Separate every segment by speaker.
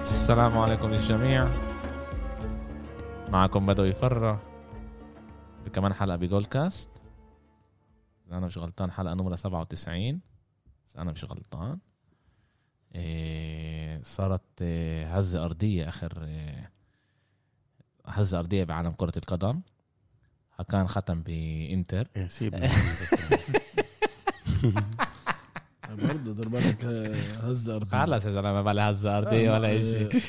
Speaker 1: السلام عليكم للجميع معكم بدوي فرة بكمان حلقة بجول كاست إذا أنا مش غلطان حلقة نمرة 97 إذا أنا مش غلطان إيه صارت إيه هزة أرضية آخر إيه هزة أرضية بعالم كرة القدم كان ختم بإنتر
Speaker 2: ايه سيبنا
Speaker 3: برضه دير بالك آه، هزة أرضية
Speaker 1: خلص يا زلمة بلا هزة أرضية ولا شيء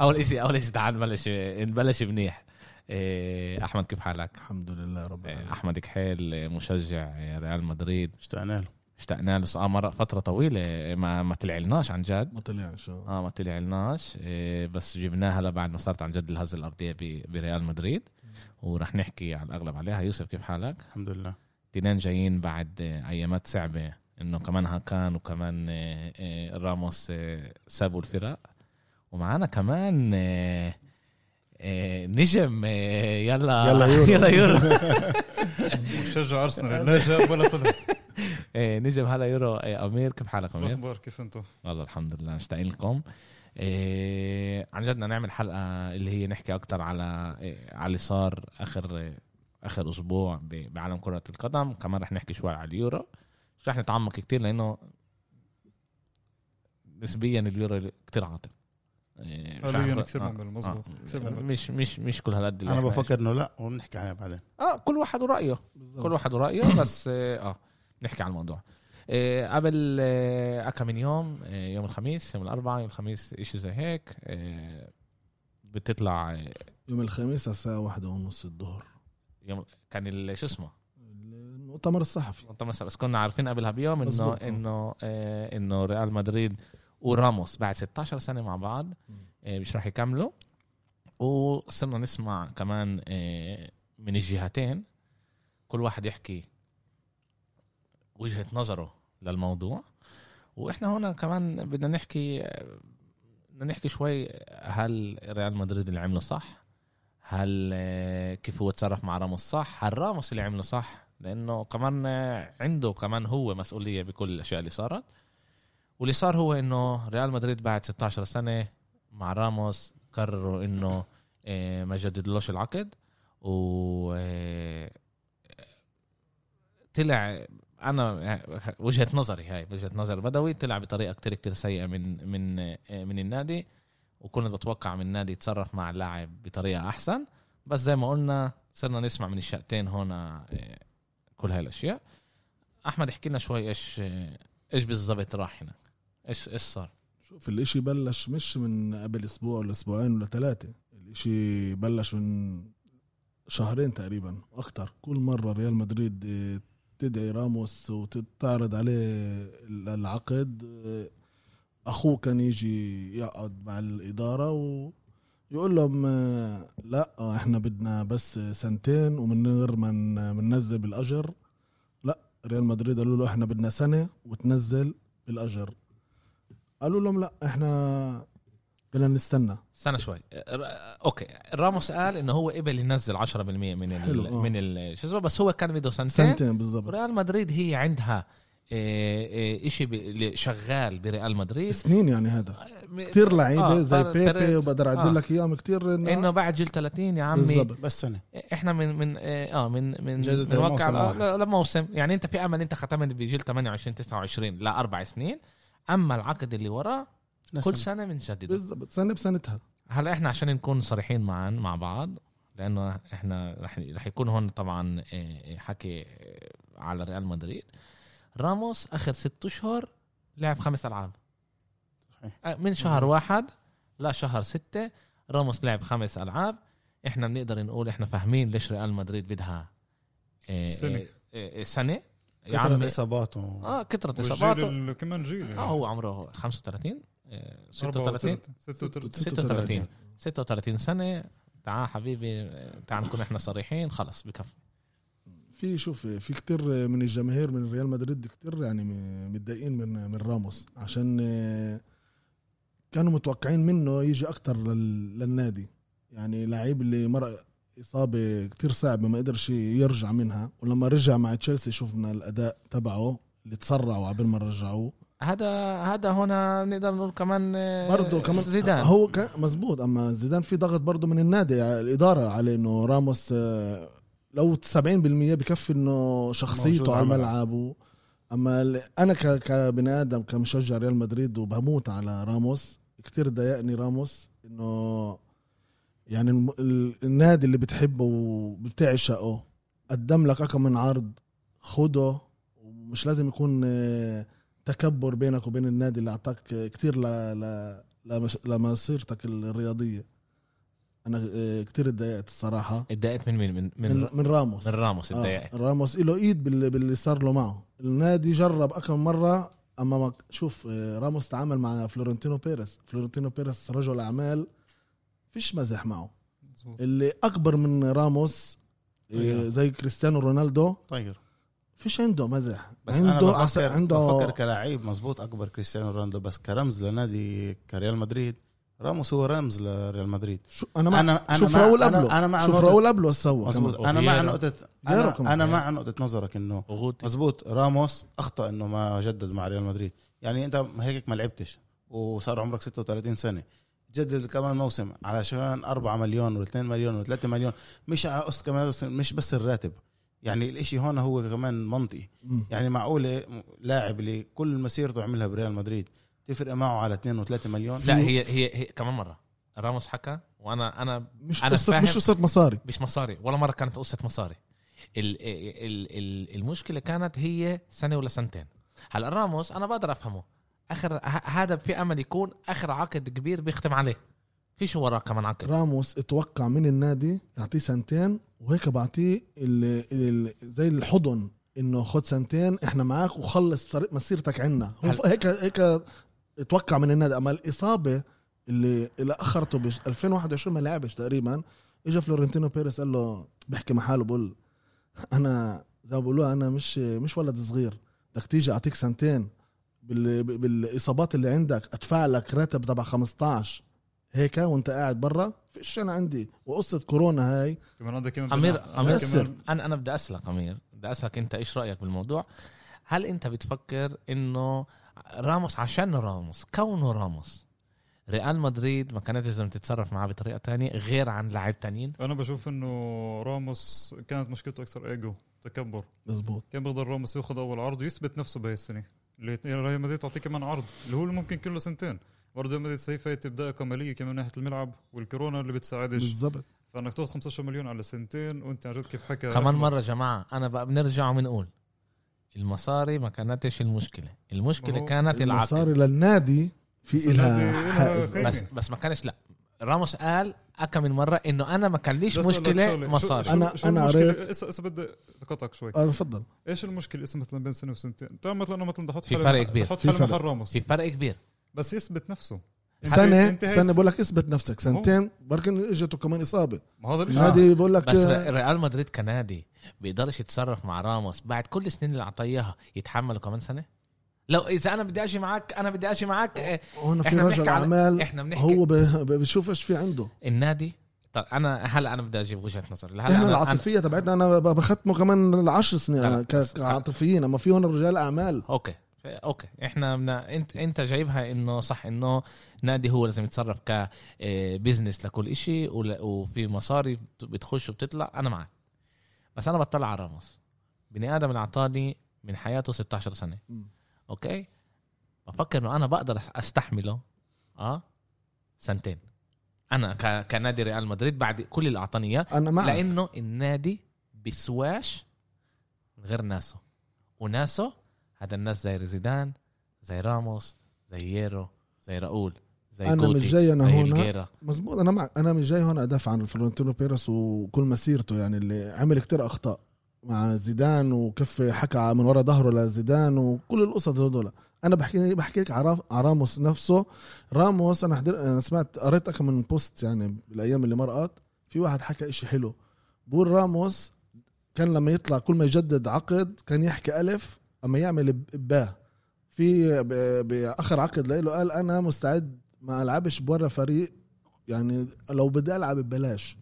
Speaker 1: أول إشي أول إشي تعال نبلش نبلش منيح إيه أحمد كيف حالك؟
Speaker 3: الحمد لله رب العالمين
Speaker 1: احمد كحيل مشجع ريال مدريد
Speaker 2: اشتقنا له
Speaker 1: اشتقنا له صار مرة فتره طويله ما ما طلعلناش عن جد
Speaker 3: ما طلعش آه.
Speaker 1: اه ما طلعلناش إيه، بس جبناها هلا بعد ما صارت عن جد الهزه الارضيه ب- بريال مدريد ورح نحكي على الاغلب عليها يوسف كيف حالك
Speaker 2: الحمد لله
Speaker 1: تنين جايين بعد إيه، ايامات صعبه انه كمان هاكان وكمان إيه، إيه، راموس إيه، سابوا الفرق ومعانا كمان إيه، إيه، نجم إيه، يلا
Speaker 3: يلا يورو.
Speaker 1: يلا يورو
Speaker 4: مشجع ارسنال لا جاب ولا طلع
Speaker 1: إيه نجم هلا يورو إيه امير كيف حالك امير؟
Speaker 4: الاخبار كيف انتم؟
Speaker 1: والله الحمد لله مشتاقين لكم إيه عن جد بدنا نعمل حلقه اللي هي نحكي اكثر على إيه على اللي صار اخر إيه اخر اسبوع ب- بعالم كره القدم كمان رح نحكي شوي على اليورو مش رح نتعمق كتير لانه نسبيا اليورو كتير عاطل إيه، مش رح-
Speaker 4: حاليا
Speaker 1: آه،
Speaker 4: كسبهم بالمظبوط
Speaker 1: آه،
Speaker 4: كسبهم
Speaker 1: مش مش مش كل هالقد اللي
Speaker 2: انا
Speaker 1: إحنا-
Speaker 2: بفكر انه لا وبنحكي عليها بعدين
Speaker 1: اه كل واحد ورايه
Speaker 3: بالظبط.
Speaker 1: كل واحد ورايه بس اه آه، نحكي على الموضوع آه، قبل آه، أكا من يوم آه، يوم الخميس يوم الأربعاء يوم الخميس إشي زي هيك آه، بتطلع آه،
Speaker 3: يوم الخميس على الساعة واحدة ونص الظهر
Speaker 1: يوم كان ال- شو اسمه
Speaker 3: المؤتمر الصحفي
Speaker 1: انت مثلا بس كنا عارفين قبلها بيوم انه
Speaker 3: مظبوط.
Speaker 1: انه آه، انه ريال مدريد وراموس بعد 16 سنه مع بعض
Speaker 3: م.
Speaker 1: آه، مش راح يكملوا وصرنا نسمع كمان آه، من الجهتين كل واحد يحكي وجهة نظره للموضوع واحنا هنا كمان بدنا نحكي بدنا نحكي شوي هل ريال مدريد اللي عمله صح؟ هل آه، كيف هو تصرف مع راموس صح؟ هل راموس اللي عمله صح؟ لانه كمان آه، عنده كمان هو مسؤوليه بكل الاشياء اللي صارت واللي صار هو انه ريال مدريد بعد 16 سنه مع راموس قرروا انه آه، ما جددلوش العقد و آه، طلع انا وجهه نظري هاي وجهه نظر بدوي طلع بطريقه كتير كتير سيئه من من آه، من النادي وكنت بتوقع من النادي يتصرف مع اللاعب بطريقه احسن بس زي ما قلنا صرنا نسمع من الشقتين هنا آه، كل هاي الاشياء احمد احكي لنا شوي ايش آه، ايش بالضبط راح هناك ايش ايش صار
Speaker 3: شوف الاشي بلش مش من قبل اسبوع ولا اسبوعين ولا ثلاثة الاشي بلش من شهرين تقريبا اكتر كل مرة ريال مدريد آه، تدعي راموس وتعرض عليه العقد آه، اخوه كان يجي يقعد مع الادارة ويقول لهم آه، لا آه، احنا بدنا بس سنتين ومن غير ما ن- ما ننزل بالاجر لا ريال مدريد قالوا له احنا بدنا سنة وتنزل بالاجر قالوا لهم لا احنا بدنا نستنى
Speaker 1: استنى شوي ر- اوكي راموس قال انه هو قبل ينزل 10% من
Speaker 3: حلو،
Speaker 1: ال
Speaker 3: آه.
Speaker 1: من ال شو اسمه بس هو كان بده سنتين
Speaker 3: سنتين بالضبط
Speaker 1: ريال مدريد هي عندها إيه، إيه، اشي ب- اللي شغال بريال مدريد
Speaker 3: سنين يعني هذا
Speaker 1: م-
Speaker 3: كثير لعيبه
Speaker 1: آه،
Speaker 3: آه زي
Speaker 1: طر-
Speaker 3: بيبي
Speaker 1: طريقة-
Speaker 3: وبقدر
Speaker 1: آه.
Speaker 3: اعدل لك اياهم كثير
Speaker 1: انه بعد جيل 30 يا عمي
Speaker 3: بالضبط
Speaker 2: بس سنه
Speaker 1: احنا من من اه من من
Speaker 2: جدد
Speaker 1: من
Speaker 2: الموسم
Speaker 1: وقع- آه،
Speaker 2: واحد.
Speaker 1: لا- لا موسم يعني انت في امل انت ختمت بجيل 28 29 لاربع سنين اما العقد اللي وراه كل سنه بنجدده
Speaker 3: بالضبط سنه بسنتها
Speaker 1: هلا احنا عشان نكون صريحين معا مع بعض لانه احنا رح رح يكون هون طبعا إيه، حكي إيه، على ريال مدريد راموس اخر ست اشهر لعب خمس العاب
Speaker 2: صحيح.
Speaker 1: آه، من شهر واحد لشهر ستة راموس لعب خمس العاب احنا بنقدر نقول احنا فاهمين ليش ريال مدريد بدها إيه،
Speaker 4: سنة.
Speaker 1: إيه، إيه، سنه يا
Speaker 2: كثرة
Speaker 1: عمي
Speaker 2: اصابات و...
Speaker 1: اه يعني كثرة
Speaker 4: والجيل
Speaker 1: اصاباته
Speaker 4: ال- كمان جيل يعني.
Speaker 1: اه هو عمره 35 إيه، 36
Speaker 4: 36
Speaker 1: 36 36 سنه تعال حبيبي تعال نكون احنا صريحين خلص بكفي
Speaker 3: في شوف في كتير من الجماهير من ريال مدريد كتير يعني م- متضايقين من من راموس عشان آه، كانوا متوقعين منه يجي اكتر لل- للنادي يعني لعيب اللي مرق اصابه كتير صعبه ما قدرش يرجع منها ولما رجع مع تشيلسي شفنا الاداء تبعه اللي تسرعوا قبل ما رجعوه
Speaker 1: هذا هذا هنا نقدر نقول كمان آه،
Speaker 3: برضه كمان
Speaker 1: زيدان
Speaker 3: هو كان مزبوط اما زيدان في ضغط برضه من النادي يعني الاداره عليه انه راموس آه، لو 70% بكفي انه
Speaker 2: موجود
Speaker 3: شخصيته على
Speaker 2: على الملعب.
Speaker 3: الملعب و- اما ال- انا ك- كبني ادم كمشجع ريال مدريد وبموت على راموس كتير ضايقني راموس انه يعني الم- ال- النادي اللي بتحبه وبتعشقه قدم لك أكم من عرض خده ومش لازم يكون آه، تكبر بينك وبين النادي اللي اعطاك آه، كتير ل... ل... لمس- لمسيرتك الرياضيه انا آه، كتير اتضايقت الصراحه
Speaker 1: اتضايقت من مين من
Speaker 3: من,
Speaker 1: من,
Speaker 3: من راموس
Speaker 1: من راموس
Speaker 3: آه
Speaker 1: اتضايقت
Speaker 3: راموس له ايد بال- باللي صار له معه النادي جرب اكم مره اما ما شوف آه، راموس تعامل مع فلورنتينو بيريز فلورنتينو بيريز رجل اعمال فيش مزح معه اللي اكبر من راموس آه،
Speaker 1: أيوه.
Speaker 2: أيوة.
Speaker 3: زي كريستيانو رونالدو
Speaker 2: طيب
Speaker 3: فيش عنده مزح
Speaker 2: بس
Speaker 3: عنده
Speaker 2: انا بفكر
Speaker 3: عس- عنده
Speaker 2: بفكر كلاعب مزبوط اكبر كريستيانو رونالدو بس كرمز لنادي كريال مدريد راموس هو رمز لريال مدريد
Speaker 3: شو انا مع
Speaker 2: انا انا
Speaker 3: شوف
Speaker 2: مع-
Speaker 3: راؤول
Speaker 2: أنا-
Speaker 3: قبله
Speaker 2: انا مع
Speaker 3: شوف
Speaker 2: نقطة-
Speaker 3: راؤول قبله سوى
Speaker 2: مظبوط
Speaker 1: كمان.
Speaker 2: انا مع
Speaker 1: أوهيرو.
Speaker 2: نقطه
Speaker 3: أوهيرو
Speaker 2: انا,
Speaker 3: كمان.
Speaker 2: أنا مع نقطه نظرك انه
Speaker 1: وغوتي
Speaker 2: مظبوط راموس اخطا انه ما جدد مع ريال مدريد يعني انت هيك ما لعبتش وصار عمرك 36 سنه جدد كمان موسم علشان 4 مليون و2 مليون و3 مليون مش على قص كمان بس مش بس الراتب يعني الاشي هون هو كمان منطقي
Speaker 3: مم.
Speaker 2: يعني معقوله لاعب اللي كل مسيرته عملها بريال مدريد تفرق معه على 2 و3 مليون
Speaker 1: لا هي هي هي كمان مره راموس حكى وانا انا
Speaker 3: مش
Speaker 1: أنا
Speaker 3: قصه
Speaker 1: فاهم.
Speaker 3: مش قصه مصاري
Speaker 1: مش مصاري ولا مره كانت قصه مصاري ال ال ال المشكله كانت هي سنه ولا سنتين هلا راموس انا بقدر افهمه اخر ه- هذا في امل يكون اخر عقد كبير بيختم عليه فيش وراه كمان عقد
Speaker 3: راموس اتوقع من النادي يعطيه سنتين وهيك بعطيه ال- ال- زي الحضن انه خد سنتين احنا معاك وخلص طريق مسيرتك عنا هو
Speaker 1: هل-
Speaker 3: هيك هيك اتوقع من النادي اما الاصابه اللي اللي اخرته ب 2021 ما لعبش تقريبا اجى فلورنتينو بيريس قال له بيحكي مع حاله بقول انا زي ما بيقولوها انا مش مش ولد صغير بدك تيجي اعطيك سنتين بال- بالاصابات اللي عندك ادفع لك راتب تبع 15 هيك وانت قاعد برا فيش انا عندي وقصه كورونا هاي
Speaker 4: كمان هذا كمان
Speaker 1: امير
Speaker 4: بزعل.
Speaker 1: امير
Speaker 3: بيأثر.
Speaker 4: كمان-
Speaker 1: انا انا بدي اسالك امير بدي اسالك انت ايش رايك بالموضوع هل انت بتفكر انه راموس عشان راموس كونه راموس ريال مدريد ما كانت لازم تتصرف معاه بطريقه تانية غير عن لاعب تانيين
Speaker 4: انا بشوف انه راموس كانت مشكلته اكثر ايجو تكبر
Speaker 3: مزبوط
Speaker 4: كان بيقدر راموس ياخذ اول عرض ويثبت نفسه بهي السنه اللي يعني ريال مدريد تعطيه كمان عرض اللي هو اللي ممكن كله سنتين برضه ريال مدريد سيفه تبدا كماليه كمان من ناحيه الملعب والكورونا اللي بتساعدش
Speaker 3: بالضبط
Speaker 4: فانك تاخذ 15 مليون على سنتين وانت عن جد كيف حكى
Speaker 1: كمان مرة يا جماعة أنا بقى بنرجع وبنقول المصاري ما كانتش المشكلة المشكلة
Speaker 4: هو
Speaker 1: كانت
Speaker 3: المصاري
Speaker 1: العقد
Speaker 3: للنادي في
Speaker 4: بس النادي
Speaker 3: إلها
Speaker 4: إلها
Speaker 3: حائز
Speaker 4: قيمة.
Speaker 1: بس بس ما كانش لا راموس قال أكا من مرة إنه أنا ما كان ليش
Speaker 4: بس أقول لك
Speaker 1: مشكلة
Speaker 4: شغلة. شو-
Speaker 1: مصاري
Speaker 4: شو-
Speaker 3: أنا-
Speaker 4: شو
Speaker 3: أنا
Speaker 4: المشكلة؟
Speaker 3: قريت-
Speaker 4: هسه هسه بدي اقطعك شوي
Speaker 3: اه تفضل
Speaker 4: ايش المشكله اسا مثلا بين سنه وسنتين طيب تعال مثلا مثلا بدي احط
Speaker 1: في
Speaker 4: حالي
Speaker 1: فرق
Speaker 4: مع-
Speaker 1: كبير.
Speaker 4: بحط
Speaker 3: في
Speaker 4: حالي
Speaker 3: فرق.
Speaker 4: محل راموس
Speaker 1: في فرق كبير
Speaker 4: بس يثبت نفسه أنت-
Speaker 3: سنه
Speaker 4: أنت هاي
Speaker 3: سنه
Speaker 4: الس-
Speaker 3: بقول لك اثبت نفسك سنتين بركن اجته كمان اصابه
Speaker 4: ما هذا الاشي
Speaker 3: النادي بقول لك
Speaker 1: بس
Speaker 3: آه،
Speaker 1: ر- ريال مدريد كنادي بيقدرش يتصرف مع راموس بعد كل السنين اللي عطيها يتحملوا كمان سنة لو إذا أنا بدي أجي معاك أنا بدي أجي معاك آه،
Speaker 3: هون في
Speaker 1: إحنا
Speaker 3: رجل
Speaker 1: بنحكي على-
Speaker 3: اعمال
Speaker 1: إحنا بنحكي
Speaker 3: هو ب- ب- بشوف ايش في عنده
Speaker 1: النادي طب أنا هلا أنا بدي أجيب وجهة نظري هلا
Speaker 3: احنا
Speaker 1: أنا- أنا-
Speaker 3: العاطفيه تبعتنا انا ب- بختمه كمان العشر سنين
Speaker 1: لا،
Speaker 3: انا
Speaker 1: بس-
Speaker 3: ك- كعاطفيين اما في هون رجال اعمال
Speaker 1: اوكي اوكي احنا بنا... انت انت جايبها انه صح انه نادي هو لازم يتصرف كبزنس لكل شيء وفي مصاري بت- بتخش وبتطلع انا معك بس انا بطلع على راموس بني ادم اللي اعطاني من حياته 16 سنه
Speaker 3: مم.
Speaker 1: اوكي بفكر انه انا بقدر استحمله اه سنتين انا ك... كنادي ريال مدريد بعد كل اللي اعطاني اياه
Speaker 3: انا معك
Speaker 1: لانه النادي بسواش من غير ناسه وناسه هذا الناس زي زيدان زي راموس زي ييرو زي راؤول زي
Speaker 3: أنا
Speaker 1: جوتي
Speaker 3: مش جاي أنا
Speaker 1: زي
Speaker 3: هون.
Speaker 1: الجيرة.
Speaker 3: مزبوط انا مع انا مش جاي هون ادافع عن فلورنتينو بيريس وكل مسيرته يعني اللي عمل كتير اخطاء مع زيدان وكيف حكى من ورا ظهره لزيدان وكل القصص هذول انا بحكي بحكي لك على على راموس نفسه راموس انا حضر انا سمعت قريت كم من بوست يعني بالايام اللي مرقت في واحد حكى إشي حلو بقول راموس كان لما يطلع كل ما يجدد عقد كان يحكي الف اما يعمل ب- باه في ب- باخر عقد له قال انا مستعد ما العبش برا فريق يعني لو بدي العب ببلاش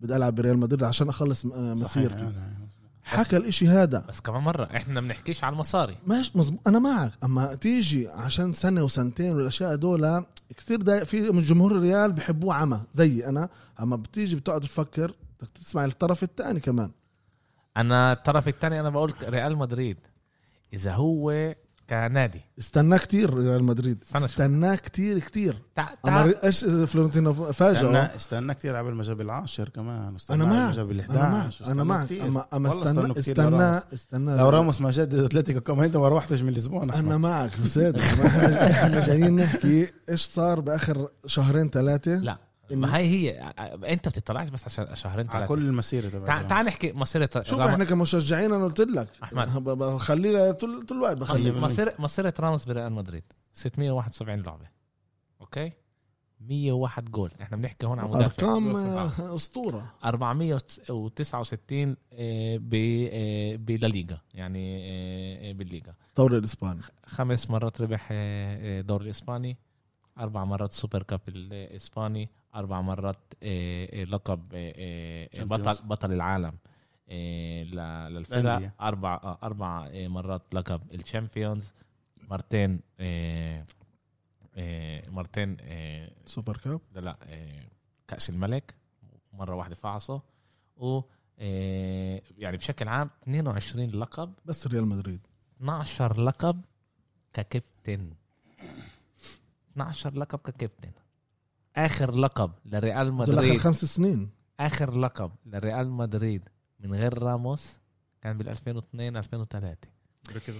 Speaker 3: بدي العب بريال مدريد عشان اخلص م-
Speaker 2: صحيح،
Speaker 3: مسيرتي
Speaker 2: أنا-
Speaker 3: حكى الاشي هذا
Speaker 1: بس كمان مره احنا بنحكيش على المصاري
Speaker 3: ماشي مزبوط انا معك اما تيجي عشان سنه وسنتين والاشياء هدول كثير دايق في من جمهور الريال بحبوه عمى زي انا اما بتيجي بتقعد تفكر بدك تسمع الطرف الثاني كمان
Speaker 1: انا الطرف الثاني انا بقول ريال مدريد اذا هو كنادي
Speaker 3: استناه كتير ريال مدريد
Speaker 1: استنى شوي.
Speaker 3: استناه كتير كتير
Speaker 1: تع...
Speaker 3: اما
Speaker 1: تع...
Speaker 3: ري- ايش فلورنتينو فاجئه
Speaker 2: استنى استنى كثير قبل ما جاب العاشر كمان واستنى
Speaker 3: انا
Speaker 2: قبل
Speaker 3: معك
Speaker 2: جاب ال
Speaker 3: انا معك
Speaker 2: 11
Speaker 3: انا معك
Speaker 2: استنى
Speaker 3: اما اما
Speaker 2: والله
Speaker 3: استنى
Speaker 2: استنوا كتير
Speaker 3: استنى آه،
Speaker 2: لراموس.
Speaker 3: استنى
Speaker 2: كتير. لو راموس ما جدد اتلتيكو كمان انت ما روحتش من لشبونه
Speaker 3: انا معك صادق ما احنا إحنا جايين نحكي ايش صار باخر شهرين ثلاثه
Speaker 1: لا ما هي هي انت بتطلعش بس عشان شهرين
Speaker 2: على
Speaker 1: ثلاثه
Speaker 2: كل المسيره
Speaker 1: تع...
Speaker 2: تبعته
Speaker 1: تعال نحكي مصيرة
Speaker 3: شوف
Speaker 1: رام-
Speaker 3: احنا كمشجعين انا قلت لك
Speaker 1: أحمد.
Speaker 3: ب- ب- بخليها طول طول الوقت بخليها
Speaker 2: خلي بالك.
Speaker 1: مصيرة مصيرة راموس بريال مدريد 671 لعبه اوكي 101 جول احنا بنحكي هون عن مدافع
Speaker 3: ارقام
Speaker 1: مدافع.
Speaker 3: آه، اسطوره
Speaker 1: 469 آه، ب آه، بالليغا يعني آه، آه، بالليغا
Speaker 3: الدوري الاسباني
Speaker 1: خمس مرات ربح آه، آه، دوري الاسباني اربع مرات سوبر كاب الاسباني اربع مرات آه، آه، لقب آه، آه، آه،
Speaker 2: Champions.
Speaker 1: بطل بطل العالم آه، ل- للفرق
Speaker 2: الأندية.
Speaker 1: اربع آه، اربع آه، مرات لقب الشامبيونز مرتين آه، آه، مرتين آه،
Speaker 3: سوبر كاب
Speaker 1: لا لا آه، كأس الملك مرة واحدة فعصه و آه، يعني بشكل عام 22 لقب
Speaker 3: بس ريال مدريد
Speaker 1: 12 لقب ككابتن 12 لقب ككابتن اخر لقب لريال
Speaker 3: دول اخر
Speaker 1: مدريد
Speaker 3: خمس سنين
Speaker 1: اخر لقب لريال مدريد من غير راموس كان بال 2002 2003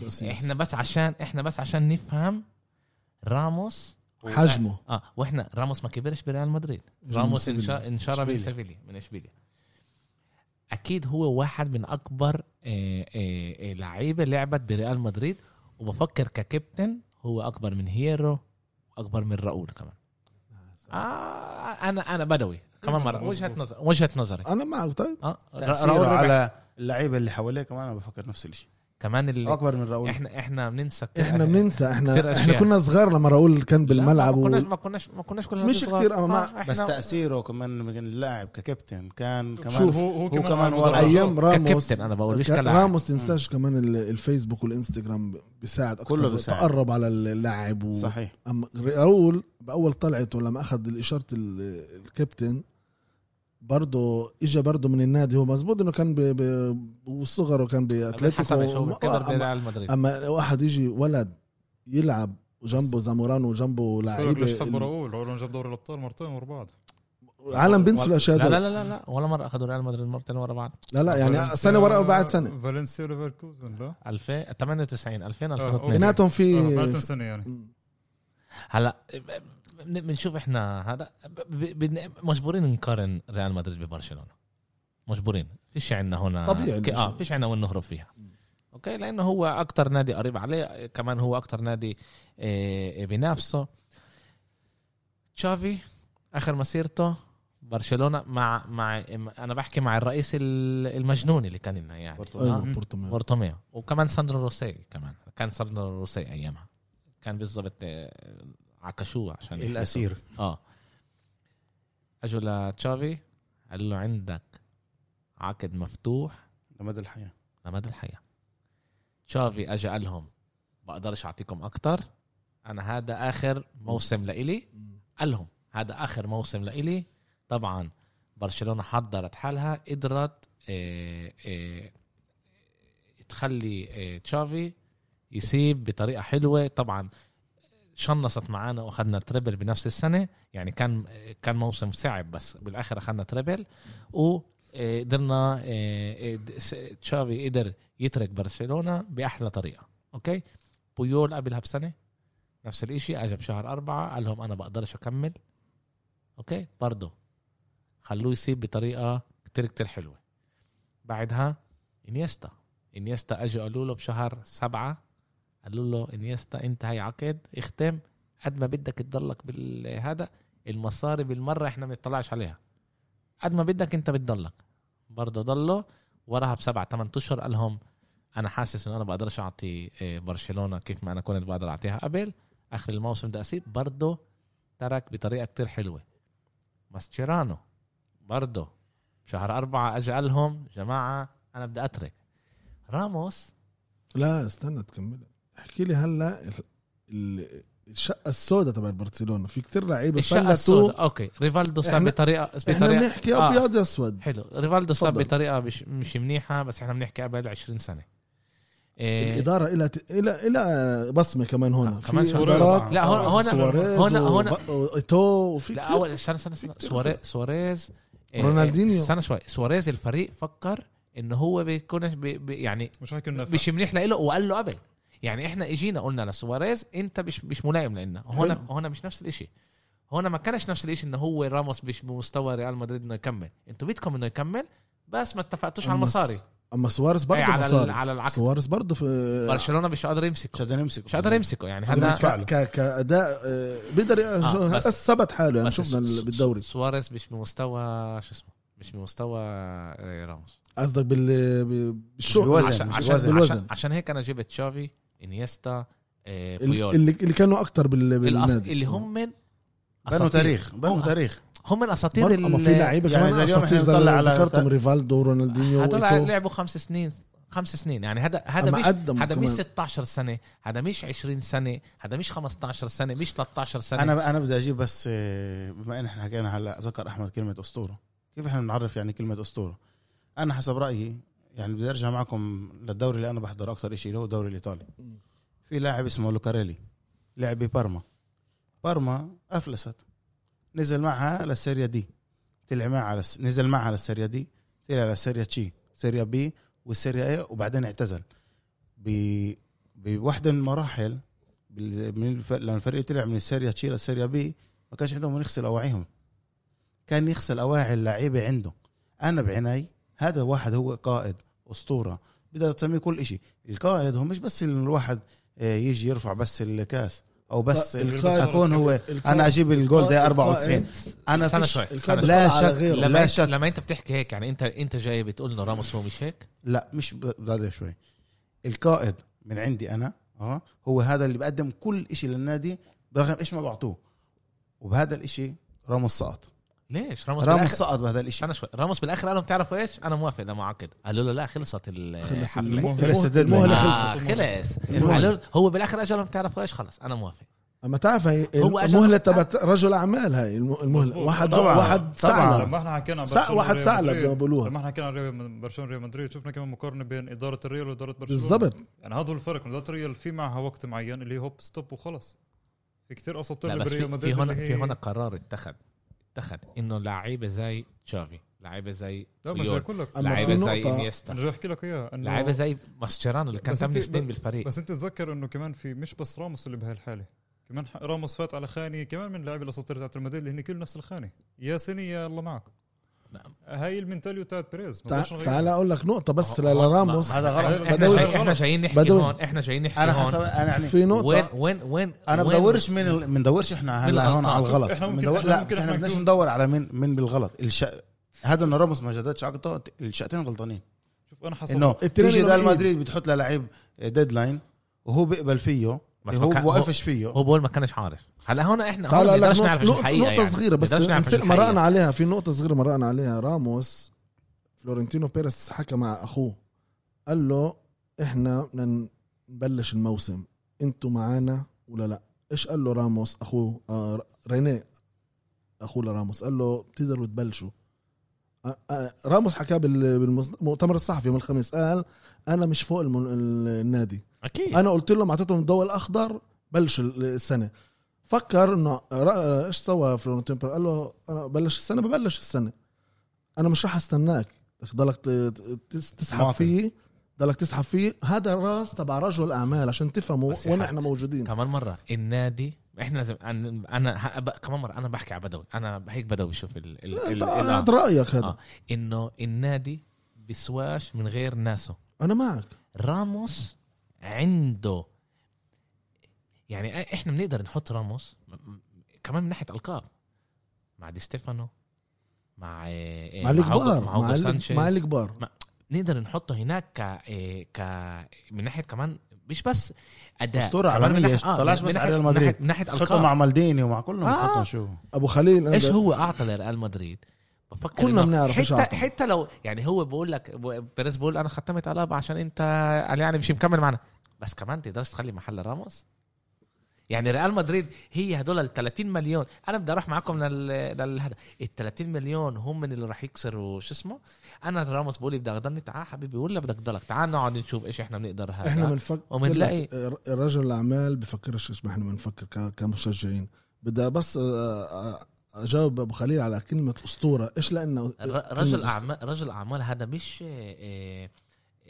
Speaker 3: بس-
Speaker 1: احنا بس عشان احنا بس عشان نفهم راموس و-
Speaker 3: حجمه
Speaker 1: اه واحنا راموس ما كبرش بريال مدريد
Speaker 3: من
Speaker 1: راموس
Speaker 3: سيفيليا.
Speaker 1: انشا- انشرى من
Speaker 2: إشبيليا.
Speaker 1: سيفيليا من اشبيليا اكيد هو واحد من اكبر آه، آه، آه، لعيبه لعبت بريال مدريد وبفكر ككابتن هو اكبر من هيرو واكبر من راؤول كمان آه انا انا بدوي كمان مره
Speaker 4: مظبوط.
Speaker 1: وجهه نظر وجهه نظري
Speaker 3: انا معك طيب
Speaker 1: اه را-
Speaker 2: تأثيره
Speaker 1: راؤول على
Speaker 2: على اللعيبه اللي حواليه كمان انا بفكر نفس الشيء
Speaker 1: كمان اللي
Speaker 2: اكبر من راؤول
Speaker 1: احنا احنا بننسى كتير
Speaker 3: احنا
Speaker 1: أشياء.
Speaker 3: بننسى
Speaker 1: كتير
Speaker 3: احنا
Speaker 1: أشياء.
Speaker 3: احنا كنا صغار لما راؤول كان
Speaker 1: لا،
Speaker 3: بالملعب
Speaker 1: ما كناش
Speaker 3: و...
Speaker 1: ما كناش ما كناش كلنا
Speaker 3: مش
Speaker 1: صغار.
Speaker 3: كتير، أما مع-
Speaker 1: إحنا-
Speaker 2: بس تأثيره كمان من اللاعب ككابتن كان كمان
Speaker 3: شوف،
Speaker 4: هو- هو
Speaker 2: كمان,
Speaker 4: كمان
Speaker 2: كمان
Speaker 4: عمره
Speaker 2: ورا
Speaker 4: أيام
Speaker 3: ايام راموس
Speaker 1: ككابتن انا بقول مش كلاعب
Speaker 3: راموس تنساش كمان ال- الفيسبوك والانستغرام بيساعد اكتر
Speaker 2: كله بيساعد.
Speaker 3: تقرب على اللاعب و...
Speaker 2: صحيح
Speaker 3: اما راؤول باول طلعته لما اخذ اشاره ال- الكابتن برضه اجى برضه من النادي هو مزبوط انه كان ب- ب- وصغره كان باتلتيكو
Speaker 1: حسب شو كبر
Speaker 3: اما,
Speaker 1: بريال مدريد
Speaker 3: أما واحد يجي ولد يلعب وجنبه زاموران وجنبه
Speaker 4: ليش حبوا
Speaker 3: لعيبه
Speaker 4: راؤول راؤول جاب دوري الابطال مرتين ورا بعض
Speaker 3: العالم بينسوا الاشياء
Speaker 1: لا
Speaker 3: هذول.
Speaker 1: لا لا لا, لا ولا مره اخذوا ريال مدريد مرتين ورا بعض
Speaker 3: لا لا يعني سنه ورا وبعد سنه
Speaker 4: فالنسيا ليفركوزن لا
Speaker 1: 2000 98 2000
Speaker 4: أوكي.
Speaker 1: 2002
Speaker 3: بيناتهم
Speaker 4: آه، بعدهم
Speaker 3: في
Speaker 4: سنه يعني
Speaker 1: هلا بن- بنشوف احنا هذا ب- بن- مجبورين نقارن ريال مدريد ببرشلونه مجبورين فيش عندنا هنا
Speaker 3: طبيعي
Speaker 1: ك- اه
Speaker 3: الإشي.
Speaker 1: فيش عندنا وين نهرب فيها
Speaker 3: م.
Speaker 1: اوكي لانه هو اكتر نادي قريب عليه كمان هو اكتر نادي آه، بينافسه تشافي اخر مسيرته برشلونه مع مع انا بحكي مع الرئيس ال- المجنون اللي كان لنا يعني
Speaker 2: برتو-
Speaker 3: ايوه بورتوميو.
Speaker 1: بورتوميو وكمان ساندرو روسي كمان كان ساندرو روسي ايامها كان بالضبط آه، عكشوه عشان
Speaker 3: يعني
Speaker 1: يحبسوا.
Speaker 2: الاسير
Speaker 1: اه اجوا لتشافي قال له عندك عقد مفتوح
Speaker 2: لمدى الحياه
Speaker 1: لمدى الحياه تشافي اجى قال لهم بقدرش اعطيكم اكتر انا هذا اخر موسم لإلي قال لهم هذا اخر موسم لإلي طبعا برشلونه حضرت حالها قدرت آه، آه، تخلي آه، تشافي يسيب بطريقه حلوه طبعا شنصت معانا واخذنا تريبل بنفس السنه يعني كان كان موسم صعب بس بالاخر اخذنا تريبل آه، وقدرنا آه، تشافي قدر يترك برشلونه باحلى طريقه اوكي بويول قبلها بسنه نفس الاشي اجى بشهر أربعة قال لهم انا بقدرش اكمل اوكي برضه خلوه يسيب بطريقه كتير كتير حلوه بعدها انيستا انيستا اجوا قالوا له بشهر سبعة قالوا له انيستا انت هاي عقد اختم قد ما بدك تضلك بالهذا المصاري بالمره احنا ما بنطلعش عليها قد ما بدك انت بتضلك برضه ضلوا وراها بسبعة ثمان اشهر قال لهم انا حاسس انه انا بقدرش اعطي آه، برشلونه كيف ما انا كنت بقدر اعطيها قبل اخر الموسم ده اسيب برضه ترك بطريقه كتير حلوه ماسcherano برضه شهر أربعة أجى قال لهم جماعة أنا بدي أترك راموس
Speaker 3: لا استنى تكمل احكي لي هلا ال- ال- الشقه السوداء تبع برشلونه في كتير لعيبه
Speaker 1: الشقه
Speaker 3: فلتوا
Speaker 1: السوداء اوكي ريفالدو صار
Speaker 3: إحنا-
Speaker 1: بطريقه
Speaker 3: احنا
Speaker 1: بطريقه
Speaker 3: بنحكي
Speaker 1: آه.
Speaker 3: ابيض اسود
Speaker 1: حلو ريفالدو صار
Speaker 3: تفضل.
Speaker 1: بطريقه مش, مش منيحه بس احنا بنحكي قبل 20 سنه إيه
Speaker 3: الاداره إلها الى الى بصمه كمان هون
Speaker 1: آه، كمان
Speaker 3: في
Speaker 4: سواريز.
Speaker 3: إدارات
Speaker 1: لا، هون- هون-
Speaker 3: سواريز
Speaker 1: هون-
Speaker 3: و-
Speaker 1: هون-
Speaker 3: وايتو وفي
Speaker 1: لا
Speaker 3: كتير.
Speaker 1: اول استنى استنى استنى
Speaker 3: في كتير
Speaker 1: سواريز
Speaker 3: فرق.
Speaker 1: سواريز إيه،
Speaker 3: رونالدينيو.
Speaker 1: استنى شوي سواريز الفريق فكر انه هو بيكون بي بي- يعني
Speaker 4: مش حكي انه
Speaker 1: مش منيح لإله وقال له قبل يعني احنا اجينا قلنا لسواريز انت مش مش ملائم لنا هون
Speaker 3: حلو.
Speaker 1: هون مش نفس الاشي هون ما كانش نفس الاشي انه هو راموس مش بمستوى ريال مدريد انه يكمل انتوا بدكم انه يكمل بس ما اتفقتوش على
Speaker 3: أما
Speaker 1: المصاري
Speaker 3: س- اما سواريز برضه
Speaker 1: إيه، على ال-
Speaker 3: مصاري
Speaker 1: على العقد
Speaker 3: سواريز برضه في
Speaker 1: برشلونه مش قادر
Speaker 2: مش
Speaker 1: يمسكه
Speaker 2: قادر يمسك
Speaker 1: مش قادر يمسكه يعني
Speaker 3: هلا
Speaker 1: هلا
Speaker 2: يدفع له.
Speaker 3: ك... ك... كاداء آه، بيقدر
Speaker 1: آه،
Speaker 3: آه
Speaker 1: بس-
Speaker 3: اثبت حاله يعني
Speaker 1: بس
Speaker 3: شفنا
Speaker 1: س-
Speaker 3: ال-
Speaker 1: س-
Speaker 3: بالدوري
Speaker 1: سواريز مش بمستوى شو اسمه مش بمستوى آه، راموس
Speaker 3: قصدك بال ب- بالشغل
Speaker 2: بالوزن.
Speaker 1: عشان
Speaker 2: مش
Speaker 1: عشان,
Speaker 3: بالوزن.
Speaker 1: عشان, عشان هيك انا جبت تشافي انيستا آه،
Speaker 3: ال-
Speaker 1: بويول
Speaker 3: اللي اللي كانوا اكتر بال...
Speaker 1: الأص-
Speaker 3: بالنادي
Speaker 1: اللي هم من
Speaker 2: بنوا
Speaker 1: أساطير.
Speaker 2: تاريخ بنوا
Speaker 1: هم-
Speaker 2: تاريخ
Speaker 1: هم من اساطير
Speaker 3: برضه اما
Speaker 1: ال-
Speaker 3: في لعيبه
Speaker 2: يعني
Speaker 3: كمان
Speaker 2: زي اليوم
Speaker 3: اساطير
Speaker 2: إحنا
Speaker 3: زي اللي
Speaker 2: بنطلع على-
Speaker 3: ذكرتهم ريفالدو رونالدينيو
Speaker 1: هدول
Speaker 3: وإيتو.
Speaker 1: لعبوا خمس سنين خمس سنين يعني هذا هذا
Speaker 3: أما
Speaker 1: مش
Speaker 3: قدموا
Speaker 1: هذا مش
Speaker 3: كمان.
Speaker 1: 16 سنه هذا مش 20 سنه هذا مش 15 سنه مش 13 سنه أنا
Speaker 2: انا انا بدي اجيب بس آه، بما ان احنا حكينا هلا ذكر احمد كلمه اسطوره كيف احنا بنعرف يعني كلمه اسطوره انا حسب رايي يعني بدي ارجع معكم للدوري اللي انا بحضره اكثر شيء اللي هو الدوري الايطالي في لاعب اسمه لوكاريلي لعب ببارما بارما افلست نزل معها للسيريا دي طلع معها على الس... نزل معها على السيريا دي طلع على السيريا تشي سيريا بي والسيريا اي وبعدين اعتزل ب... بوحده من المراحل بال- من الف... لما الفريق طلع من السيريا تشي للسيريا بي ما كانش عندهم من يغسل اواعيهم كان يغسل اواعي اللعيبه عنده انا بعيني هذا واحد هو قائد اسطوره بدها تسميه كل شيء القائد هو مش بس إنه الواحد آه، يجي يرفع بس الكاس او بس
Speaker 3: لا،
Speaker 4: القائد-
Speaker 2: اكون هو انا اجيب الجول ده 94 انا
Speaker 1: سنة
Speaker 2: فيش-
Speaker 1: شوي سنة
Speaker 3: الكلب
Speaker 1: شوي.
Speaker 2: لا
Speaker 3: طلع على
Speaker 2: شك
Speaker 3: غيره.
Speaker 1: لما,
Speaker 2: لا
Speaker 1: انت
Speaker 2: شك
Speaker 1: لما انت بتحكي هيك يعني انت انت جاي بتقول انه راموس هو مش هيك
Speaker 2: لا مش بدي شوي القائد من عندي انا اه هو هذا اللي بقدم كل شيء للنادي برغم ايش ما بعطوه وبهذا الاشي راموس سقط
Speaker 1: ليش راموس
Speaker 2: راموس
Speaker 1: راموس
Speaker 2: سقط بهذا الاشي
Speaker 1: انا شوي راموس بالاخر قالوا بتعرفوا ايش انا موافق لما عقد قالوا له لا خلصت
Speaker 3: خلص
Speaker 1: الحفله
Speaker 4: المهلة.
Speaker 3: المهلة
Speaker 2: خلص
Speaker 3: المهلة
Speaker 2: الديدلاين.
Speaker 3: المهلة
Speaker 1: آه
Speaker 3: خلصت
Speaker 1: خلص
Speaker 2: المهم.
Speaker 1: قالوا له- هو بالاخر اجى لهم بتعرفوا ايش خلص انا موافق
Speaker 3: اما تعرف هي
Speaker 1: هو أجل-
Speaker 3: المهله تبعت رجل اعمال هاي الم- المهله
Speaker 4: مظبوط.
Speaker 3: واحد
Speaker 2: طبعاً.
Speaker 3: واحد
Speaker 2: طبعاً.
Speaker 3: سعلب
Speaker 4: لما احنا حكينا عن
Speaker 3: سع-
Speaker 4: برشلونة
Speaker 3: واحد
Speaker 4: وريال
Speaker 3: سعلب
Speaker 4: مدريد،
Speaker 3: زي ما بيقولوها.
Speaker 4: لما احنا حكينا عن ريال- برشلونه ريال مدريد شفنا كمان مقارنه بين اداره الريال واداره برشلونه
Speaker 3: بالضبط
Speaker 4: يعني هذا هو الفرق اداره الريال في معها وقت معين اللي هوب ستوب وخلص في كثير اساطير
Speaker 1: لا بس
Speaker 4: بريال
Speaker 1: في, في
Speaker 4: طيب، مدريد
Speaker 1: هنا
Speaker 4: اللي
Speaker 1: في
Speaker 4: هي-
Speaker 1: هنا قرار اتخذ اتخذ انه لعيبه زي تشافي لعيبه زي
Speaker 4: لا
Speaker 1: بيول،
Speaker 4: مش هقول لك
Speaker 3: أما
Speaker 1: لعيبه
Speaker 3: في
Speaker 1: زي
Speaker 3: نقطة-
Speaker 4: انا
Speaker 1: انيستا
Speaker 4: جاي احكي لك اياها إنه-
Speaker 1: لعيبه زي ماسcherano اللي كان
Speaker 4: بس أنت-
Speaker 1: 8 سنين بالفريق
Speaker 4: بس انت تتذكر انه كمان في مش بس راموس اللي بهالحاله كمان ح- راموس فات على خانه كمان من لاعبي الاساطير تاعت المدريد اللي هن كل نفس الخانه يا سني يا الله معك
Speaker 1: نعم.
Speaker 4: هاي المنتاليو تاعت بيريز ما
Speaker 3: تع-
Speaker 4: بدناش نغير.
Speaker 3: تعال اقول لك نقطه بس
Speaker 1: هو- هو-
Speaker 3: لراموس
Speaker 2: هذا غلط
Speaker 1: احنا
Speaker 4: بدوي.
Speaker 1: جاي- احنا جايين نحكي
Speaker 3: بدوي.
Speaker 1: هون احنا جايين نحكي
Speaker 2: انا حسب
Speaker 1: هون
Speaker 2: انا يعني
Speaker 3: في
Speaker 1: وين
Speaker 3: نقطه
Speaker 1: وين وين
Speaker 2: انا
Speaker 1: وين-
Speaker 2: بدورش من ال- بندورش احنا
Speaker 1: من
Speaker 2: هلا هون على
Speaker 1: الغلطات.
Speaker 2: الغلط
Speaker 4: إحنا ممكن-
Speaker 2: مندور...
Speaker 4: إحنا
Speaker 2: لا
Speaker 4: ممكن
Speaker 2: بس احنا
Speaker 4: إحنا
Speaker 2: بدناش
Speaker 4: نكون-
Speaker 2: ندور على مين مين بالغلط الش... هذا انه راموس ما جددش عقده الشقتين غلطانين
Speaker 4: شوف انا حصل
Speaker 2: انه
Speaker 3: التنين
Speaker 2: تيجي ريال
Speaker 3: الوحيد.
Speaker 2: مدريد بتحط للعيب ديدلاين وهو بيقبل فيه
Speaker 1: بس
Speaker 2: هو
Speaker 1: ما كان-
Speaker 2: بوقفش فيه
Speaker 1: هو بول ما كانش عارف هلا هون احنا هون
Speaker 3: تعال
Speaker 1: ما
Speaker 3: اقول لك
Speaker 1: نقدرش
Speaker 3: نقطه
Speaker 1: نعرف ايش
Speaker 3: نقطة-
Speaker 1: الحقيقه
Speaker 3: نقطه
Speaker 1: يعني.
Speaker 3: صغيره بس
Speaker 1: نقدرش نعرف إيش
Speaker 3: نسيت مرقنا
Speaker 1: الحقيقة.
Speaker 3: عليها في نقطه صغيره مرقنا عليها راموس فلورنتينو بيريس حكى مع اخوه قال له احنا بدنا نبلش الموسم انتوا معانا ولا لا ايش قال له راموس اخوه آه رينيه اخوه لراموس قال له بتقدروا تبلشوا آه، آه، راموس حكاه بال- بالمؤتمر الصحفي يوم الخميس قال انا مش فوق المن- النادي
Speaker 1: اكيد
Speaker 3: انا قلت لهم اعطيتهم الضوء الاخضر بلش السنه فكر انه رأى- ايش سوى فلورنتين بيريز؟ قال له انا بلش السنه ببلش السنه انا مش راح استناك بدك ضلك ت- ت- تس- تسحب
Speaker 2: مواطن.
Speaker 3: فيه ضلك تسحب فيه هذا الراس تبع رجل اعمال عشان تفهموا
Speaker 1: بس يا
Speaker 3: وين
Speaker 1: حبيبي.
Speaker 3: احنا موجودين
Speaker 1: كمان مره النادي احنا لازم انا أنا- ه- ب- كمان مره انا بحكي على بدوي انا هيك بدوي شوف ال ال ال-
Speaker 3: انت
Speaker 1: ال-
Speaker 3: هذا رايك هذا
Speaker 1: آه. انه النادي بيسواش من غير ناسه
Speaker 3: انا معك
Speaker 1: راموس عنده يعني احنا بنقدر نحط راموس م- م- كمان من ناحيه القاب مع دي ستيفانو مع إيه،
Speaker 3: مع
Speaker 1: هوجو-
Speaker 3: الكبار
Speaker 1: مع, هوجو
Speaker 3: مع ال-
Speaker 1: سانشيز
Speaker 3: مع الكبار
Speaker 1: نقدر نحطه هناك ك إيه، ك من ناحيه كمان مش بس اداء
Speaker 2: أسطورة
Speaker 1: كمان من
Speaker 2: عالمية،
Speaker 1: ناحية- آه،
Speaker 2: طلعش
Speaker 1: من
Speaker 2: بس
Speaker 1: ناحية-
Speaker 2: على ريال مدريد.
Speaker 1: من ناحيه, من ناحية
Speaker 2: حطه
Speaker 1: القاب
Speaker 2: مع مالديني ومع كلهم
Speaker 1: آه.
Speaker 2: حطهم شو
Speaker 3: ابو خليل أنا
Speaker 1: ايش
Speaker 3: بدي-
Speaker 1: هو اعطى لريال مدريد بفكر
Speaker 3: كلنا
Speaker 1: إنه
Speaker 3: بنعرف إيش
Speaker 1: حتى
Speaker 3: أعطى.
Speaker 1: حتى لو يعني هو بيقول لك بيريز بيقول انا ختمت على عشان انت قال يعني مش مكمل معنا بس كمان تقدرش تخلي محل راموس يعني ريال مدريد هي هدول ال 30 مليون انا بدي اروح معاكم لل- للهذا ال 30 مليون هم من اللي راح يكسروا شو اسمه انا راموس بيقول لي بدي اقدرني تعال حبيبي ولا بدك تضلك تعال نقعد نشوف ايش احنا بنقدر هذا
Speaker 3: احنا بنفكر
Speaker 1: وبنلاقي-
Speaker 3: لك رجل الاعمال بفكرش ايش ما احنا بنفكر ك- كمشجعين بدي بس آه، آه، اجاوب ابو خليل على كلمه اسطوره ايش لانه
Speaker 1: ر- رجل اعمال رجل اعمال هذا مش آه، آه،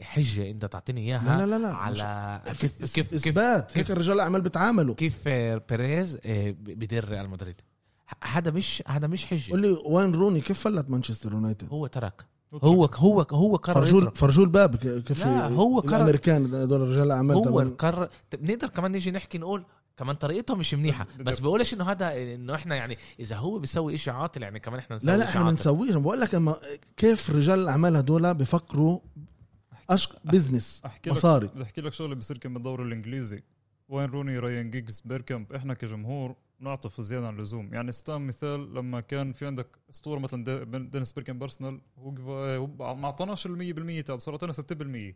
Speaker 1: حجه انت تعطيني اياها
Speaker 3: لا لا لا, لا.
Speaker 1: على
Speaker 3: كيف
Speaker 1: كيف كيف كيف
Speaker 3: اثبات هيك
Speaker 1: كيف-
Speaker 3: الرجال الاعمال بيتعاملوا
Speaker 1: كيف آه، بيريز آه، ب- بدير ريال مدريد ه- هذا مش هذا مش حجه
Speaker 3: قول لي وين روني كيف فلت مانشستر يونايتد
Speaker 1: هو ترك هو هو هو قرر
Speaker 3: فرجوا
Speaker 1: يترك.
Speaker 3: فرجوا الباب ك- كيف
Speaker 1: لا، هو قرر-
Speaker 3: الامريكان هذول رجال الاعمال
Speaker 1: هو
Speaker 3: تبعون.
Speaker 1: القرر طب نقدر كمان نيجي نحكي نقول كمان طريقته مش منيحه
Speaker 4: بدك-
Speaker 1: بس بقولش انه هذا انه احنا يعني اذا هو بيسوي شيء عاطل يعني كمان احنا نسوي
Speaker 3: لا لا
Speaker 1: إشي
Speaker 3: احنا ما
Speaker 1: عاطل.
Speaker 3: بنسويش أنا بقول لك اما كيف رجال الاعمال هدول بفكروا أشق بزنس
Speaker 4: احكي لك
Speaker 3: مصاري
Speaker 4: بحكي لك شغله بصير كم بالدوري الانجليزي وين روني رايان جيجز بيركامب احنا كجمهور نعطف زياده عن اللزوم يعني استام مثال لما كان في عندك اسطوره مثلا دي- بن- دينيس بيركامب بارسنال هو جب- هو ما اعطاناش ال 100% تاع بس اعطانا 6%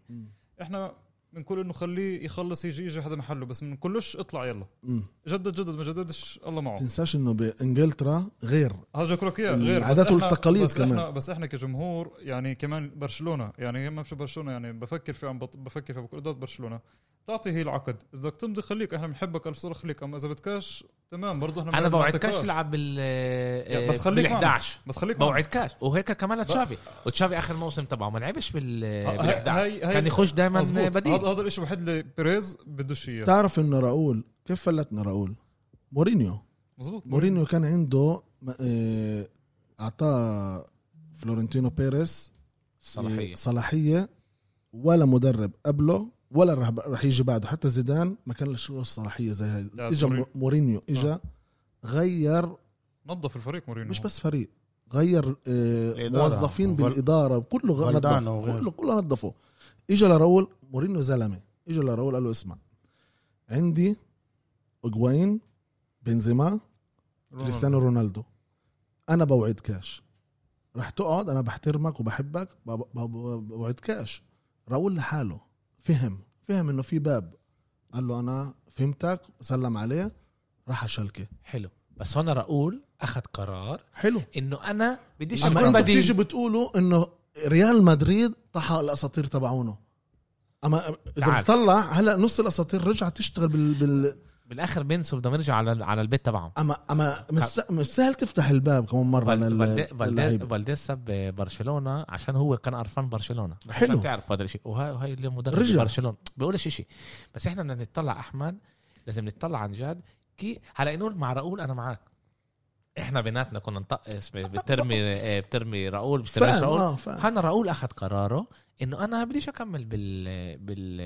Speaker 4: احنا بنقول انه خليه يخلص يجي يجي حدا محله بس من كلش اطلع يلا
Speaker 3: مم.
Speaker 4: جدد جدد ما جددش الله معه
Speaker 3: تنساش انه بانجلترا غير
Speaker 4: هرجع اقول لك اياه غير بس
Speaker 3: العادات
Speaker 4: إحنا-
Speaker 3: والتقاليد
Speaker 4: بس
Speaker 3: كمان.
Speaker 4: احنا بس احنا كجمهور يعني كمان برشلونه يعني ما مش برشلونه يعني بفكر في عم بط- بفكر في بقدرات برشلونه تعطي هي العقد اذا بدك تمضي خليك احنا بنحبك الف سنه خليك اما اذا بدكاش تمام برضه احنا
Speaker 1: انا
Speaker 4: ما
Speaker 1: بوعدكش
Speaker 4: بنعطيكاش.
Speaker 1: تلعب بال
Speaker 4: يا بس خليك
Speaker 1: بال
Speaker 4: معنا.
Speaker 1: 11
Speaker 4: بس خليك معنا.
Speaker 1: بوعدكش وهيك كمان لتشافي وتشافي اخر موسم تبعه ما لعبش بال بال
Speaker 4: هاي-
Speaker 1: 11
Speaker 4: هاي- هاي-
Speaker 1: كان يخش دائما
Speaker 4: آه، مظبوط. هذا
Speaker 1: بديل
Speaker 4: هذا الشيء الوحيد اللي بيريز بدوش اياه
Speaker 3: تعرف انه راؤول كيف فلتنا راؤول مورينيو
Speaker 4: مظبوط
Speaker 3: مورينيو كان عنده ما- آه، اعطاه فلورنتينو بيريز
Speaker 1: صلاحيه
Speaker 3: آه، صلاحيه ولا مدرب قبله ولا رح, رح يجي بعده حتى زيدان ما كان له الصلاحيه زي هاي
Speaker 4: لا،
Speaker 3: اجى
Speaker 4: موري-
Speaker 3: مورينيو اجى
Speaker 4: آه.
Speaker 3: غير
Speaker 4: نظف الفريق مورينيو
Speaker 3: مش بس فريق غير آه،
Speaker 2: الإدارة.
Speaker 3: موظفين
Speaker 2: وفال-
Speaker 3: بالاداره كله غ-
Speaker 2: فالدانو
Speaker 3: نظف
Speaker 2: وغيره.
Speaker 3: كله كله نظفه اجى لراول مورينيو زلمه اجى لراول قال له اسمع عندي اجوين بنزيما
Speaker 4: رونالدو.
Speaker 3: كريستيانو رونالدو انا بوعد كاش رح تقعد انا بحترمك وبحبك ب- ب- ب- بوعد كاش راؤول لحاله فهم فهم انه في باب قال له انا فهمتك سلم عليه راح شلكه
Speaker 1: حلو بس هون راؤول اخذ قرار
Speaker 3: حلو
Speaker 1: انه انا بديش
Speaker 3: اما
Speaker 1: اكون
Speaker 3: انتوا بتيجي
Speaker 1: بديل
Speaker 3: بتقولوا انه ريال مدريد طحى الاساطير تبعونه اما اذا
Speaker 1: تعال.
Speaker 3: بتطلع هلا نص الاساطير رجعت تشتغل بال, بال...
Speaker 1: بالاخر بنسوا بدهم يرجعوا على على البيت تبعهم
Speaker 3: اما اما مش, س... مش سهل تفتح الباب كمان مره
Speaker 1: فالد-
Speaker 3: لل...
Speaker 1: فالد- فالد-
Speaker 3: للعيبه
Speaker 1: فالديز ساب برشلونه عشان هو كان قرفان برشلونه
Speaker 3: حلو.
Speaker 1: عشان تعرف هذا الشيء وهاي وهاي اللي مدرب
Speaker 3: رجع.
Speaker 1: برشلونه بيقولش شيء بس احنا بدنا نتطلع احمد لازم نتطلع عن جد كي هلا نقول مع راؤول انا معك احنا بيناتنا كنا نطقس ب- بترمي آه، بترمي راؤول بترمي
Speaker 3: فاهم
Speaker 1: راؤول
Speaker 3: اه فاهم
Speaker 1: هنا راؤول اخذ قراره انه انا بديش اكمل بال بال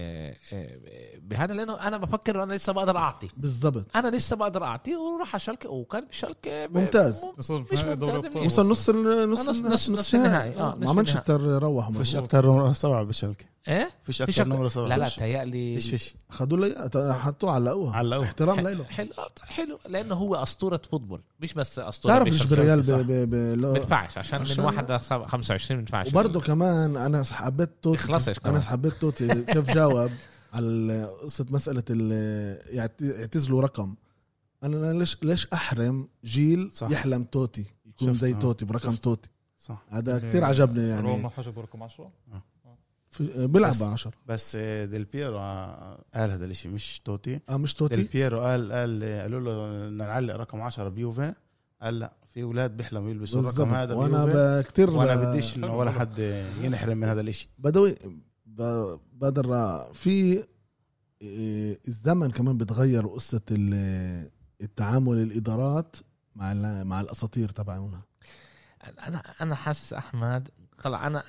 Speaker 1: آه، بهذا لانه انا بفكر انا لسه بقدر اعطي
Speaker 3: بالضبط
Speaker 1: انا لسه بقدر اعطي وراح شلكه وكان شلكه
Speaker 3: ممتاز.
Speaker 4: وصل
Speaker 1: مش
Speaker 4: نهائي دوري
Speaker 1: ممتاز.
Speaker 4: أبطال.
Speaker 3: وصل نص ال- نص
Speaker 1: آه، نص- نص- نص النهائي. آه،
Speaker 3: اه
Speaker 1: نصف
Speaker 3: مع
Speaker 1: النهائي.
Speaker 3: مانشستر روحوا
Speaker 2: فيش
Speaker 3: مظبوط.
Speaker 2: اكثر نمرة سبعه بالشلكه
Speaker 1: ايه
Speaker 2: فيش
Speaker 1: فيش
Speaker 2: اكثر
Speaker 1: أكتر.
Speaker 2: نمرة سبعه
Speaker 1: لا لا
Speaker 2: فيش
Speaker 1: تهيألي
Speaker 2: فيش فيش
Speaker 3: خدوا لي حطوه علقوها
Speaker 2: علقوه.
Speaker 3: احترام
Speaker 1: ح-
Speaker 3: ليلو
Speaker 1: حلو آه، حلو لانه هو اسطوره فوتبول مش بس اسطوره
Speaker 3: تعرف
Speaker 1: بيشرب
Speaker 3: ليش بالريال
Speaker 1: شرب، صح.
Speaker 3: ب... ب... ب...
Speaker 1: ما
Speaker 3: لو-
Speaker 1: بدفعش عشان من
Speaker 3: عشان-
Speaker 1: واحد ل 25 ما بدفعش
Speaker 3: وبرضه كمان انا حبيت توت
Speaker 1: اخلصش كمان.
Speaker 3: انا حبيت توت يعني كيف جاوب على قصه مساله ال- يعت- يعتزلوا رقم انا أنا ليش ليش احرم جيل
Speaker 2: صح.
Speaker 3: صح. يحلم توتي يكون
Speaker 2: شفت،
Speaker 3: زي
Speaker 2: آه.
Speaker 3: توتي برقم
Speaker 2: شفت.
Speaker 3: توتي
Speaker 2: صح
Speaker 3: هذا كثير عجبني
Speaker 4: روما
Speaker 3: يعني
Speaker 4: حجب رقم 10
Speaker 3: في- بيلعب
Speaker 2: بس-
Speaker 3: 10
Speaker 2: بس آه، ديل بيرو آه، قال هذا الاشي مش توتي
Speaker 3: اه مش
Speaker 2: ديل
Speaker 3: توتي
Speaker 2: بيرو قال قال آه، قالوا له بدنا نعلق رقم 10 بيوفي قال لا في اولاد بيحلموا يلبسوا الرقم
Speaker 3: بالظبط
Speaker 2: هذا بيوفي
Speaker 3: وانا كثير
Speaker 2: وانا بديش انه
Speaker 4: حلو،
Speaker 2: ولا
Speaker 4: حلو.
Speaker 2: حد ينحرم من هذا الاشي
Speaker 3: بدوي ب- بدر في إيه، الزمن كمان بتغير قصه ال- التعامل الادارات مع ال- مع الاساطير تبعونا
Speaker 1: انا انا حاسس احمد طلع انا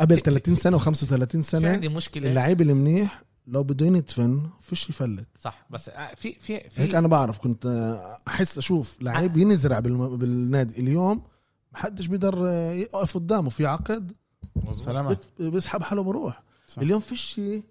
Speaker 3: قبل
Speaker 1: في-
Speaker 3: 30 سنه و35
Speaker 1: في
Speaker 3: سنه
Speaker 1: عندي مشكله
Speaker 3: اللعيب المنيح لو بده يندفن فيش يفلت
Speaker 1: صح بس آه، في في
Speaker 3: هيك
Speaker 1: في
Speaker 3: انا بعرف كنت آه، احس اشوف لعيب ينزرع بالم- بالنادي اليوم محدش بيقدر آه، يقف قدامه في عقد
Speaker 4: مظبوط
Speaker 2: سلامات
Speaker 3: بت- بيسحب حاله بروح
Speaker 2: صح.
Speaker 3: اليوم فيش شيء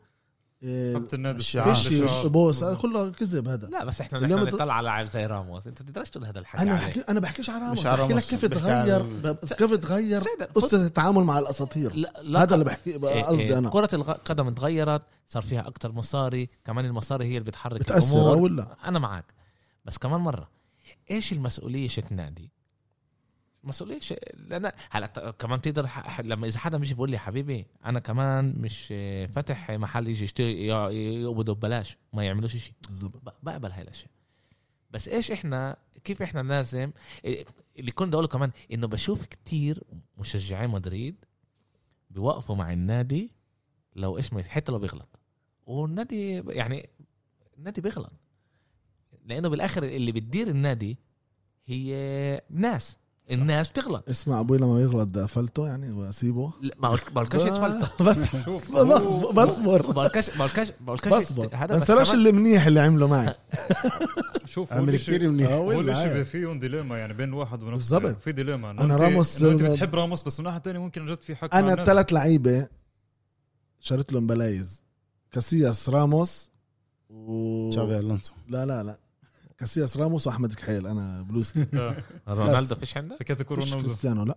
Speaker 3: إيه،
Speaker 4: حبت النادي
Speaker 2: الشعار.
Speaker 4: السعودي.
Speaker 3: فيش
Speaker 4: الشعار.
Speaker 3: بوس هذا كله كذب هذا
Speaker 1: لا بس احنا
Speaker 3: اليوم
Speaker 1: نحن
Speaker 3: بت-
Speaker 1: نطلع على لاعب زي راموس انت بتقدرش تقول هذا الحكي
Speaker 3: انا
Speaker 1: عليه
Speaker 3: بحكي انا بحكيش على راموس
Speaker 2: مش على
Speaker 3: بحكي لك
Speaker 2: راموس،
Speaker 3: كيف
Speaker 2: بحكي
Speaker 3: تغير
Speaker 2: عن-
Speaker 3: ب- كيف تغير
Speaker 1: زيد، خد-
Speaker 3: قصه التعامل مع الاساطير
Speaker 1: لا- لا
Speaker 3: هذا اللي بحكي
Speaker 1: إيه،
Speaker 3: قصدي
Speaker 1: إيه،
Speaker 3: انا
Speaker 1: كرة القدم اتغيرت صار فيها أكتر مصاري كمان المصاري هي اللي بتحرك
Speaker 3: بتاثر
Speaker 1: الأمور.
Speaker 3: او لا
Speaker 1: انا معك بس كمان مره ايش المسؤوليه شت نادي مسؤوليه ش... انا هلا ت- كمان بتقدر ح... ح- لما اذا حدا مش بيقول لي حبيبي انا كمان مش آه، فاتح محل يجي يشتري يع- يقبضوا ببلاش ما يعملوش شيء
Speaker 3: بالضبط
Speaker 1: ب- بقبل هاي الاشياء بس ايش احنا كيف احنا لازم إيه، اللي كنت اقوله كمان انه بشوف كتير مشجعين مدريد بيوقفوا مع النادي لو ايش ما- حتى لو بيغلط والنادي يعني النادي بيغلط لانه بالاخر اللي بتدير النادي هي ناس الناس بتغلط
Speaker 3: اسمع ابوي لما يغلط ده قفلته يعني واسيبه
Speaker 1: لا، ما قلت- ما قلتش يتفلتر
Speaker 3: بس
Speaker 4: شوف
Speaker 3: بصبر بصبر
Speaker 1: ما قلتش ما قلتش ما قلتش
Speaker 3: بصبر ما
Speaker 1: هذا بس
Speaker 3: تنساش
Speaker 1: كمان- آه.
Speaker 3: اللي منيح اللي عمله معي
Speaker 4: شوف هو
Speaker 2: عمل كثير
Speaker 4: الشيء
Speaker 2: منيح
Speaker 3: آه،
Speaker 4: هو
Speaker 3: ولا
Speaker 4: الشيء
Speaker 3: عادي.
Speaker 4: فيهم ديليما يعني بين واحد ونفسه
Speaker 3: بالضبط.
Speaker 4: في ديليما إنه
Speaker 3: أنا
Speaker 4: أنت-
Speaker 3: راموس-
Speaker 4: إنه انت بتحب راموس بس من ناحيه ثانيه ممكن جد في حكي
Speaker 3: انا ثلاث لعيبه شريت لهم بلايز كاسياس راموس و
Speaker 2: تشافي الونسو
Speaker 3: لا لا لا كاسياس راموس واحمد كحيل انا بلوز
Speaker 1: رونالدو فيش عندك
Speaker 4: فكرت كورة
Speaker 3: فيش
Speaker 4: رونالدو
Speaker 3: كريستيانو لا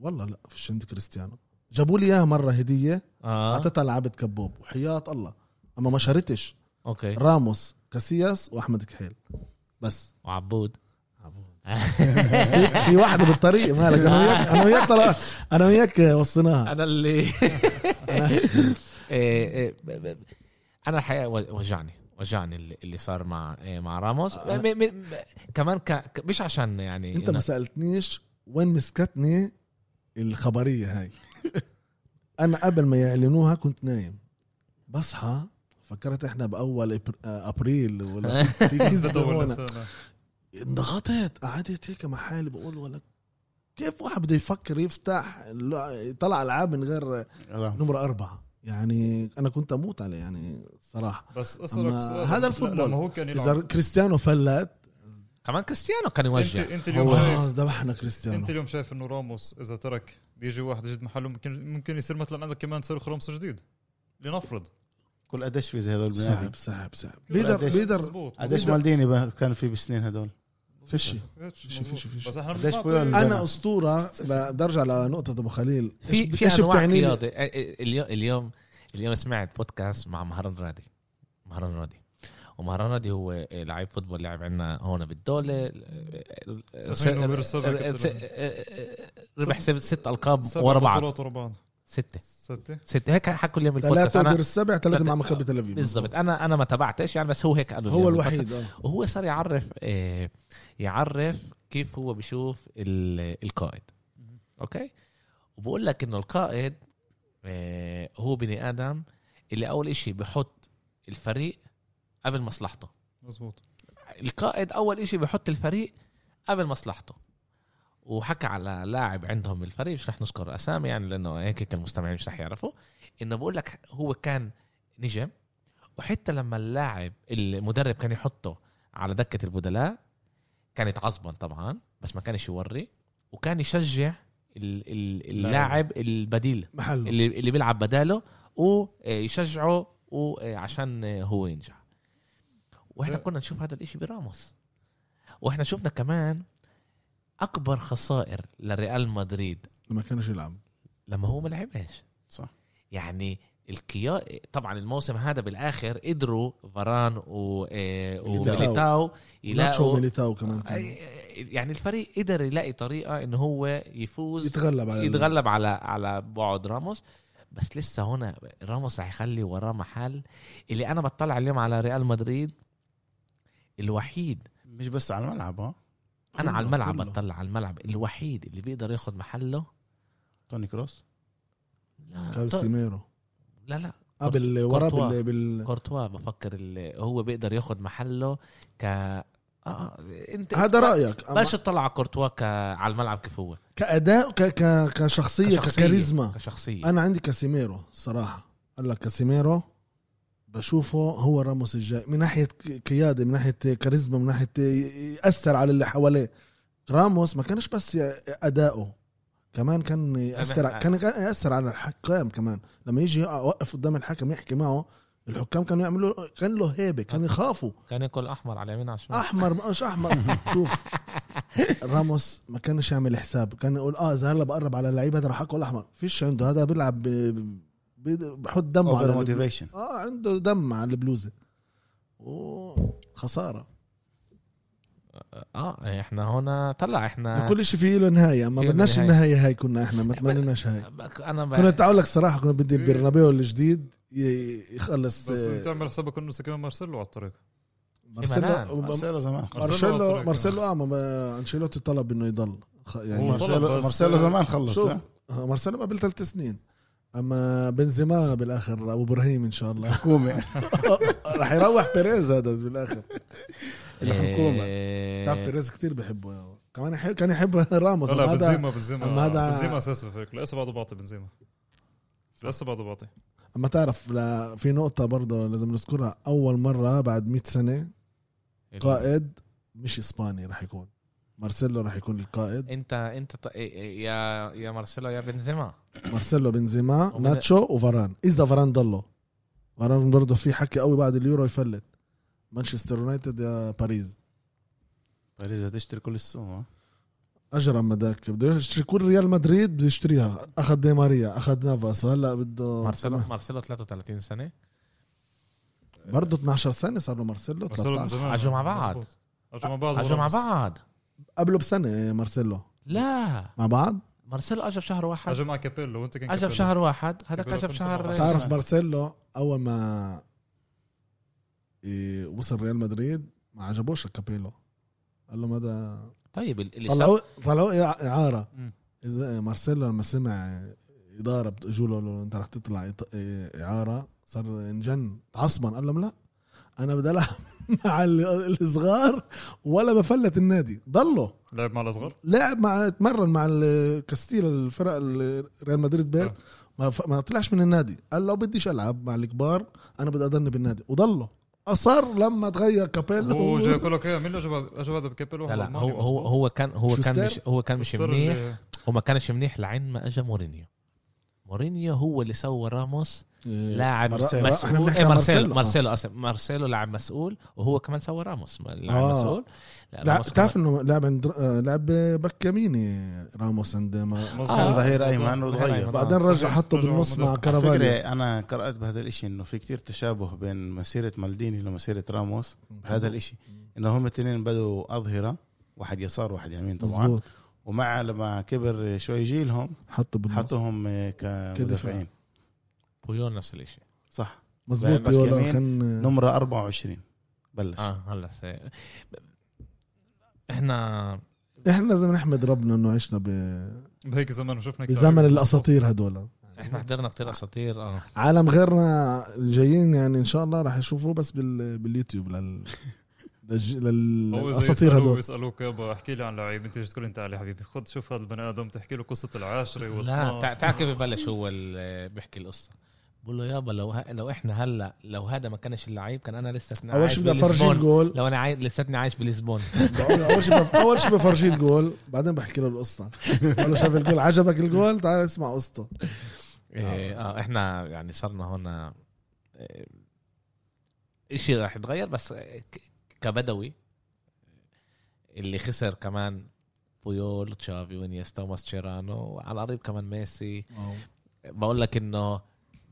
Speaker 3: والله لا فيش عندي كريستيانو جابوا لي اياها مره هديه
Speaker 1: اه
Speaker 3: اعطيتها لعبه كبوب وحياه الله اما ما شريتش
Speaker 1: اوكي
Speaker 3: راموس كاسياس واحمد كحيل بس
Speaker 1: وعبود
Speaker 3: في واحده بالطريق مالك انا وياك انا وياك طلع انا وياك وصيناها
Speaker 1: انا اللي إيه، إيه، ب- ب- ب- انا الحقيقه و- وجعني وجعني اللي اللي صار مع إيه، مع راموس
Speaker 3: آه.
Speaker 1: م- م- م- كمان ك- ك- مش عشان يعني
Speaker 3: انت ما
Speaker 1: إنه-
Speaker 3: سالتنيش وين مسكتني الخبريه هاي انا قبل ما يعلنوها كنت نايم بصحى فكرت احنا باول إبر- ابريل ولا في كذبة
Speaker 4: بدور
Speaker 3: هون.
Speaker 4: لسانه.
Speaker 3: انضغطت قعدت هيك مع حالي بقول ولا كيف واحد بده يفكر يفتح اللع- يطلع العاب من غير نمرة أربعة يعني أنا كنت أموت عليه يعني صراحة
Speaker 4: بس اسالك
Speaker 3: أما
Speaker 4: سؤال
Speaker 3: هذا
Speaker 4: لا،
Speaker 3: الفوتبول.
Speaker 4: لما هو كان
Speaker 3: إذا
Speaker 4: يلعب
Speaker 3: كريستيانو فلت
Speaker 1: كمان كريستيانو كان
Speaker 4: انت
Speaker 1: يوجع
Speaker 4: انت اليوم
Speaker 3: هو
Speaker 4: شايف
Speaker 3: آه، ذبحنا
Speaker 4: انت
Speaker 3: كريستيانو
Speaker 4: اليوم شايف انه راموس اذا ترك بيجي واحد جد محله ممكن ممكن يصير مثلا عندك كمان سيرخو راموس جديد لنفرض
Speaker 2: كل قديش في زي هذول
Speaker 3: صعب
Speaker 2: بنادي
Speaker 3: صعب صعب
Speaker 4: كله
Speaker 3: بيقدر
Speaker 2: قديش-
Speaker 3: بيقدر
Speaker 4: مزبوط
Speaker 2: قديش مالديني ب- كان في بالسنين هذول
Speaker 3: فشي
Speaker 4: فيش
Speaker 3: فيش-
Speaker 4: مزبوط.
Speaker 3: فيش- فيش.
Speaker 4: بس احنا
Speaker 2: قديش
Speaker 4: بنعطي-
Speaker 2: كولر-
Speaker 3: أنا أسطورة برجع لنقطة أبو خليل
Speaker 1: في
Speaker 3: إيش-
Speaker 1: في
Speaker 3: إيش
Speaker 1: انواع
Speaker 3: بتعني لي؟
Speaker 1: قياده إيه، إيه، اليوم اليوم اليوم سمعت بودكاست مع مهران رادي مهران رادي ومهران رادي هو إيه، لعيب فوتبول لعب عندنا هون بالدوله إيه، إيه،
Speaker 4: سفين
Speaker 1: إيه،
Speaker 4: وبيرو سبعة
Speaker 1: إيه،
Speaker 4: كابتن.
Speaker 1: إيه، إيه، ربح ست- ست القاب
Speaker 4: سبع
Speaker 1: ورا بعض
Speaker 4: بطولات ورا بعض
Speaker 1: سته
Speaker 4: ستة
Speaker 1: ستة هيك حكوا اليوم البودكاست
Speaker 3: ثلاثة
Speaker 1: انا
Speaker 3: غير السبع ثلاثة
Speaker 1: ثلاثة-
Speaker 3: مع مكابي تل أبيب
Speaker 1: بالضبط انا انا ما تابعتش يعني بس هو هيك قالوا
Speaker 3: هو
Speaker 1: اليوم
Speaker 3: الوحيد
Speaker 1: بالبودكاست.
Speaker 3: آه.
Speaker 1: وهو صار يعرف آه، يعرف كيف هو بيشوف ال- القائد اوكي وبقول لك انه القائد آه، هو بني ادم اللي اول إشي بحط الفريق قبل مصلحته
Speaker 4: مزبوط
Speaker 1: القائد اول إشي بحط الفريق قبل مصلحته وحكى على لاعب عندهم بالفريق مش رح نذكر اسامي يعني لانه هيك هيك المستمعين مش رح يعرفوا انه بقول لك هو كان نجم وحتى لما اللاعب المدرب كان يحطه على دكه البدلاء كان يتعصبن طبعا بس ما كانش يوري وكان يشجع ال- ال- اللاعب البديل
Speaker 3: محله
Speaker 1: اللي اللي بيلعب بداله آه، ويشجعه وعشان آه، هو ينجح واحنا كنا نشوف هذا الاشي براموس واحنا شفنا كمان اكبر خسائر لريال مدريد
Speaker 3: ما كانش يلعب
Speaker 1: لما هو ما لعبش
Speaker 2: صح.
Speaker 1: يعني الكيا طبعا الموسم هذا بالاخر قدروا فاران و... إيه، وميليتاو
Speaker 3: ناتشو
Speaker 1: يلاقوا
Speaker 3: وميليتاو كمان كان
Speaker 1: يعني الفريق قدر يلاقي طريقه انه هو يفوز
Speaker 3: يتغلب على ال-
Speaker 1: يتغلب على على بعد راموس بس لسه هنا راموس رح يخلي وراه محل اللي انا بطلع اليوم على ريال مدريد الوحيد
Speaker 2: مش بس على الملعب ها
Speaker 1: انا
Speaker 3: كله-
Speaker 1: على الملعب
Speaker 3: كله.
Speaker 1: بطلع على الملعب الوحيد اللي بيقدر ياخذ محله
Speaker 2: توني كروس
Speaker 1: لا ط-
Speaker 3: كالسيميرو
Speaker 1: لا لا
Speaker 3: اه بال ورا
Speaker 1: كورتوا.
Speaker 3: بال, بال...
Speaker 1: كورتوا بفكر اللي هو بيقدر ياخذ محله ك آه، آه انت
Speaker 3: هذا رايك أما
Speaker 1: بلاش تطلع على كورتوا ك... على الملعب كيف هو
Speaker 3: كاداء ك... ك... كشخصيه ككاريزما
Speaker 1: كشخصيه
Speaker 3: انا عندي كاسيميرو صراحه قال لك كاسيميرو بشوفه هو راموس الجاي من ناحيه ك- قياده من ناحيه كاريزما من ناحيه ي- ياثر على اللي حواليه راموس ما كانش بس ي- اداؤه كمان كان ياثر ع- كان كان ياثر على الحكام كمان لما يجي اوقف قدام الحكم يحكي معه الحكام كانوا يعملوا كان له هيبه كانوا يخافوا
Speaker 1: كان ياكل احمر على يمين على شمال
Speaker 3: احمر مش احمر شوف راموس ما كانش يعمل حساب كان يقول اه اذا هلا بقرب على اللعيب هذا راح اكل احمر فيش عنده هذا بيلعب ب- ب- ب- بحط دمه
Speaker 2: اوفر
Speaker 3: على البلو-
Speaker 2: موتيفيشن
Speaker 3: اه عنده دم على البلوزه وخساره
Speaker 1: اه احنا هنا طلع احنا
Speaker 3: كل شيء فيه له نهايه ما
Speaker 1: آه. فيه له
Speaker 3: بدناش
Speaker 1: نهاية.
Speaker 3: النهايه هاي كنا احنا ما تمنيناش هاي
Speaker 1: انا ب...
Speaker 3: كنت اقول لك صراحه كنا بدي برنابيو الجديد ي- يخلص
Speaker 4: بس إيه،
Speaker 3: آه،
Speaker 4: انت تعمل حسابك انه لسه كمان مارسيلو على الطريق
Speaker 1: إيمانان.
Speaker 3: مارسيلو
Speaker 2: مارسيلو زمان
Speaker 4: مارسيلو
Speaker 3: مارسيلو
Speaker 4: على
Speaker 3: مارسيلو اه ما- ما- انشيلوتي طلب انه يضل خ-
Speaker 4: هو
Speaker 3: يعني
Speaker 4: طلب
Speaker 2: مارسيلو
Speaker 4: بس-
Speaker 2: مارسيلو زمان خلص
Speaker 3: شوف
Speaker 2: لا؟
Speaker 3: آه، مارسيلو قبل ثلاث سنين اما بنزيما بالاخر ابو ابراهيم ان شاء الله
Speaker 2: حكومه
Speaker 3: راح يروح بيريز هذا بالاخر
Speaker 2: الحكومة.
Speaker 1: إيه،
Speaker 3: بتعرف بيريز كثير بحبه يا هو. كمان يحب- كان يحب راموس
Speaker 4: لا
Speaker 3: أما هذا
Speaker 4: بنزيما بنزيما
Speaker 3: أما هذا-
Speaker 4: بنزيما اساس بالفريق لسه بعده بعطي بنزيما لسه بعده بعطي
Speaker 3: اما تعرف لا- في نقطه برضه لازم نذكرها اول مره بعد 100 سنه
Speaker 1: إيه،
Speaker 3: قائد مش اسباني راح يكون مارسيلو راح يكون القائد
Speaker 1: انت انت ط... إيه- إيه، يا يا مارسيلو يا بنزيما
Speaker 3: مارسيلو بنزيما
Speaker 1: ومن-
Speaker 3: ناتشو وفاران اذا فاران ضله فاران برضه في حكي قوي بعد اليورو يفلت مانشستر يونايتد يا باريس
Speaker 2: باريس هتشتري كل السوم ها؟
Speaker 3: اجرم هذاك بده يشتري كل ريال مدريد بده يشتريها اخذ دي ماريا اخذ نافاس هلا بده
Speaker 1: مارسيلو مارسيلو 33 سنه
Speaker 3: برضه 12 سنه صار له مارسيلو
Speaker 4: مارسيلو
Speaker 3: 13
Speaker 4: بنزيما
Speaker 1: عجوا مع بعض.
Speaker 4: مظبوط. عجوا مع بعض
Speaker 1: اجوا مع
Speaker 4: وراموس.
Speaker 1: بعض
Speaker 3: قبله بسنه مارسيلو
Speaker 1: لا
Speaker 3: مع بعض
Speaker 1: مارسيلو اجى بشهر واحد
Speaker 4: اجوا مع كابيلو وانت كان
Speaker 1: اجى
Speaker 4: كابيلو.
Speaker 1: بشهر واحد هذاك
Speaker 4: كابيلو
Speaker 1: اجى
Speaker 4: خمسة
Speaker 1: بشهر
Speaker 4: سبعة.
Speaker 3: تعرف مارسيلو اول ما إيه، وصل ريال مدريد ما عجبوش كابيلو قال له هذا
Speaker 1: طيب ال- اللي
Speaker 3: طلعوا طلعوا إع- اعاره
Speaker 4: مم.
Speaker 3: إذا مارسيلو لما سمع اداره بتقول له لو انت رح تطلع إط- اعاره صار انجن تعصبا قال لهم لا انا بدي العب مع ال- الصغار ولا بفلت النادي ضلوا
Speaker 4: لعب مع الصغار
Speaker 3: لعب مع تمرن مع الكاستيل الفرق ال- ريال مدريد بيت
Speaker 4: آه.
Speaker 3: ما, ف... ما طلعش من النادي قال لو بديش العب مع الكبار انا بدي اضلني بالنادي وضله اصر لما تغير كابيلو
Speaker 4: هو جاي يقول لك إيه، مين اللي اجى اجى بعده بكابيلو
Speaker 1: لا لا
Speaker 4: ألماني،
Speaker 1: هو هو
Speaker 4: مظبوط.
Speaker 1: هو كان هو كان
Speaker 3: شوستر؟
Speaker 1: مش هو كان مش
Speaker 4: شوستر
Speaker 1: منيح
Speaker 4: اللي-
Speaker 1: هو ما كانش منيح لعين ما اجى مورينيو مورينيو هو اللي سوى راموس
Speaker 3: إيه،
Speaker 1: لاعب
Speaker 3: مارسيلو. إحنا
Speaker 1: مسؤول
Speaker 3: بنحكي
Speaker 1: إيه
Speaker 3: عن
Speaker 1: مارسيلو
Speaker 3: آه.
Speaker 1: مارسيلو اسف مارسيلو لاعب مسؤول وهو كمان سوى راموس ما- لاعب
Speaker 3: آه.
Speaker 1: مسؤول لا
Speaker 3: لا
Speaker 1: راموس
Speaker 3: بتعرف انه لاعب عند آه، لاعب باك يميني راموس عندما
Speaker 4: مظبوط.
Speaker 1: آه.
Speaker 2: ظهير
Speaker 4: مظبوط.
Speaker 2: ايمن وتغير
Speaker 1: آه.
Speaker 3: بعدين رجع
Speaker 4: صحيح.
Speaker 3: حطه
Speaker 4: رجع
Speaker 3: بالنص مع
Speaker 4: مدافع.
Speaker 2: على فكرة
Speaker 3: كارافاليو
Speaker 2: أنا قرأت بهذا الإشي إنه في كتير تشابه بين مسيرة مالديني ومسيرة راموس بهذا الإشي إنه هم الاثنين بدوا أظهرة واحد يسار واحد يمين طبعا
Speaker 3: مظبوط
Speaker 2: ومع لما كبر شوي جيلهم
Speaker 3: حطه بالنص
Speaker 2: حطوهم آه، كمدافعين
Speaker 1: بويون نفس الشيء
Speaker 2: صح
Speaker 3: مظبوط
Speaker 2: باك
Speaker 3: بيولا
Speaker 2: يمين.
Speaker 3: كان
Speaker 2: نمرة 24 بلش
Speaker 1: اه هلا س- احنا
Speaker 3: احنا لازم نحمد ربنا انه عشنا ب-
Speaker 4: بهيك زمن وشفنا كتار.
Speaker 3: بزمن الاساطير هدول
Speaker 1: احنا حضرنا كتير اساطير اه
Speaker 3: عالم غيرنا الجايين يعني ان شاء الله راح يشوفوه بس بال... باليوتيوب لل للج- لل-
Speaker 4: هو
Speaker 3: للاساطير هدول
Speaker 4: يسالوك يابا احكي لي عن لعيب انت تقول انت علي حبيبي خد شوف هذا البني ادم تحكي له قصه العاشره
Speaker 1: لا
Speaker 4: والطناعة.
Speaker 1: تع- تعال كيف ببلش هو ال- بيحكي القصه بقول له يابا لو ه... لو احنا هلا لو هذا ما كانش اللعيب كان انا لسه
Speaker 3: اول شيء بدي افرجي الجول
Speaker 1: لو انا عاي... لساتني عايش بلشبون
Speaker 3: بقول- اول شيء بف- اول شيء بفرجي الجول بعدين بحكي له القصه بقول له شاف الجول عجبك الجول تعال اسمع قصته
Speaker 1: إيه، اه احنا يعني صرنا هون شيء راح يتغير بس ك- كبدوي اللي خسر كمان بويول تشافي وانيستا وماسcherano وعلى قريب كمان ميسي بقول لك انه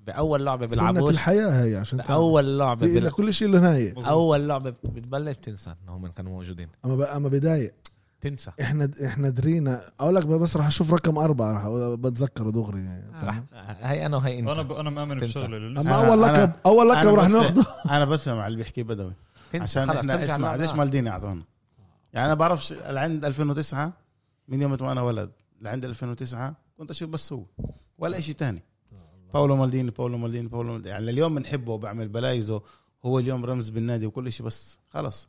Speaker 1: باول لعبه
Speaker 3: سنة
Speaker 1: بيلعبوش
Speaker 3: الحياه هي عشان تعرف.
Speaker 1: باول لعبه
Speaker 3: في
Speaker 1: بيلع-
Speaker 3: لك كل شيء له نهايه
Speaker 4: مظبوط.
Speaker 1: اول لعبه بتبلش بتنسى ان هم كانوا موجودين
Speaker 3: اما ب... اما بدايه
Speaker 1: تنسى
Speaker 3: احنا احنا درينا اقول لك بس رح اشوف رقم اربعه رح بتذكره دغري يعني
Speaker 1: رح-
Speaker 3: فاهم؟
Speaker 1: هاي انا وهي انت
Speaker 4: انا ب... انا مؤمن
Speaker 1: تنسى.
Speaker 4: بشغله اللي لسه
Speaker 3: اما
Speaker 2: آه. أنا-
Speaker 3: اول لقب
Speaker 2: أنا-
Speaker 3: اول لقب
Speaker 2: أنا
Speaker 3: رح
Speaker 2: بس-
Speaker 3: ناخده
Speaker 2: أنا بسمع اللي بيحكي بدوي
Speaker 1: تنسى.
Speaker 2: عشان
Speaker 1: خلص،
Speaker 2: احنا
Speaker 1: ترجع
Speaker 2: اسمع
Speaker 1: لورا.
Speaker 2: ليش مالديني اعطونا يعني انا بعرفش لعند 2009 من يوم ما انا ولد لعند 2009 كنت اشوف بس هو ولا شيء تاني باولو مالديني باولو مالديني باولو مالديني يعني اليوم بنحبه وبعمل بلايزه هو اليوم رمز بالنادي وكل شيء بس خلص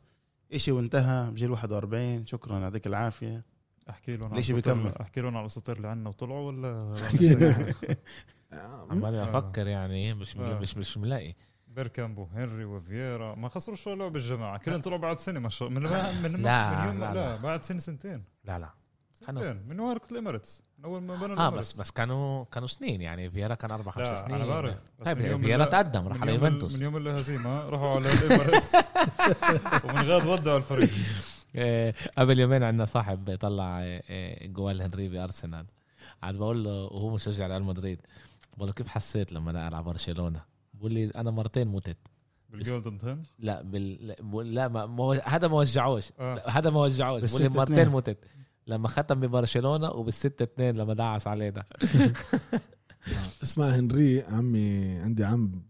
Speaker 2: اشي وانتهى بجيل 41 شكرا يعطيك العافيه
Speaker 4: احكي لهم عن
Speaker 2: ليش
Speaker 4: الأساطير-
Speaker 2: بيكمل؟
Speaker 4: احكي لهم على الاساطير اللي عندنا وطلعوا ولا
Speaker 1: عمال افكر يعني مش
Speaker 4: آه.
Speaker 1: مش مش ملاقي
Speaker 4: بيركامب وهنري وفييرا ما خسروش ولا لعبه الجماعه كلهم طلعوا بعد سنه ما شاء من من من,
Speaker 1: أه. لا،
Speaker 4: من يوم
Speaker 1: لا،
Speaker 4: لا,
Speaker 1: لا.
Speaker 4: بعد سنه سنتين
Speaker 1: لا لا كانوا
Speaker 4: سنتين من وقت الاميريتس من اول ما بنوا
Speaker 1: اه
Speaker 4: الإميريتس.
Speaker 1: بس بس كانوا كانوا سنين يعني فييرا كان اربع
Speaker 4: لا،
Speaker 1: خمس سنين
Speaker 4: أنا بعرف. بس من
Speaker 1: طيب
Speaker 4: يوم
Speaker 1: فييرا
Speaker 4: اللي-
Speaker 1: تقدم راح
Speaker 4: من
Speaker 1: على
Speaker 4: يوم ال-
Speaker 1: يوفنتوس
Speaker 4: من يوم الهزيمه راحوا على الاميريتس ومن غاد ودعوا الفريق
Speaker 1: إيه، قبل يومين عندنا صاحب طلع إيه، إيه، جوال هنري بارسنال عاد بقول له وهو مشجع ريال مدريد بقول له كيف حسيت لما لقى على برشلونه بقول لي انا مرتين متت
Speaker 4: بالجولدن تن
Speaker 1: لا بال... لا، بقول- لا ما... ما هو- هذا ما وجعوش
Speaker 4: آه.
Speaker 1: هذا ما وجعوش
Speaker 2: بالستة
Speaker 1: بقول لي مرتين
Speaker 2: اتنين.
Speaker 1: متت لما ختم ببرشلونه وبالستة اتنين لما دعس علينا
Speaker 3: اسمع هنري عمي عندي عم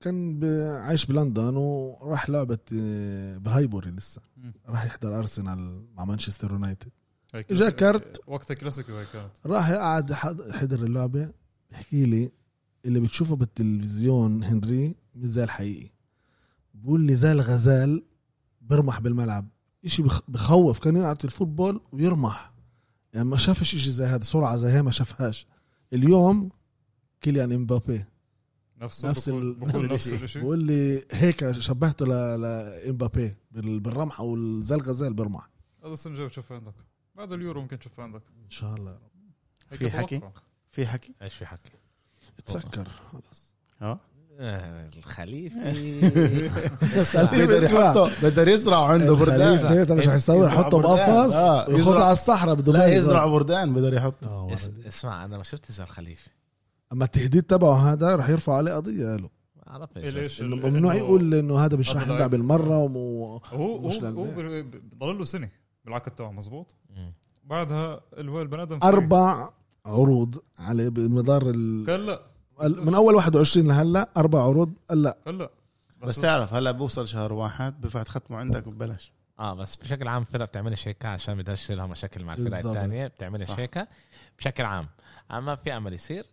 Speaker 3: كان ب- عايش بلندن وراح لعبة آه، بهايبوري لسه
Speaker 4: مم.
Speaker 3: راح يحضر أرسنال مع مانشستر يونايتد
Speaker 4: هي
Speaker 3: إجا
Speaker 4: كلاسيكو-
Speaker 3: كارت.
Speaker 4: وقتها كلاسيكو هي كانت
Speaker 3: راح يقعد حض- حضر اللعبة بحكي لي اللي بتشوفه بالتلفزيون هنري مش زي الحقيقي بقول لي زي الغزال برمح بالملعب اشي بخ- بخوف كان يقعد الفوتبول ويرمح يعني ما شافش اشي زي هذا سرعة زي هي ما شافهاش اليوم كيليان امبابي
Speaker 4: نفسه
Speaker 3: نفس
Speaker 4: بقول
Speaker 3: ال...
Speaker 4: بقول نفس الشيء
Speaker 3: بقول لي هيك شبهته ل- لامبابي بال- بالرمح او زي الغزال برمح
Speaker 4: هذا السنه الجايه بتشوفه عندك بعد اليورو ممكن تشوفه عندك
Speaker 3: ان شاء الله يا رب.
Speaker 4: هيك
Speaker 2: في حكي؟
Speaker 4: أتوقع.
Speaker 2: في حكي
Speaker 1: ايش في حكي
Speaker 3: تسكر خلص
Speaker 2: اه
Speaker 1: آه، الخليفي
Speaker 2: بقدر يحطه بقدر يزرع عنده بردان
Speaker 3: خليفه مش حيستوي
Speaker 2: يزرع
Speaker 3: حطه
Speaker 2: بردان.
Speaker 3: بقفص
Speaker 2: آه،
Speaker 3: وياخذها
Speaker 2: يزرع-
Speaker 3: على الصحراء بدبي
Speaker 1: إيه.
Speaker 2: لا يزرع بردان بقدر يحطه
Speaker 3: آه،
Speaker 1: اس-
Speaker 3: ولد.
Speaker 1: اسمع انا ما شفت زي الخليفي
Speaker 3: اما التهديد تبعه هذا رح يرفع عليه قضيه قاله
Speaker 1: ما عرفت
Speaker 4: إيه ليش
Speaker 3: انه
Speaker 4: ال-
Speaker 3: ممنوع
Speaker 4: إنه-
Speaker 3: يقول انه هذا مش رح
Speaker 4: هذا
Speaker 3: نلعب
Speaker 4: لاعب.
Speaker 3: المره ومو
Speaker 4: هو هو
Speaker 3: مش
Speaker 4: هو
Speaker 3: للبيع.
Speaker 4: بال- ب- ضل له سنه بالعقد تبعه مزبوط
Speaker 1: مم.
Speaker 4: بعدها اللي هو البني ادم فري.
Speaker 3: اربع عروض على بمدار ال...
Speaker 4: قال لا
Speaker 3: من اول 21 لهلا اربع عروض قال لا
Speaker 4: قال لا
Speaker 2: بس تعرف هلا بوصل شهر واحد بينفع تختمه عندك ببلاش
Speaker 1: اه بس بشكل عام فرق بتعملش هيك عشان بدهاش لها مشاكل مع الفرق
Speaker 3: بالظبط.
Speaker 1: الثانيه بتعملش
Speaker 2: صح.
Speaker 1: هيك بشكل عام اما في امل يصير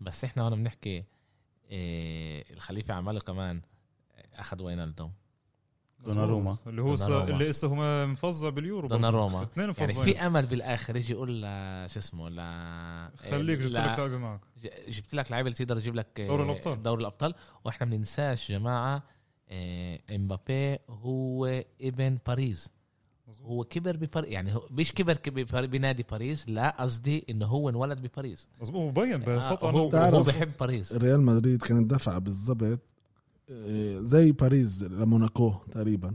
Speaker 1: بس احنا هون بنحكي إيه الخليفه عمله كمان اخذ وينالدوم
Speaker 2: دوناروما.
Speaker 4: اللي هو هسه-
Speaker 1: دوناروما.
Speaker 4: اللي هسه هم مفظع باليورو برضه.
Speaker 1: دوناروما
Speaker 4: اثنين
Speaker 1: يعني
Speaker 4: مفظعين
Speaker 1: في امل بالاخر يجي يقول ل- شو اسمه ل
Speaker 4: خليك جبت لك
Speaker 1: ل-
Speaker 4: لعبه معك
Speaker 1: ج- جبت لك لعيبه اللي تقدر تجيب لك آه،
Speaker 4: دوري الأبطال.
Speaker 1: دوري الابطال واحنا ما بننساش جماعه إيه، امبابي هو ابن باريس
Speaker 4: مظبوط.
Speaker 1: هو كبر بباريس يعني هو مش كبر كب- ببار- بنادي باريس لا قصدي انه هو انولد بباريس
Speaker 4: مظبوط هو بين
Speaker 1: آه،
Speaker 4: بسطه
Speaker 1: هو,
Speaker 3: تعرف.
Speaker 1: هو بحب باريس
Speaker 3: ريال مدريد كانت دفعة بالضبط آه، زي باريس لموناكو تقريبا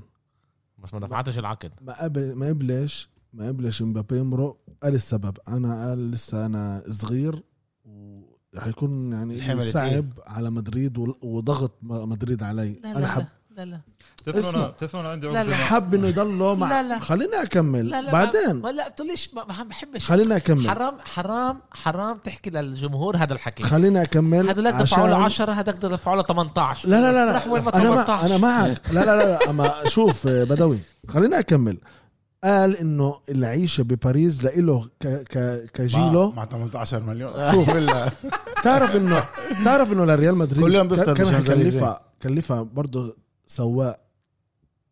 Speaker 1: بس ما دفعتش العقد
Speaker 3: ما قبل ما قبلش ما قبلش مبابي يمرق قال السبب انا قال لسه انا صغير ورح يكون يعني
Speaker 2: الحمل
Speaker 3: صعب على مدريد وال- وضغط م- مدريد علي انا يعني حب
Speaker 5: لا لا
Speaker 4: بتعرف
Speaker 3: اسمع.
Speaker 4: انا بتعرف انا عندي
Speaker 5: لا، لا.
Speaker 4: عقدة مع-
Speaker 3: حب انه يضله مع
Speaker 5: لا، لا.
Speaker 3: خليني اكمل
Speaker 5: لا لا
Speaker 3: بعدين
Speaker 5: ما لا بتقوليش ما ما بحبش
Speaker 3: خليني اكمل
Speaker 1: حرام حرام حرام تحكي للجمهور هذا الحكي
Speaker 3: خليني اكمل
Speaker 1: هذول دفعوا له
Speaker 3: عشان-
Speaker 1: 10 هذاك بده يدفعوا له 18
Speaker 3: لا لا لا
Speaker 1: راح وين ما
Speaker 3: لا انا مع
Speaker 1: 18.
Speaker 3: انا معك لا لا لا, لا. اما شوف آه، بدوي خليني اكمل قال انه العيشه بباريس لإله ك... ك... كجيله
Speaker 2: مع 18 مليون شوف ال-
Speaker 3: تعرف انه تعرف انه لريال مدريد
Speaker 2: كل يوم بيفطر
Speaker 3: كان
Speaker 2: بشان زليزي.
Speaker 3: كلفها كلفها برضه سواق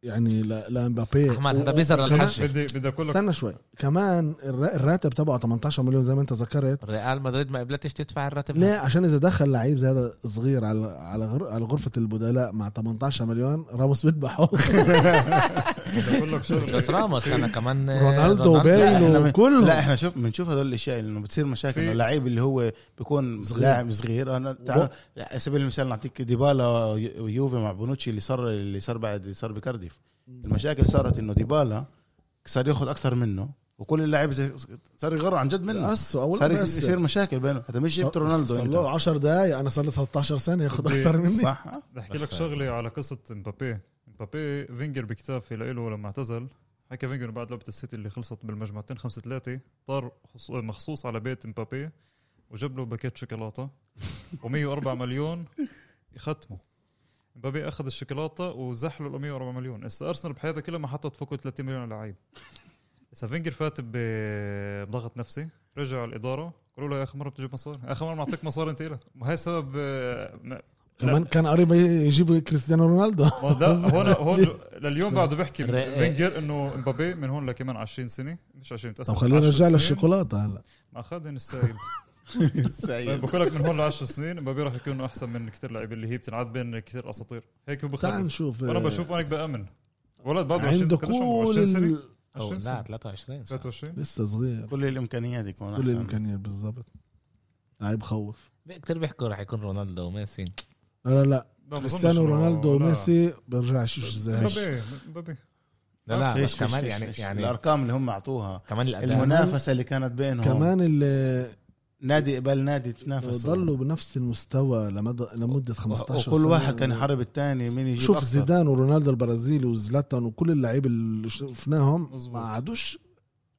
Speaker 3: يعني ل- لامبابي
Speaker 1: احمد
Speaker 3: و-
Speaker 1: هذا بيزر
Speaker 3: وكمان-
Speaker 1: للحج
Speaker 4: بدي بدي اقول لك
Speaker 3: استنى شوي كمان الر- الراتب تبعه 18 مليون زي ما انت ذكرت
Speaker 1: ريال مدريد ما قبلتش تدفع الراتب
Speaker 3: ليه عشان اذا دخل لعيب زي هذا صغير على على غر- على غرفه البدلاء مع 18 مليون راموس بيذبحه
Speaker 4: بدي اقول لك شغله
Speaker 1: بس راموس كان كمان
Speaker 3: رونالدو باين
Speaker 2: لا، إحنا-
Speaker 3: وكلهم
Speaker 2: لا احنا شوف بنشوف هدول الاشياء انه بتصير مشاكل
Speaker 4: في-
Speaker 2: انه لعيب اللي هو بيكون
Speaker 3: صغير.
Speaker 2: لاعب صغير انا تعال على سبيل المثال نعطيك ديبالا يو- يوفي مع بونوتشي اللي صار اللي صار بعد اللي صار بكارديف المشاكل صارت انه ديبالا صار ياخذ اكثر منه وكل اللاعب زي- صار يغيروا عن جد منه
Speaker 3: أسوا أول
Speaker 2: صار
Speaker 3: بس.
Speaker 2: يصير مشاكل بينهم انت مش جبت رونالدو
Speaker 3: صار له
Speaker 2: انت
Speaker 3: 10 دقائق انا صار لي 13 سنه ياخذ
Speaker 4: بدي-
Speaker 3: اكثر مني
Speaker 2: صح
Speaker 4: بدي احكي
Speaker 1: بس
Speaker 4: لك
Speaker 1: هاي.
Speaker 4: شغله على قصه مبابي مبابي فينجر بكتافي لإله لما اعتزل حكى فينجر بعد لعبه السيتي اللي خلصت بالمجموعتين 5 3 طار خصو- مخصوص على بيت مبابي وجاب له باكيت شوكولاته و104 مليون يختمه مبابي اخذ الشوكولاته وزح له ال 104 مليون هسه ارسنال بحياتها كلها ما حطت فوق 30 مليون على لعيب هسه فينجر فات ب- بضغط نفسي رجع على الاداره قالوا له يا اخي مره بتجيب مصاري اخر مره نعطيك مصاري انت لك وهي سبب آه،
Speaker 3: كمان كان قريب يجيب كريستيانو رونالدو
Speaker 4: ما ده هون هون لليوم بعده بحكي
Speaker 1: رأي.
Speaker 4: فينجر انه مبابي من هون لكمان 20 سنه مش 20 متاسف
Speaker 3: طب خلينا نرجع
Speaker 4: 10 سنين.
Speaker 3: للشوكولاته هلا
Speaker 4: ما اخذن السايب طيب،
Speaker 2: سعيد
Speaker 4: بقول لك من هون ل 10 سنين مبابي راح يكون احسن من كثير لعيبه اللي هي بتنعد بين كثير اساطير هيك هو
Speaker 3: تعال
Speaker 4: بخرب
Speaker 3: نشوف
Speaker 4: وانا
Speaker 3: آه،
Speaker 4: بشوف انا بامن ولد بعده 20
Speaker 3: عنده
Speaker 4: قديش عمره؟ 20
Speaker 3: كل
Speaker 4: سنه
Speaker 3: ال-
Speaker 1: أو
Speaker 4: 20
Speaker 1: لا
Speaker 4: سنه
Speaker 1: 23 سنة.
Speaker 4: 23
Speaker 3: لسه صغير
Speaker 2: كل الامكانيات يكون
Speaker 3: كل
Speaker 2: أحسن.
Speaker 3: الامكانيات بالضبط لعيب خوف
Speaker 1: كتير بيحكوا رح يكون رونالدو وميسي
Speaker 3: لا لا لا
Speaker 4: لا، ما
Speaker 3: كريستيانو
Speaker 4: أظنش.
Speaker 3: رونالدو
Speaker 4: لا. إيه؟
Speaker 3: وميسي بيرجعش زي هيك.
Speaker 4: مبابي مبابي
Speaker 1: لا لا
Speaker 2: فيش-
Speaker 1: بس كمان
Speaker 2: فيش-
Speaker 1: يعني
Speaker 2: فيش.
Speaker 1: يعني
Speaker 2: الارقام اللي هم اعطوها
Speaker 1: كمان الاداء
Speaker 3: المنا-
Speaker 2: المنافسه اللي كانت بينهم كمان
Speaker 3: كمان اللي
Speaker 2: نادي قبل نادي تنافس
Speaker 3: ضلوا بنفس المستوى لمدى لمده 15
Speaker 2: وكل
Speaker 3: سنة.
Speaker 2: واحد كان يحارب الثاني مين يجيب
Speaker 3: شوف
Speaker 2: أكتر.
Speaker 3: زيدان ورونالدو البرازيلي وزلاتان وكل اللعيبه اللي شفناهم
Speaker 4: مظبوط.
Speaker 3: ما عادوش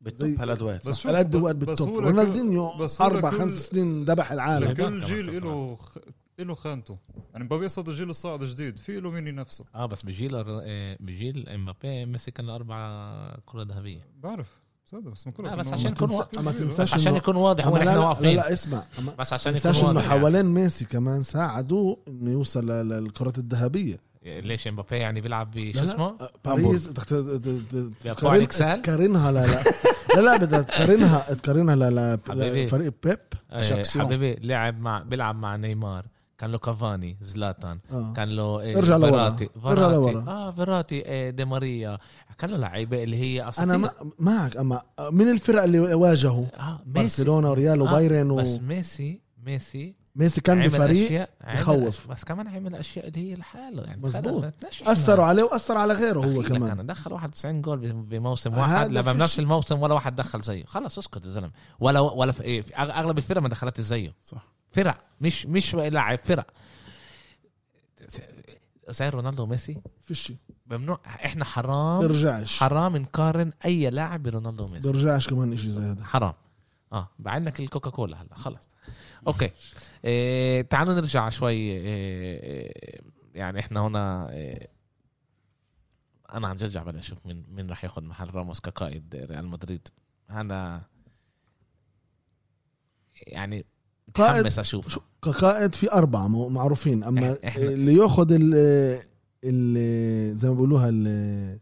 Speaker 2: بالتوب هالادوات
Speaker 4: بس
Speaker 2: صح؟
Speaker 4: شوف
Speaker 3: على قد
Speaker 4: ب-
Speaker 3: وقت
Speaker 4: بس
Speaker 3: بالتوب
Speaker 4: هو لكل-
Speaker 3: رونالدينيو
Speaker 4: بس هو
Speaker 3: اربع
Speaker 4: لكل-
Speaker 3: خمس سنين ذبح العالم
Speaker 1: لكل-
Speaker 4: كل جيل له خ... له خانته يعني مبابي صار الجيل الصاعد جديد في له مين ينافسه
Speaker 1: اه بس بجيل الر- آه، بجيل امبابي ميسي كان له اربع كرة ذهبية
Speaker 4: بعرف صدق بس ما كله
Speaker 1: لا، بس
Speaker 4: كان-
Speaker 1: عشان
Speaker 4: ما
Speaker 1: يكون
Speaker 4: كان-
Speaker 1: وقت.
Speaker 3: ما
Speaker 4: كل جيل.
Speaker 3: تنساش
Speaker 1: بس عشان
Speaker 3: إنه-
Speaker 1: يكون واضح
Speaker 3: أما
Speaker 1: وين
Speaker 3: لا,
Speaker 1: احنا
Speaker 3: لا, لا,
Speaker 1: واقفين
Speaker 3: لا اسمع أما
Speaker 1: بس عشان يكون
Speaker 3: تنساش انه
Speaker 1: واضح يعني.
Speaker 3: حوالين ميسي كمان ساعدوه انه يوصل لل- للكرات الذهبية
Speaker 1: ليش امبابي يعني بيلعب بشو
Speaker 3: لا، لا،
Speaker 1: اسمه؟
Speaker 3: باريس تحت- ت- ت-
Speaker 1: بيقطع
Speaker 3: تقارن-
Speaker 1: لك سهل؟
Speaker 3: تقارنها لا لا لا لا بدها تقارنها تقارنها ل- ل-
Speaker 1: حبيبي.
Speaker 3: لفريق بيب
Speaker 1: آه،
Speaker 2: شاكسيون.
Speaker 1: حبيبي لعب مع بيلعب مع نيمار كان له كافاني زلاتان
Speaker 3: آه.
Speaker 1: كان له إيه،
Speaker 3: ارجع لورا.
Speaker 1: فيراتي
Speaker 3: ارجع
Speaker 1: فيراتي
Speaker 3: لورا.
Speaker 1: اه فيراتي إيه، دي ماريا كان له لعيبه اللي هي اساطير
Speaker 3: انا ما- معك اما من الفرق اللي واجهوا
Speaker 1: آه ميسي
Speaker 3: برشلونه وريال وبايرن
Speaker 1: بس ميسي ميسي
Speaker 3: وميسي كان
Speaker 1: عمل
Speaker 3: بفريق
Speaker 1: أشياء- عمل
Speaker 3: بخوف.
Speaker 1: أش- بس كمان عمل اشياء اللي هي لحاله يعني
Speaker 3: مزبوط.
Speaker 1: تخيل، تناش إحنا.
Speaker 3: اثروا عليه واثر على غيره هو
Speaker 1: أخي لك
Speaker 3: كمان
Speaker 1: انا دخل 91 جول ب- بموسم
Speaker 3: هذا
Speaker 1: واحد لما
Speaker 3: فيش-
Speaker 1: بنفس الموسم ولا واحد دخل زيه خلص اسكت يا زلمه ولا ولا في إيه في أغ- اغلب الفرق ما دخلت زيه
Speaker 2: صح.
Speaker 1: فرق مش مش لاعب فرق زي رونالدو وميسي
Speaker 3: فيش
Speaker 1: ممنوع احنا حرام
Speaker 3: بيرجعش
Speaker 1: حرام نقارن اي لاعب برونالدو وميسي
Speaker 3: بيرجعش كمان شيء زي هذا
Speaker 1: حرام اه بعدنك الكوكا كولا هلا خلص اوكي إيه تعالوا نرجع شوي إيه إيه، يعني احنا هنا إيه انا عم برجع بدي اشوف مين مين راح ياخذ محل راموس كقائد ريال مدريد انا يعني
Speaker 3: قائد-
Speaker 1: متحمس اشوف شو
Speaker 3: كقائد في أربعة مو- معروفين أما
Speaker 1: إح- إحنا-
Speaker 3: اللي ياخذ ال ال- زي ما بيقولوها ال-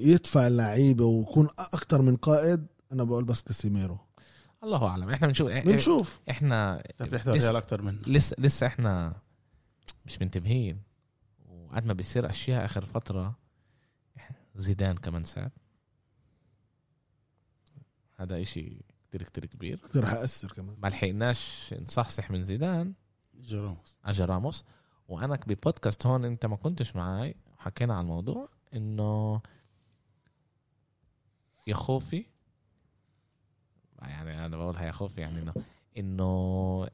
Speaker 3: يدفع اللعيبة ويكون أكتر من قائد أنا بقول بس كاسيميرو
Speaker 1: الله اعلم احنا بنشوف إيه-
Speaker 3: بنشوف
Speaker 1: احنا
Speaker 2: انت بتحضر
Speaker 1: لسه-
Speaker 2: ريال اكثر منه
Speaker 1: لسه لسه احنا مش منتبهين وقد ما بيصير اشياء اخر فتره زيدان كمان ساب هذا اشي كتير كتير كبير
Speaker 3: كتير حأثر كمان
Speaker 1: ما لحقناش نصحصح من زيدان
Speaker 2: جيروموس
Speaker 1: اجا راموس وانا ببودكاست هون انت ما كنتش معي وحكينا على الموضوع انه يا خوفي يعني انا بقولها يا خوفي يعني انه انه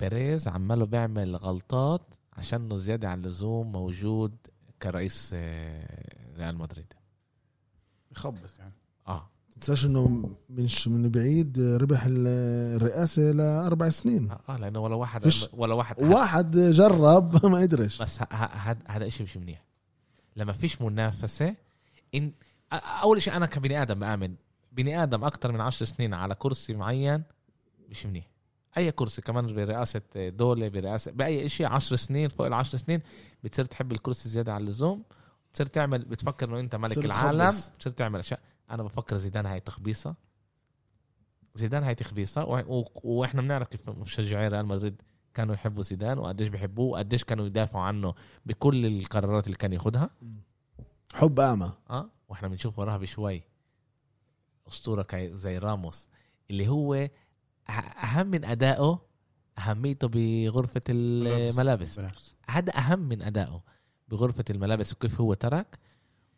Speaker 1: بيريز عماله بيعمل غلطات عشان انه زياده عن اللزوم موجود كرئيس آه، ريال مدريد
Speaker 2: بخبص يعني
Speaker 1: اه
Speaker 3: تنساش إنه مش من بعيد ربح ال- الرئاسة لأربع سنين
Speaker 1: اه, آه لانه ولا واحد
Speaker 3: فيش-
Speaker 1: ولا واحد
Speaker 3: واحد جرب ما قدرش
Speaker 1: بس ه- ه- هاد- هذا شيء مش منيح لما فيش منافسه إن أ- اول شيء انا كبني ادم بامن بني ادم اكثر من عشر سنين على كرسي معين مش منيح اي كرسي كمان برئاسه دوله برئاسه باي شيء عشر سنين فوق العشر سنين بتصير تحب الكرسي زياده عن اللزوم بتصير تعمل بتفكر انه انت ملك
Speaker 3: بتصير
Speaker 1: العالم
Speaker 3: تخبص.
Speaker 1: بتصير تعمل اشياء انا بفكر زيدان هاي تخبيصه زيدان هاي تخبيصه و... و... واحنا بنعرف كيف مشجعي ريال مدريد كانوا يحبوا زيدان وقديش بيحبوه وقديش كانوا يدافعوا عنه بكل القرارات اللي كان ياخدها
Speaker 3: حب أعمى
Speaker 1: اه واحنا بنشوف وراها بشوي اسطوره كي- زي راموس اللي هو أه- اهم من ادائه اهميته بغرفه
Speaker 4: ملابس.
Speaker 1: الملابس
Speaker 2: بالعكس.
Speaker 1: هذا اهم من ادائه بغرفه الملابس وكيف هو ترك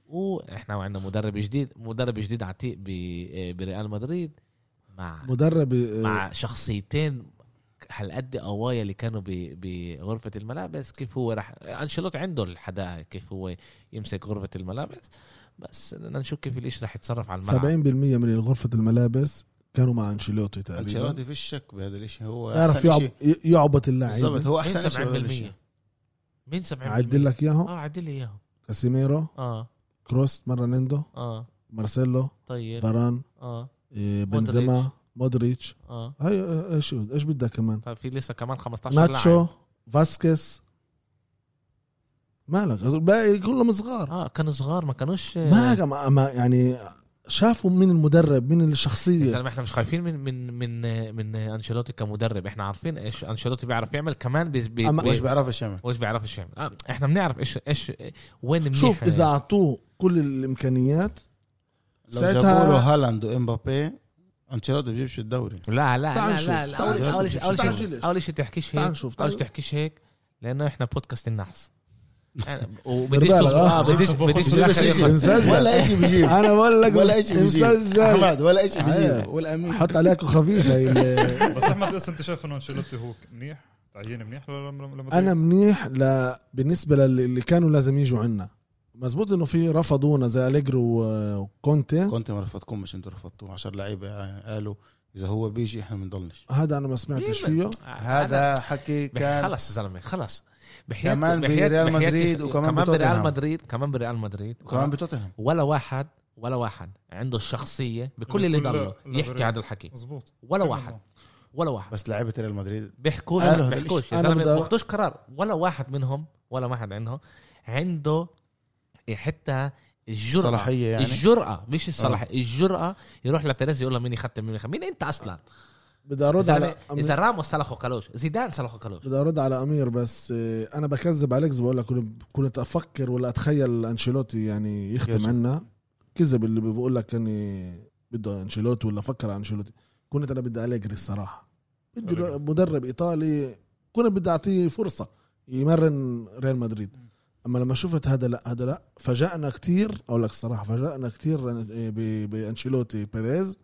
Speaker 1: واحنا عندنا مدرب جديد مدرب جديد عتيق ب- آه، بريال مدريد مع
Speaker 3: مدرب آه،
Speaker 1: مع شخصيتين هالقد قوايا اللي كانوا ب- بغرفه الملابس كيف هو راح انشيلوت عنده الحداقه كيف هو يمسك غرفه الملابس بس بدنا نشوف كيف الإيش راح يتصرف على
Speaker 3: 70%
Speaker 1: الملعب
Speaker 3: من غرفة الملابس كانوا مع انشيلوتي تقريبا
Speaker 2: انشيلوتي فيش شك بهذا الشيء هو
Speaker 3: يعرف
Speaker 2: أحسن
Speaker 3: يعب...
Speaker 2: إشي.
Speaker 3: يعبط
Speaker 2: بالضبط
Speaker 3: اللعيبه
Speaker 2: هو
Speaker 1: مين
Speaker 2: احسن شيء بهذا
Speaker 1: 70%
Speaker 2: الشيء
Speaker 1: مين 70%
Speaker 3: عدل لك
Speaker 1: اه
Speaker 3: اياهم
Speaker 1: عدل لي اياهم
Speaker 3: كاسيميرو
Speaker 1: اه
Speaker 3: كروس مرناندو
Speaker 1: اه
Speaker 3: مارسيلو
Speaker 1: طيب
Speaker 3: فران
Speaker 1: اه
Speaker 3: إيه، بنزيما مودريتش
Speaker 1: اه
Speaker 3: هاي آه، ايش ايش بدك كمان
Speaker 1: طيب في لسه كمان 15 لاعب
Speaker 3: ناتشو فاسكيز مالك الباقي كلهم صغار
Speaker 1: اه كانوا صغار ما كانوش
Speaker 3: ما ما- ما يعني شافوا من المدرب من
Speaker 1: يا
Speaker 3: الشخصيه
Speaker 1: زلمه احنا مش خايفين من من من من انشيلوتي كمدرب احنا عارفين ايش انشيلوتي بيعرف يعمل كمان بي بي
Speaker 3: أما-
Speaker 1: بي-
Speaker 2: مش بيعرفش يعمل
Speaker 1: وايش بيعرف ايش يعمل آه احنا بنعرف ايش ايش وين منيح يعني.
Speaker 3: شوف اذا اعطوه كل الامكانيات
Speaker 2: لو
Speaker 3: ساعتها-
Speaker 2: جابوا له هالاند وامبابي انشيلوتي بيجيبش الدوري
Speaker 1: لا لا
Speaker 3: تعال
Speaker 1: لا
Speaker 3: شوف،
Speaker 1: لا, لا.
Speaker 3: تعال
Speaker 1: اول
Speaker 2: شوف.
Speaker 1: اول شيء
Speaker 3: مش
Speaker 1: اول
Speaker 3: تعال
Speaker 1: شيء
Speaker 3: جلش.
Speaker 1: اول شيء تحكيش هيك
Speaker 3: تعال شوف، تعال
Speaker 1: اول شيء
Speaker 3: شوف.
Speaker 1: تحكيش هيك لانه احنا بودكاست النحس يعني وبديش
Speaker 3: بالك،
Speaker 1: تزبط
Speaker 3: آه.
Speaker 1: آه، بديش بديش
Speaker 4: بخلص
Speaker 1: بديش-
Speaker 2: شيء.
Speaker 3: مسجل
Speaker 2: ولا شيء بيجيب
Speaker 3: انا بقول لك
Speaker 2: ولا شيء بيجيب
Speaker 3: مسجل
Speaker 2: احمد ولا شيء بيجيب
Speaker 3: عيب.
Speaker 2: والامين
Speaker 3: حط عليك يعني خفيف هي ال-
Speaker 4: بس احمد بس انت شايف انه انشيلوتي هو منيح تعيين منيح لما لما-
Speaker 3: انا منيح ل... بالنسبه للي اللي كانوا لازم يجوا عنا مزبوط انه في رفضونا زي اليجرو و- وكونتي
Speaker 2: كنت ما رفضتكم مش انتوا رفضتوه 10 لعيبه قالوا اذا هو بيجي احنا بنضلش
Speaker 3: هذا انا ما سمعتش فيه
Speaker 1: هذا
Speaker 2: هذا حكي كان
Speaker 1: خلص يا زلمه خلص بحياتي
Speaker 2: كمان
Speaker 1: بحياتي-
Speaker 2: بريال
Speaker 1: بحياتي-
Speaker 2: مدريد وكمان
Speaker 1: كمان بريال
Speaker 2: بتوتنهام.
Speaker 1: مدريد كمان بريال مدريد
Speaker 2: كمان بتوتنهام
Speaker 1: ولا واحد ولا واحد عنده الشخصيه بكل اللي
Speaker 4: كل-
Speaker 1: ضله
Speaker 4: لا
Speaker 1: يحكي
Speaker 4: بريال.
Speaker 1: هذا الحكي
Speaker 4: مظبوط
Speaker 1: ولا واحد ولا واحد
Speaker 2: بس لعيبه ريال مدريد
Speaker 1: بيحكوش
Speaker 2: قالوا هذا
Speaker 1: بيحكوش يا
Speaker 3: الإشي. أنا
Speaker 1: زلمه
Speaker 3: بدي أ-
Speaker 1: بياخدوش قرار ولا واحد منهم ولا واحد عندهم عنده إيه، حتى الجرأة
Speaker 2: الصلاحية يعني؟
Speaker 1: الجرأة
Speaker 3: آه.
Speaker 1: مش الصلاحية الجرأة يروح لبيريز يقول له مين يختم مين يختم مين انت اصلا
Speaker 3: بدي ارد
Speaker 1: زلمة،
Speaker 3: على
Speaker 1: اذا راموس صلحه كلوش زيدان صلحه كلوش
Speaker 3: بدي ارد على امير بس آه، انا بكذب عليك زي بقول لك كنت- كنت افكر ولا اتخيل انشيلوتي يعني يختم
Speaker 2: يجب.
Speaker 3: عنا كذب اللي بيقول لك يعني بده انشيلوتي ولا فكر على انشيلوتي كنت انا بدي اليجري الصراحه بدي
Speaker 4: أليجري.
Speaker 3: مدرب ايطالي كنت بدي اعطيه فرصه يمرن ريال مدريد اما لما شفت هذا لا هذا لا فاجأنا كثير اقول لك الصراحه فاجأنا كثير بانشيلوتي بيريز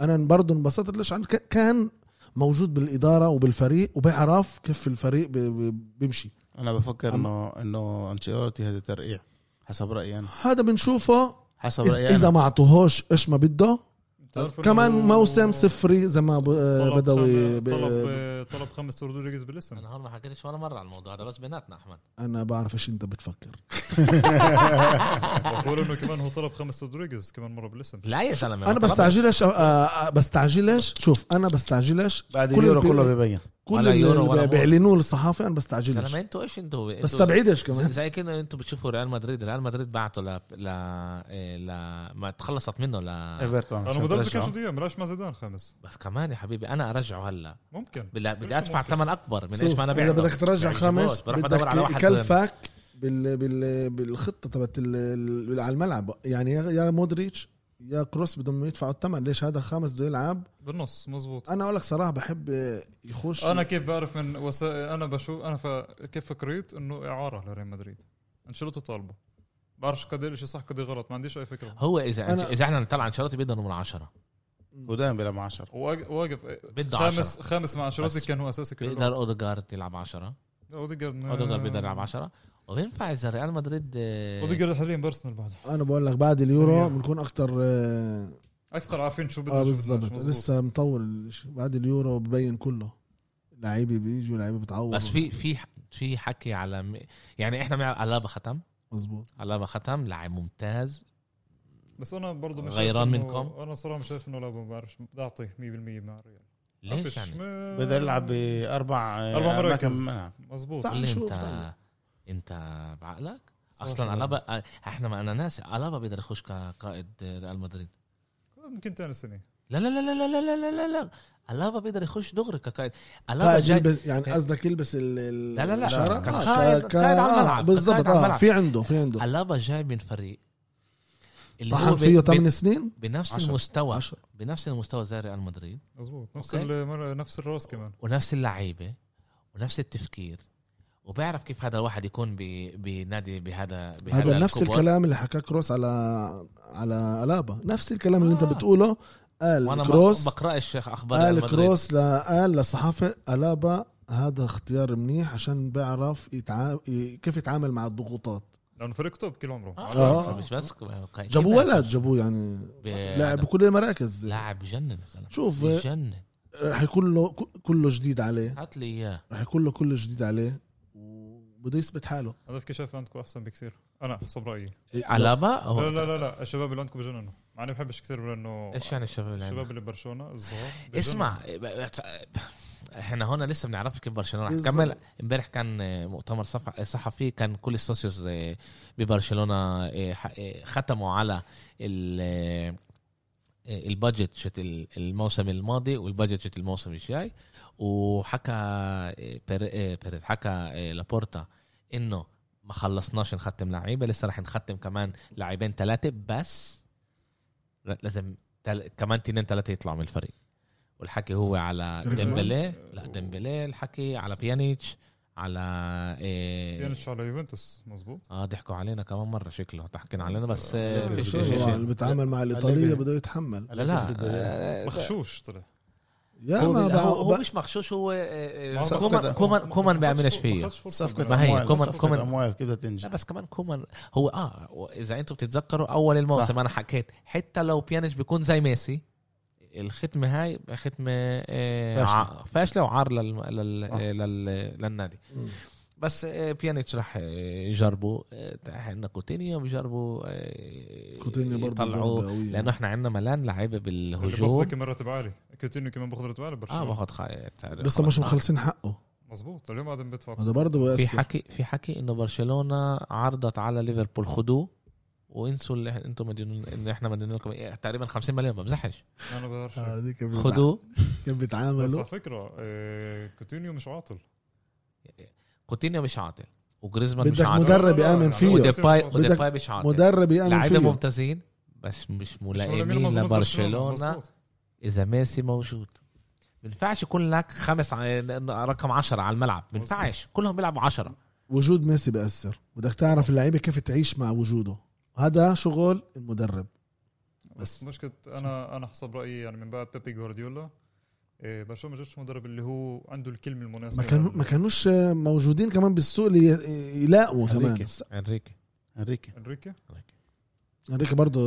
Speaker 3: انا برضه انبسطت ليش عن ك- كان موجود بالاداره وبالفريق وبيعرف كيف الفريق بي- بي- بيمشي
Speaker 2: انا بفكر
Speaker 3: أم-
Speaker 2: انه انه انشيلوتي هذا ترقيع حسب رايي انا
Speaker 3: هذا بنشوفه
Speaker 2: حسب
Speaker 3: إذ-
Speaker 2: رايي
Speaker 3: اذا
Speaker 2: انا
Speaker 3: ما اعطوهوش ايش ما بده
Speaker 4: بتعرف إنه
Speaker 3: طيب، كمان موسم
Speaker 4: هو
Speaker 3: صفري زي ما ب- آه،
Speaker 4: طلب
Speaker 3: بدوي
Speaker 4: خم-
Speaker 3: ب-
Speaker 4: طلب طلب خمس رودريغيز بالاسم
Speaker 1: انا هون ما حكيتش ولا مرة على الموضوع هذا بس بيناتنا احمد
Speaker 3: انا بعرف ايش انت بتفكر
Speaker 4: بقول انه كمان هو طلب خمس رودريغيز كمان مره بالاسم
Speaker 1: لا يا زلمه
Speaker 3: انا بستعجلش آه، آه، بستعجلش شوف انا بستعجلش
Speaker 2: بعد
Speaker 3: كل
Speaker 2: اليورو
Speaker 3: البي-
Speaker 2: كله ببين
Speaker 3: كل
Speaker 1: ولا يورو ولا إيه؟
Speaker 3: اللي
Speaker 1: مول.
Speaker 3: بيعلنوه للصحافه انا
Speaker 1: زلمه
Speaker 3: بستعجلش
Speaker 1: انتوا ايش انتوا انتوا-
Speaker 3: بستبعدش
Speaker 1: زي
Speaker 3: كمان
Speaker 1: زي كأنه انتوا بتشوفوا ريال مدريد ريال مدريد بعته ل ل إيه، ل ما تخلصت منه ل
Speaker 2: ايفرتون
Speaker 4: انا
Speaker 2: عشان
Speaker 4: مدرب
Speaker 2: ترجعه.
Speaker 4: كان شو مراش مع زيدان خمس
Speaker 1: بس كمان يا حبيبي انا ارجعه هلا
Speaker 4: ممكن
Speaker 1: بلا- بدي
Speaker 4: ليش
Speaker 1: ادفع
Speaker 4: ممكن؟
Speaker 1: ثمن اكبر من ايش
Speaker 3: شوف،
Speaker 1: ما انا
Speaker 3: اذا
Speaker 1: بعمل
Speaker 3: بدك ترجع
Speaker 1: بعيش
Speaker 3: خمس
Speaker 1: بوش، بروح بدور على
Speaker 3: بدك
Speaker 1: واحد
Speaker 3: يكلفك بال بال بالخطه تبعت ال- ال- على الملعب يعني يا يا مودريتش يا كروس بدهم يدفعوا الثمن ليش هذا خامس بده يلعب
Speaker 4: بالنص مزبوط
Speaker 3: انا اقول لك صراحه بحب يخش
Speaker 4: انا كيف بعرف من وسائل انا بشوف انا ف... كيف فكريت انه اعاره لريال مدريد انشيلوتي طالبه بعرفش قد ايه الشيء صح قد ايه غلط ما عنديش اي فكره
Speaker 1: هو اذا
Speaker 3: أنا-
Speaker 1: اذا احنا نطلع انشيلوتي بدنا من عشرة
Speaker 2: ودائما بيلعب 10
Speaker 4: واق- واقف
Speaker 1: بده
Speaker 4: خامس
Speaker 1: 10
Speaker 4: خامس مع انشيلوتي
Speaker 1: بس.
Speaker 4: كان هو اساسي كل
Speaker 1: بيقدر اوديجارد يلعب 10
Speaker 4: اوديجارد
Speaker 3: آه.
Speaker 1: اوديجارد بيقدر يلعب 10 وبينفع اذا ريال مدريد آه،
Speaker 4: اوديجارد حاليا بارسنال بعده
Speaker 3: انا بقول لك بعد اليورو بنكون اكثر اه
Speaker 4: اكثر عارفين شو بدنا
Speaker 3: آه،
Speaker 4: شو
Speaker 3: بالضبط
Speaker 4: بدناش، مزبوط.
Speaker 3: لسه مطول الشيء. بعد اليورو ببين كله لعيبه بيجوا لعيبه بتعوض
Speaker 1: بس في في في حكي على م- يعني احنا بنعرف الابا ختم
Speaker 3: مزبوط
Speaker 1: الابا ختم لاعب ممتاز
Speaker 4: بس انا برضه مش
Speaker 1: غيران
Speaker 4: شايف إنه-
Speaker 1: منكم؟
Speaker 4: انا صراحه مش شايف انه لا ما بعرفش بدي اعطيه 100% مع الريال
Speaker 1: ليش يعني
Speaker 2: بده يلعب باربع
Speaker 4: اربع
Speaker 2: أماكن
Speaker 4: مراكز
Speaker 2: ملعب.
Speaker 4: مزبوط
Speaker 3: طيب. تعال
Speaker 1: اللي
Speaker 3: نشوف
Speaker 1: انت
Speaker 3: طيب.
Speaker 1: انت بعقلك
Speaker 4: صراحة
Speaker 1: اصلا
Speaker 4: لا.
Speaker 1: الابا احنا ما انا ناسي الابا بيقدر يخش كقائد ريال مدريد
Speaker 4: ممكن ثاني سنه
Speaker 1: لا لا لا لا لا لا لا لا لا الابا بيقدر يخش دغري كقائد الابا
Speaker 3: قائد
Speaker 1: جاي
Speaker 3: يلبس يعني قصدك يلبس ال- ال
Speaker 1: لا لا لا،
Speaker 3: الشارع؟
Speaker 1: كان
Speaker 3: آه،
Speaker 1: قائد-
Speaker 3: ك-
Speaker 1: قائد على
Speaker 3: آه،
Speaker 1: الملعب،
Speaker 3: بالضبط
Speaker 1: قائد على
Speaker 3: اه
Speaker 1: الملعب.
Speaker 3: في عنده في عنده
Speaker 1: الابا جاي من فريق اللي
Speaker 3: طحن
Speaker 1: ب-
Speaker 3: فيه
Speaker 1: ب-
Speaker 3: 8 سنين
Speaker 1: بنفس
Speaker 2: عشرة.
Speaker 1: المستوى
Speaker 3: 10
Speaker 1: بنفس المستوى زي ريال مدريد
Speaker 4: مزبوط نفس
Speaker 1: أوكي.
Speaker 4: المر- نفس الراس كمان
Speaker 1: ونفس اللعيبه ونفس التفكير وبيعرف كيف هذا الواحد يكون ب- بنادي بهذا بهذا
Speaker 3: هذا نفس
Speaker 1: الكبر.
Speaker 3: الكلام اللي حكاه كروس على على الابا نفس الكلام اللي انت
Speaker 1: آه.
Speaker 3: بتقوله
Speaker 1: وانا
Speaker 3: قال
Speaker 1: كروس
Speaker 3: كروس
Speaker 1: بقراش اخبار ريال
Speaker 3: قال
Speaker 1: مدريد.
Speaker 3: كروس ل- قال للصحافه الابا هذا اختيار منيح عشان بيعرف يتعا... ي- كيف يتعامل مع الضغوطات
Speaker 4: لانه فريق توب كل عمره
Speaker 1: آه.
Speaker 3: آه.
Speaker 1: مش بس قائد.
Speaker 3: جابوه ولد جابوه يعني
Speaker 1: ب-
Speaker 3: لاعب بكل المراكز
Speaker 1: لاعب بجنن يا زلمه
Speaker 3: شوف
Speaker 1: بجنن
Speaker 3: رح يكون له ك- كله جديد عليه
Speaker 1: هات لي اياه
Speaker 3: رح يكون له كله جديد عليه وبده يثبت حاله
Speaker 4: هذا في شايف عندكم احسن بكثير انا حسب رايي
Speaker 3: إيه،
Speaker 1: علابة هو
Speaker 4: لا لا لا لا الشباب اللي عندكم بجننوا مع اني بحبش كثير لانه
Speaker 1: ايش يعني الشباب اللي
Speaker 4: الشباب
Speaker 1: عندنا؟
Speaker 4: اللي برشلونه الصغار بجننوا.
Speaker 1: اسمع إيه، احنا هون لسه بنعرفش كيف برشلونه رح
Speaker 3: بالظبط.
Speaker 1: تكمل امبارح كان آه، مؤتمر صف- صحفي كان كل السوسيوس آه، ببرشلونه آه، ح- آه، ختموا على ال آه، آه، البادجت شت ال- الموسم الماضي والبادجت شت الموسم الجاي وحكى آه، بير- آه، بيريز حكى آه، لابورتا انه ما خلصناش نختم لعيبه لسه رح نختم كمان لاعبين ثلاثه بس لا- لازم تل... كمان تنين ثلاثه يطلعوا من الفريق والحكي هو على
Speaker 3: جريزمان؟
Speaker 1: ديمبلي لا ديمبلي الحكي على بيانيتش على إيه...
Speaker 4: بيانيتش على يوفنتوس مزبوط
Speaker 1: اه ضحكوا علينا كمان مره شكله تحكينا علينا بس آه، في شيء
Speaker 2: شو
Speaker 1: شيء
Speaker 2: هو؟
Speaker 3: هو
Speaker 1: شيء.
Speaker 3: اللي بيتعامل مع الايطاليه بده يتحمل
Speaker 1: لا لا آه،
Speaker 4: مخشوش طلع
Speaker 3: يا
Speaker 1: هو,
Speaker 3: ما
Speaker 1: بال- هو, هو
Speaker 3: بقى
Speaker 1: مش مخشوش هو آه، آه،
Speaker 4: صفقة-
Speaker 1: كومان كومان كومان بيعملش فيه
Speaker 2: صفقة
Speaker 1: ما هي،
Speaker 2: أموال
Speaker 1: كومن-
Speaker 2: صفقة
Speaker 1: كومن.
Speaker 2: أموال كيف بدها
Speaker 1: لا
Speaker 2: تنجح
Speaker 1: بس كمان كومان هو اه اذا انتم بتتذكروا اول الموسم
Speaker 2: صح.
Speaker 1: انا حكيت حتى لو بيانيتش بيكون زي ميسي الختمه هاي ختمه آه،
Speaker 2: فاشلة.
Speaker 1: ع- فاشله وعار لل... لل...
Speaker 2: صح.
Speaker 1: لل... للنادي
Speaker 3: مم.
Speaker 1: بس آه، بيانيتش راح آه، يجربوا آه، عندنا كوتينيو بيجربوا آه،
Speaker 3: كوتينيو برضه
Speaker 1: يطلعوا
Speaker 3: ضربة قوية.
Speaker 1: لانه احنا عندنا ملان لعيبه بالهجوم
Speaker 4: الهجوم كمان راتب عالي كوتينيو كمان باخذ راتب
Speaker 1: اه
Speaker 4: عالي برشلونه
Speaker 1: باخذ خ-
Speaker 3: لسه مش مخلصين حقه
Speaker 4: مزبوط اليوم قاعد بدفع
Speaker 3: هذا برضه
Speaker 1: في
Speaker 3: بيأثر
Speaker 1: حكي في حكي انه برشلونه عرضت على ليفربول خدوه وانسوا اللي انتم مدينون ان احنا مدينين لكم إيه، تقريبا 50 مليون ما بمزحش
Speaker 4: انا بعرف
Speaker 3: آه، هذيك كيف بيتع-
Speaker 1: خدوه
Speaker 3: كيف
Speaker 4: بس
Speaker 3: بيتعاملوا
Speaker 4: على فكره آه، كوتينيو مش عاطل
Speaker 1: كوتينيو مش عاطل وجريزمان مش
Speaker 3: بدك
Speaker 1: عاطل
Speaker 3: مدرب
Speaker 4: لا، لا،
Speaker 3: يآمن
Speaker 4: لا،
Speaker 3: فيه.
Speaker 4: لا، لا،
Speaker 1: وديباي
Speaker 4: لا،
Speaker 3: بدك
Speaker 1: وديباي مش عاطل
Speaker 3: مدرب يأمن
Speaker 1: لعيبه
Speaker 3: فيه
Speaker 1: ممتازين بس مش
Speaker 4: مش ملامين
Speaker 1: ملائمين
Speaker 4: مظبوط
Speaker 1: لبرشلونه
Speaker 4: مظبوط.
Speaker 1: اذا ميسي موجود ما ينفعش يكون لك خمس ع- رقم عشرة على الملعب ما ينفعش كلهم بيلعبوا عشرة
Speaker 3: وجود ميسي بيأثر بدك تعرف اللعيبه كيف تعيش مع وجوده هذا شغل المدرب
Speaker 4: بس
Speaker 3: بس.
Speaker 4: مشكله انا انا حسب رايي يعني من بعد بيبي جوارديولا آه، برشلونه ما جابش مدرب اللي هو عنده يعني الكلمه المناسبه
Speaker 3: ما كانوا
Speaker 4: لل-
Speaker 3: ما كانوش موجودين كمان بالسوق اللي ي- يلاقوا كمان
Speaker 1: انريكي انريكي
Speaker 2: أنريكي
Speaker 4: انريكي
Speaker 3: انريكي برضه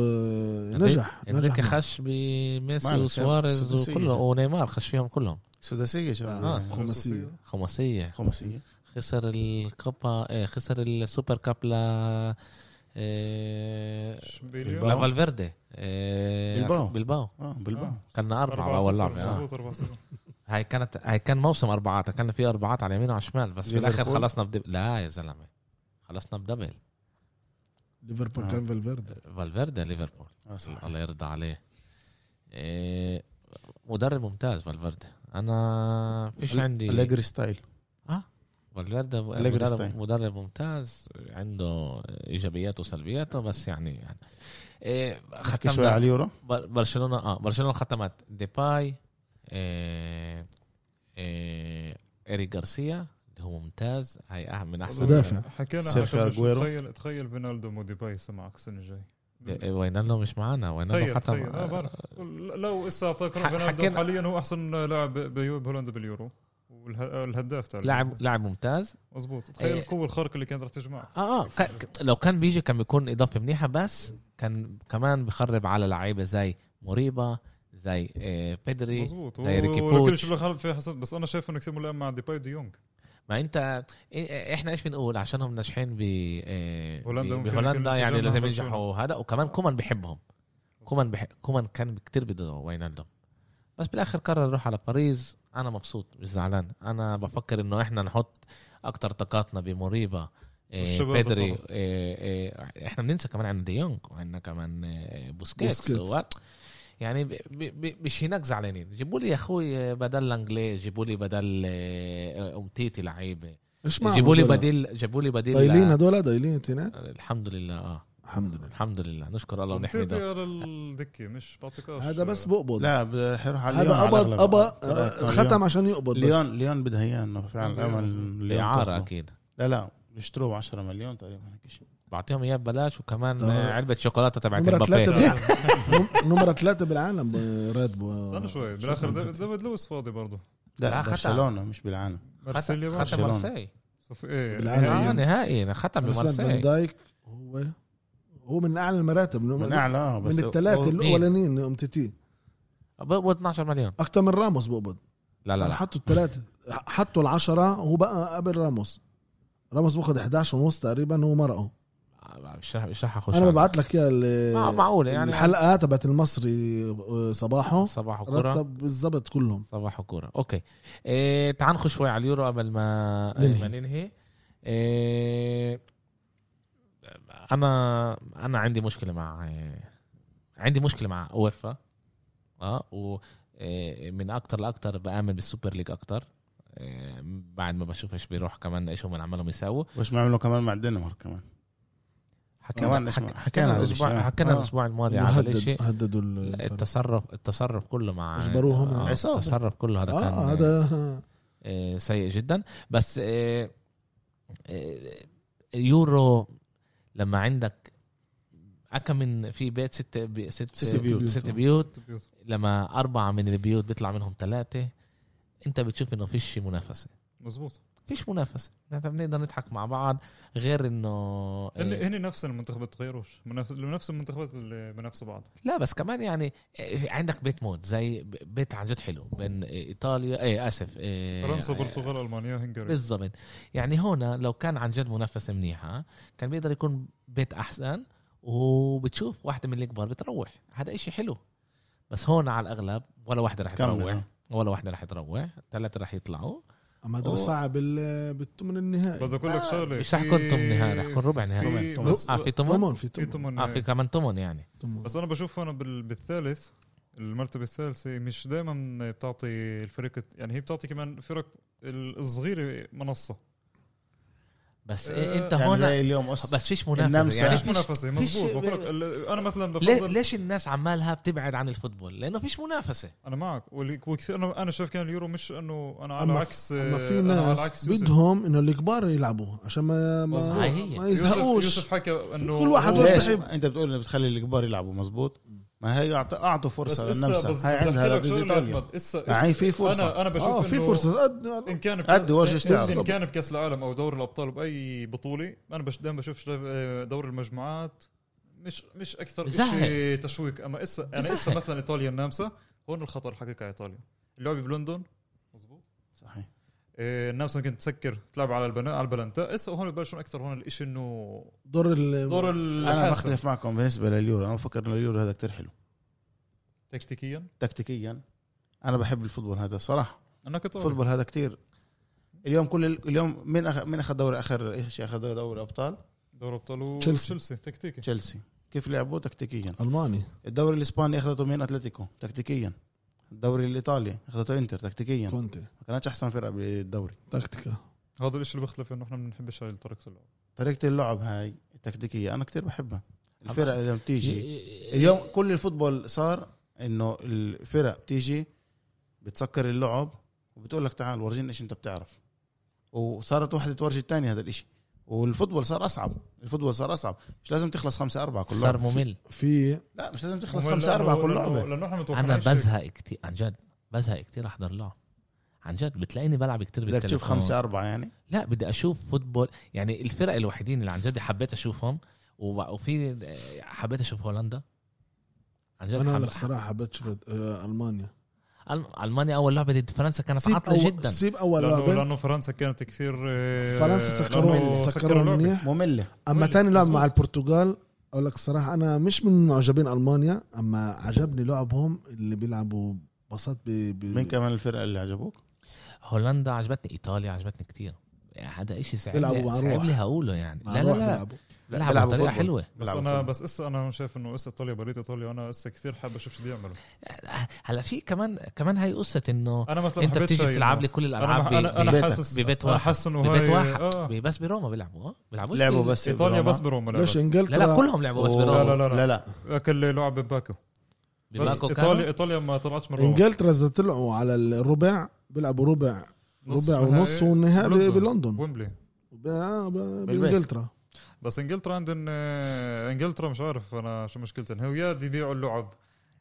Speaker 3: نجح
Speaker 1: انريكي
Speaker 3: نجح معه.
Speaker 1: خش بميسي
Speaker 2: معلش،
Speaker 1: وسواريز
Speaker 2: سداسية
Speaker 1: وكله
Speaker 2: جاب.
Speaker 1: ونيمار خش فيهم كلهم
Speaker 2: سداسية
Speaker 3: آه،
Speaker 2: شباب
Speaker 3: خماسيه
Speaker 1: خماسية
Speaker 2: خماسية
Speaker 1: خسر الكوبا ايه خسر السوبر كاب ل إيه
Speaker 4: شمبيليا.
Speaker 2: بالباو.
Speaker 1: لفالفيردي إيه
Speaker 2: بالباو.
Speaker 1: بالباو
Speaker 2: اه بالباو
Speaker 4: آه.
Speaker 1: كنا أربعة
Speaker 4: أربعة
Speaker 1: أول
Speaker 4: صفر،
Speaker 1: أربعة
Speaker 4: مظبوط أربعة صفر.
Speaker 1: هاي كانت هاي كان موسم أربعات كان في أربعات على اليمين وعلى الشمال بس بالآخر
Speaker 2: ليفربول؟
Speaker 1: خلصنا بدبل لا يا زلمة خلصنا بدبل
Speaker 3: ليفربول
Speaker 2: آه.
Speaker 3: كان فالفيردي
Speaker 1: فالفيردي ليفربول
Speaker 2: آه، صح.
Speaker 1: الله يرضى عليه إيه مدرب ممتاز فالفيردي أنا فيش عندي
Speaker 2: أليجري ستايل
Speaker 1: فالفيردي
Speaker 2: أليجري
Speaker 1: مدرب
Speaker 2: ستايل.
Speaker 1: مدرب ممتاز عنده ايجابياته وسلبياته بس يعني يعني إيه
Speaker 2: حكي شوي على
Speaker 1: ختمنا
Speaker 2: اليورو
Speaker 1: بر- برشلونه اه برشلونه ختمت ديباي إيه إيه اريك غارسيا اللي هو ممتاز هي أهم- من احسن
Speaker 3: مدافع.
Speaker 4: حكينا
Speaker 2: سيرخيو
Speaker 4: إحنا قبل شوي.
Speaker 2: أغويرو.
Speaker 4: تخيل تخيل فينالدو موديباي سمعك السنه الجايه
Speaker 1: إيه، وينالدو مش معانا وينالدو
Speaker 4: تخيل
Speaker 1: ختم
Speaker 4: تخيل اه بعرف لو اسا اعطاك
Speaker 1: ح-
Speaker 4: فينالدو
Speaker 1: حكينا-
Speaker 4: حاليا هو احسن لاعب بيو- بهولندا باليورو والهداف تاع
Speaker 1: لاعب لاعب ممتاز
Speaker 4: مظبوط تخيل
Speaker 1: إيه.
Speaker 4: القوه الخارقه اللي كانت رح تجمع
Speaker 1: اه اه ك- ك- لو كان بيجي كان بيكون اضافه منيحه بس كان كمان بخرب على لعيبه زي موريبا زي إيه بيدري
Speaker 4: مظبوط
Speaker 1: زي ريكي
Speaker 4: هو- هو
Speaker 1: بوتش.
Speaker 4: كل شيء بالخلف في حسن بس انا شايف انه كثير ملائم مع ديباي دي يونغ
Speaker 1: ما انت إيه- احنا ايش بنقول عشان هم ناجحين ب إيه،
Speaker 4: هولندا
Speaker 1: ب-
Speaker 4: ممكن
Speaker 1: بهولندا
Speaker 4: يكون
Speaker 1: يعني
Speaker 4: انسجام
Speaker 1: لازم
Speaker 4: مع
Speaker 1: ينجحوا هذا وكمان كومان بحبهم كومان بح... كومان كان كتير بده وينالدوم بس بالاخر قرر يروح على باريس انا مبسوط مش زعلان انا بفكر انه احنا نحط اكتر طاقاتنا بموريبا إيه
Speaker 4: والشباب
Speaker 1: بدري
Speaker 4: بالطبع.
Speaker 1: إيه إيه احنا بننسى كمان عندنا ديونج وعندنا كمان إيه بوسكيتس
Speaker 3: بوسكيتس.
Speaker 1: و- يعني ب- ب- ب- مش هناك زعلانين جيبوا لي يا اخوي بدل لانجلي جيبوا لي بدل إيه، امتيتي لعيبه
Speaker 3: ايش معهم
Speaker 1: جيبوا لي
Speaker 3: هدول؟
Speaker 1: بديل جيبوا لي بديل
Speaker 3: ضايلين
Speaker 1: ل-
Speaker 3: هدول ضايلين اثنين
Speaker 1: الحمد لله اه
Speaker 3: الحمد لله
Speaker 1: الحمد للله نشكر الله
Speaker 4: تيتي
Speaker 1: ونحمده
Speaker 4: على الدكه مش بعطيكاش
Speaker 3: هذا بس بقبض
Speaker 2: لا ب- رح يروح على اليورو
Speaker 3: هذا
Speaker 2: على
Speaker 3: قبض
Speaker 2: الأغلب.
Speaker 3: قبض
Speaker 2: آه، طلع
Speaker 3: ختم
Speaker 2: ليون.
Speaker 3: عشان يقبض بس
Speaker 2: ليون ليون بدها اياه انه فعلا
Speaker 4: ليون.
Speaker 2: امل ليون
Speaker 1: اعاره
Speaker 2: تاخده.
Speaker 1: اكيد
Speaker 2: لا لا بيشتروه 10 مليون تقريبا هيك شيء
Speaker 1: بعطيهم اياه ببلاش وكمان
Speaker 3: طبعا.
Speaker 1: آه، علبه شوكولاته تبعت
Speaker 3: نمرة ثلاثة
Speaker 1: امبابي
Speaker 3: بالعالم نمرة ثلاثة بالعالم براد بول
Speaker 4: استنى شوي بالاخر دا- دافيد لويس فاضي برضه
Speaker 1: لا،
Speaker 2: لا
Speaker 1: ختم.
Speaker 2: برشلونه مش بالعالم
Speaker 4: مارسيليا
Speaker 1: ختم-
Speaker 4: برضه.
Speaker 1: ختم
Speaker 2: برشلونة.
Speaker 1: مارسي
Speaker 4: صف- ايه
Speaker 3: بالعالم.
Speaker 1: اه
Speaker 4: نهائياً.
Speaker 1: نهائي ختم
Speaker 3: بالنسبة فان
Speaker 1: بمارسي
Speaker 3: دايك هو هو من اعلى المراتب من,
Speaker 2: من
Speaker 3: من,
Speaker 2: اعلى آه، بس
Speaker 3: من الثلاثة
Speaker 1: اثنين.
Speaker 3: الاولانيين ام تي تي
Speaker 1: بقبض 12 مليون
Speaker 3: اكثر من راموس بقبض
Speaker 1: لا لا
Speaker 3: يعني
Speaker 1: لا
Speaker 3: حطوا الثلاثة حطوا العشرة هو بقى قبل راموس راموس باخذ 11 ونص تقريبا هو مرقه
Speaker 1: آه، مش رح مش رح اخش
Speaker 3: انا
Speaker 1: على-
Speaker 3: ببعت لك اياها ال-
Speaker 1: آه، معقولة يعني
Speaker 3: الحلقة تبعت المصري آه، صباحه
Speaker 1: صباح وكره
Speaker 3: رتب بالضبط كلهم
Speaker 1: صباح وكوره اوكي إيه تعال نخش شوي على اليورو قبل ما
Speaker 3: ننهي.
Speaker 1: ما ننهي إيه انا انا عندي مشكله مع إيه، عندي مشكله مع اوفا اه و إيه، من اكتر لاكتر بامن بالسوبر ليج اكتر إيه، بعد ما بشوف ايش بيروح كمان ايش هم عمالهم يساووا
Speaker 2: وش ما عملوا كمان مع الدنمارك كمان كمان
Speaker 1: حكينا
Speaker 2: اسمع.
Speaker 1: حك- حكينا
Speaker 2: كمان
Speaker 1: الاسبوع
Speaker 2: اسمع.
Speaker 1: حكينا
Speaker 2: آه.
Speaker 1: الاسبوع الماضي على الشيء
Speaker 3: هدد هددوا ال-
Speaker 1: التصرف التصرف كله مع
Speaker 3: أجبروهم
Speaker 1: آه،
Speaker 3: على
Speaker 2: عصابة.
Speaker 1: التصرف كله هذا كان
Speaker 3: اه هذا
Speaker 1: آه، سيء جدا بس آه، آه، اليورو لما عندك أكم من في بيت ست بي- ست
Speaker 2: ست بيوت. اه.
Speaker 1: ست بيوت
Speaker 4: تبيوت.
Speaker 1: لما أربعة من البيوت بيطلع منهم ثلاثة أنت بتشوف إنه فيش منافسة
Speaker 4: مزبوط
Speaker 1: فيش منافسة نحن بنقدر نضحك مع بعض غير إنه آه،
Speaker 4: هن هن نفس المنتخبات تغيروش منافس- نفس المنتخبات اللي بنافسوا بعض
Speaker 1: لا بس كمان يعني آه، عندك بيت مود زي ب- بيت عن جد حلو بين آه، إيطاليا إيه آسف آه،
Speaker 4: فرنسا
Speaker 1: آه،
Speaker 4: البرتغال المانيا هنغاريا
Speaker 1: بالضبط يعني هنا لو كان عن جد منافسه منيحه كان بيقدر يكون بيت احسن وبتشوف واحده من الكبار بتروح هذا إشي حلو بس هون على الاغلب ولا واحده رح
Speaker 2: كمل.
Speaker 1: تروح ولا واحده رح تروح ثلاثه رح يطلعوا
Speaker 3: اما هذا صعب بال- بالثمن النهائي
Speaker 4: بس اقول لك
Speaker 2: طيب.
Speaker 4: شغله
Speaker 1: مش رح
Speaker 4: في-
Speaker 1: يكون ثمن نهائي رح يكون ربع نهائي
Speaker 4: في-
Speaker 1: ثمن.
Speaker 4: بس-
Speaker 1: اه في ثمن
Speaker 3: ثمن في
Speaker 4: في
Speaker 3: ثمن
Speaker 4: ثمن
Speaker 1: اه في كمان ثمن يعني
Speaker 3: ثمن.
Speaker 4: بس انا بشوف انا بال- بالثالث المرتبه الثالثه مش دائما بتعطي الفرق يعني هي بتعطي كمان فرق الصغيره منصه
Speaker 1: بس
Speaker 4: آه،
Speaker 1: انت
Speaker 2: يعني
Speaker 1: هون
Speaker 2: زي اليوم أصلا
Speaker 1: بس فيش
Speaker 2: النمسا.
Speaker 1: منافسه يعني
Speaker 4: مش
Speaker 1: فيش
Speaker 4: منافسه
Speaker 1: فيش-
Speaker 4: مزبوط بقول لك ال- انا مثلا
Speaker 1: ليه-
Speaker 4: بفضل
Speaker 1: ليش الناس عمالها بتبعد عن الفوتبول لانه فيش منافسه
Speaker 4: انا معك واللي- وكثير انا انا شايف كان اليورو مش انه انا على
Speaker 3: اما
Speaker 4: عكس
Speaker 3: ف- اما في
Speaker 4: أنا على
Speaker 3: ناس
Speaker 4: عكس يوسف.
Speaker 3: بدهم انه الكبار يلعبوا عشان ما
Speaker 1: مظبوط.
Speaker 3: ما,
Speaker 1: هاي هي.
Speaker 3: ما
Speaker 4: يوسف-
Speaker 3: يزهقوش
Speaker 4: يوسف حكى انه
Speaker 3: كل واحد
Speaker 4: هو-
Speaker 3: وجه
Speaker 2: ليش؟
Speaker 3: بحب.
Speaker 2: انت بتقول انه بتخلي الكبار يلعبوا مزبوط ما هي أعط- اعطوا
Speaker 4: بس
Speaker 2: فرصه
Speaker 4: لسه بس
Speaker 2: للنمسا هاي عندها ضد ايطاليا هاي
Speaker 3: يعني
Speaker 4: ايطاليا
Speaker 2: في فرصه
Speaker 4: انا انا بشوف
Speaker 3: اه في
Speaker 4: إنه إيه.
Speaker 3: فرصه قد
Speaker 4: ان كان
Speaker 2: قد وجه اشتعل.
Speaker 4: ان كان بكاس العالم او دوري الابطال باي بطوله انا بش دائما بشوف شل- دوري المجموعات مش مش اكثر شيء
Speaker 1: بزهق.
Speaker 4: تشويق اما اسا يعني اسا
Speaker 1: بزهق.
Speaker 4: مثلا ايطاليا النامسا هون الخطر الحقيقه على ايطاليا اللعبه بلندن مزبوط
Speaker 2: صحيح
Speaker 4: إيه، النامسا ممكن تسكر تلعب على البناء على البلنتا اسا هون ببلشون اكثر هون الاشي انه
Speaker 3: دور ال
Speaker 4: دور
Speaker 2: انا
Speaker 4: الحاسم
Speaker 2: بختلف معكم بالنسبه لليورو انا بفكر ان اليورو هذا كتير حلو
Speaker 4: تكتيكيا
Speaker 2: تكتيكيا انا بحب الفوتبول هذا صراحه
Speaker 4: انا كنت أقول.
Speaker 2: الفوتبول هذا كتير اليوم كل ال- اليوم مين أخ... مين اخذ دوري اخر شيء اخذ دوري دوري ابطال
Speaker 4: دوري ابطال و-
Speaker 3: تشيلسي.
Speaker 4: تشيلسي تكتيكي
Speaker 2: تشيلسي كيف لعبوا تكتيكيا
Speaker 3: الماني
Speaker 2: الدوري الاسباني اخذته مين اتلتيكو تكتيكيا الدوري الايطالي اخذته انتر تكتيكيا ما
Speaker 3: كونتي
Speaker 2: كانتش احسن فرقه بالدوري
Speaker 3: تكتيكا
Speaker 4: هذا الاشي اللي بختلف انه احنا ما بنحبش هاي طريقه اللعب
Speaker 2: طريقه اللعب هاي التكتيكيه انا كتير بحبها الفرق اللي بتيجي
Speaker 1: اليوم
Speaker 2: اليوم كل الفوتبول صار انه الفرق بتيجي بتسكر اللعب وبتقول لك تعال ورجينا ايش انت بتعرف وصارت واحدة تورجي الثانية هذا الاشي والفوتبول صار اصعب الفوتبول صار اصعب مش لازم تخلص خمسة أربعة كل
Speaker 1: صار
Speaker 2: لعبة
Speaker 1: ممل
Speaker 3: في
Speaker 2: لا مش لازم تخلص
Speaker 4: هم
Speaker 2: خمسة
Speaker 4: لأنه-
Speaker 2: أربعة كل
Speaker 4: لأنه-
Speaker 2: لعبة
Speaker 4: لانه احنا متوقعين
Speaker 1: انا
Speaker 4: شيء.
Speaker 1: بزهق كتير عن جد بزهق كتير احضر لعب عن جد بتلاقيني بلعب كتير
Speaker 2: بدك تشوف
Speaker 1: بالتليفون
Speaker 2: خمسة أربعة يعني
Speaker 1: لا بدي اشوف فوتبول يعني الفرق الوحيدين اللي عن جد حبيت اشوفهم وب- وفي آه، حبيت اشوف هولندا عن جد
Speaker 3: انا
Speaker 1: حب...
Speaker 3: لك صراحه حبيت شفت آه، المانيا
Speaker 1: ألم- المانيا اول لعبه ضد فرنسا كانت
Speaker 3: سيب
Speaker 1: عاطله
Speaker 3: أول-
Speaker 1: جدا
Speaker 3: سيب اول
Speaker 4: لانه,
Speaker 3: لعبه
Speaker 4: لأنه فرنسا كانت كثير آه،
Speaker 3: فرنسا
Speaker 4: لأنه
Speaker 3: سكروهم
Speaker 4: سكروا
Speaker 3: سكروهم
Speaker 4: لعبة.
Speaker 3: منيح
Speaker 2: مملة
Speaker 3: اما
Speaker 4: مولد.
Speaker 3: تاني لعب
Speaker 4: مزبوط.
Speaker 3: مع البرتغال اقول لك الصراحه انا مش من معجبين المانيا اما عجبني لعبهم اللي بيلعبوا بساط ب... ب...
Speaker 2: مين كمان الفرقة اللي عجبوك
Speaker 1: هولندا عجبتني ايطاليا عجبتني كتير يعني هذا إشي صعب
Speaker 3: بيلعبوا مع
Speaker 1: لي- صعب
Speaker 3: روح.
Speaker 1: لي هقوله يعني
Speaker 3: مع
Speaker 1: لا لا
Speaker 3: روح
Speaker 1: لا
Speaker 3: بيلعبوا.
Speaker 1: بيلعبوا بطريقه
Speaker 2: فوتبول.
Speaker 1: حلوه
Speaker 4: بس
Speaker 2: بيلعبوا
Speaker 4: انا
Speaker 2: فوتبول.
Speaker 4: بس اسا انا شايف انه اسا ايطاليا بريت ايطاليا انا اسا كثير حابب اشوف شو بده يعملوا
Speaker 1: هلا في كمان كمان هي قصه انه
Speaker 4: انا مثلا
Speaker 1: انت
Speaker 4: حبيت
Speaker 1: بتيجي
Speaker 4: شيء
Speaker 1: بتلعب
Speaker 4: إنه
Speaker 1: لي كل
Speaker 4: انا
Speaker 1: الالعاب
Speaker 4: مع- انا
Speaker 1: ب-
Speaker 4: انا
Speaker 2: ببيتك.
Speaker 4: حاسس
Speaker 1: ببيت
Speaker 4: أنا
Speaker 1: واحد.
Speaker 4: حاسس انه
Speaker 1: ببيت
Speaker 4: هاي-
Speaker 1: واحد
Speaker 4: آه.
Speaker 1: بس بروما بيلعبوا اه بيلعبوش
Speaker 2: لعبوا
Speaker 1: بال-
Speaker 2: بس
Speaker 4: ايطاليا
Speaker 2: بروما.
Speaker 4: بس بروما
Speaker 3: ليش
Speaker 4: لعبت
Speaker 1: لا
Speaker 3: انجلترا
Speaker 1: لا كلهم لعبوا بس
Speaker 2: و-
Speaker 1: بروما
Speaker 4: لا، لا، لا.
Speaker 2: لا لا
Speaker 4: اكل لعب بباكو بس
Speaker 1: بباكو
Speaker 4: ايطاليا
Speaker 1: كانوا؟
Speaker 4: ايطاليا ما طلعتش من روما
Speaker 3: انجلترا اذا طلعوا على الربع بيلعبوا ربع
Speaker 4: نص
Speaker 3: ربع ونص
Speaker 4: نهائي
Speaker 3: والنهائي
Speaker 4: بلندن.
Speaker 3: بلندن
Speaker 4: إيه، ويمبلي
Speaker 3: ب- ب-
Speaker 2: بالبيت.
Speaker 3: بانجلترا
Speaker 4: بس انجلترا عندن آه، انجلترا مش عارف انا شو مشكلتهم هو يا بده يبيعوا اللعب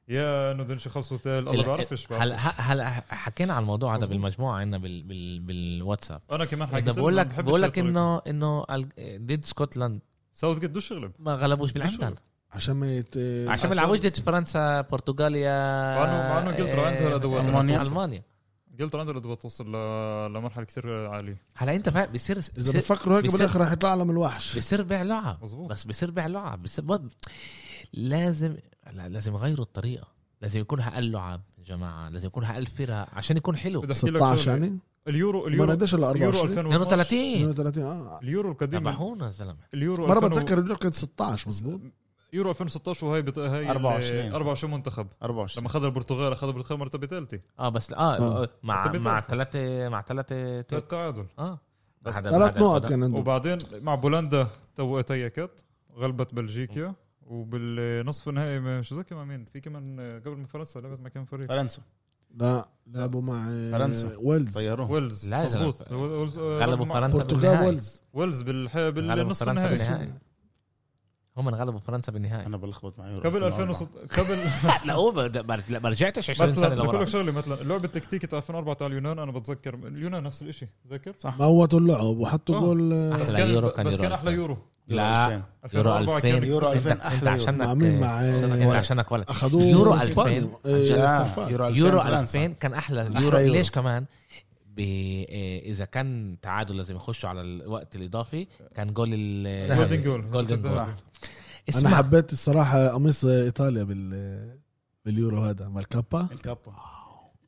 Speaker 4: يا انه بدهم يخلصوا تال الله بعرفش بعرف.
Speaker 1: هلا هلا حكينا عن الموضوع هذا
Speaker 4: مظبوط.
Speaker 1: بالمجموعه عندنا بال بال بالواتساب
Speaker 4: انا كمان
Speaker 1: انا
Speaker 4: حكيت
Speaker 1: بقول
Speaker 4: ما
Speaker 1: لك
Speaker 4: بحبش
Speaker 1: بقول
Speaker 4: هاي
Speaker 1: لك
Speaker 4: الطريقة.
Speaker 1: انه انه ال- ضد سكوتلاند
Speaker 4: ساوث جيت دوش يغلب
Speaker 1: ما غلبوش بالعمدان
Speaker 4: بالعمدان.
Speaker 3: عشان ما يت...
Speaker 1: عشان ما يلعبوش ضد فرنسا برتغاليا آه،
Speaker 4: مع إنه- مع إنه إنجلترا عندها الأدوات.
Speaker 1: المانيا
Speaker 2: ألمانيا.
Speaker 1: المانيا
Speaker 4: انجلترا عندها الادوات توصل لمرحله كثير عاليه
Speaker 1: هلا انت فاهم بصير
Speaker 3: اذا
Speaker 1: بصير-
Speaker 3: بفكروا هيك
Speaker 1: بيصير-
Speaker 3: بالاخر رح يطلع لهم الوحش
Speaker 1: بصير بيع لعب
Speaker 4: مظبوط
Speaker 1: بس بصير بيع لعب بصير ب... لازم لا لازم يغيروا الطريقه لازم يكون هقل لعب يا جماعه لازم يكون هقل فرق عشان يكون حلو
Speaker 4: بدي احكي لك
Speaker 3: 16
Speaker 4: شغلة.
Speaker 3: يعني
Speaker 4: اليورو
Speaker 3: ما
Speaker 4: اليورو
Speaker 3: نقدرش الا
Speaker 4: اليورو 2012
Speaker 3: 24
Speaker 1: 32
Speaker 3: 32 اه
Speaker 4: اليورو القديم
Speaker 1: تبعونا يا زلمه
Speaker 4: اليورو
Speaker 3: مره
Speaker 4: 2000
Speaker 3: بتذكر اليورو كانت 16 مزبوط
Speaker 4: يورو 2016 وهي بط... هاي ال-
Speaker 2: 24.
Speaker 4: 24 منتخب
Speaker 2: 24
Speaker 4: لما اخذ البرتغال اخذ البرتغال مرتبه ثالثه
Speaker 1: اه بس اه,
Speaker 3: آه.
Speaker 1: مع
Speaker 4: طب أنت-
Speaker 1: مع ثلاثه مع ثلاثه
Speaker 4: ثلاث تعادل
Speaker 1: اه
Speaker 4: بس
Speaker 1: هذا-
Speaker 3: ثلاث
Speaker 1: هذا-
Speaker 3: نقط
Speaker 1: هذا-
Speaker 3: كان عندهم
Speaker 4: وبعدين مع بولندا تو تيكت غلبت بلجيكا وبالنصف النهائي ما- شو ذكر مع مين في كمان آه، قبل ما فرنسا لعبت مع كم فريق
Speaker 2: فرنسا
Speaker 3: لا لعبوا مع آه،
Speaker 2: فرنسا. طيب.
Speaker 3: ويلز
Speaker 2: طيروهم
Speaker 4: ويلز
Speaker 1: لا، زلمة.
Speaker 4: مظبوط ويلز آه،
Speaker 1: غلبوا
Speaker 4: لعبوا مع-
Speaker 1: فرنسا
Speaker 3: البرتغال
Speaker 1: بالنهائي.
Speaker 3: ويلز
Speaker 4: ويلز بالح...
Speaker 1: غلبوا
Speaker 4: بالنصف
Speaker 1: فرنسا
Speaker 4: النهائي
Speaker 1: بالنهائي هم انغلبوا فرنسا بالنهائي
Speaker 2: انا بلخبط معي
Speaker 4: قبل 2006 قبل
Speaker 1: لا هو بد- بر- لا، ما رجعتش 20 سنه
Speaker 4: مثلا بدي اقول
Speaker 1: لورا
Speaker 4: لك شغله مثلا اللعبه التكتيكي تاع 2004 تاع اليونان انا بتذكر اليونان نفس الشيء ذاكر
Speaker 2: صح.
Speaker 3: موتوا اللعب وحطوا
Speaker 4: آه.
Speaker 3: جول آه،
Speaker 1: أحلى
Speaker 4: بس كان
Speaker 1: يورو كان
Speaker 4: بس
Speaker 1: يورو
Speaker 4: كان احلى يورو
Speaker 1: لا يورو
Speaker 4: 2004 كان
Speaker 1: 2000
Speaker 2: يورو 2000
Speaker 1: أنت- انت
Speaker 2: أحلى يورو.
Speaker 1: عشانك
Speaker 3: مع مين مع آه،
Speaker 1: انت عشانك ولد
Speaker 3: اخذوه
Speaker 1: يورو
Speaker 3: من إسبانيا.
Speaker 1: 2000.
Speaker 3: آه،
Speaker 1: عشان-
Speaker 3: الصرفان.
Speaker 2: يورو 2000
Speaker 1: يورو
Speaker 2: فرنسا.
Speaker 1: 2000 كان احلى
Speaker 2: أحلى
Speaker 1: يورو
Speaker 2: يورو.
Speaker 1: ليش كمان ب- إيه، اذا كان تعادل لازم يخشوا على الوقت الاضافي كان جول ال
Speaker 4: جولدن جول
Speaker 1: جولدن جول
Speaker 2: صح.
Speaker 3: انا
Speaker 1: اسمع
Speaker 3: حبيت الصراحه قميص ايطاليا بال باليورو هذا مع الكابا
Speaker 2: الكابا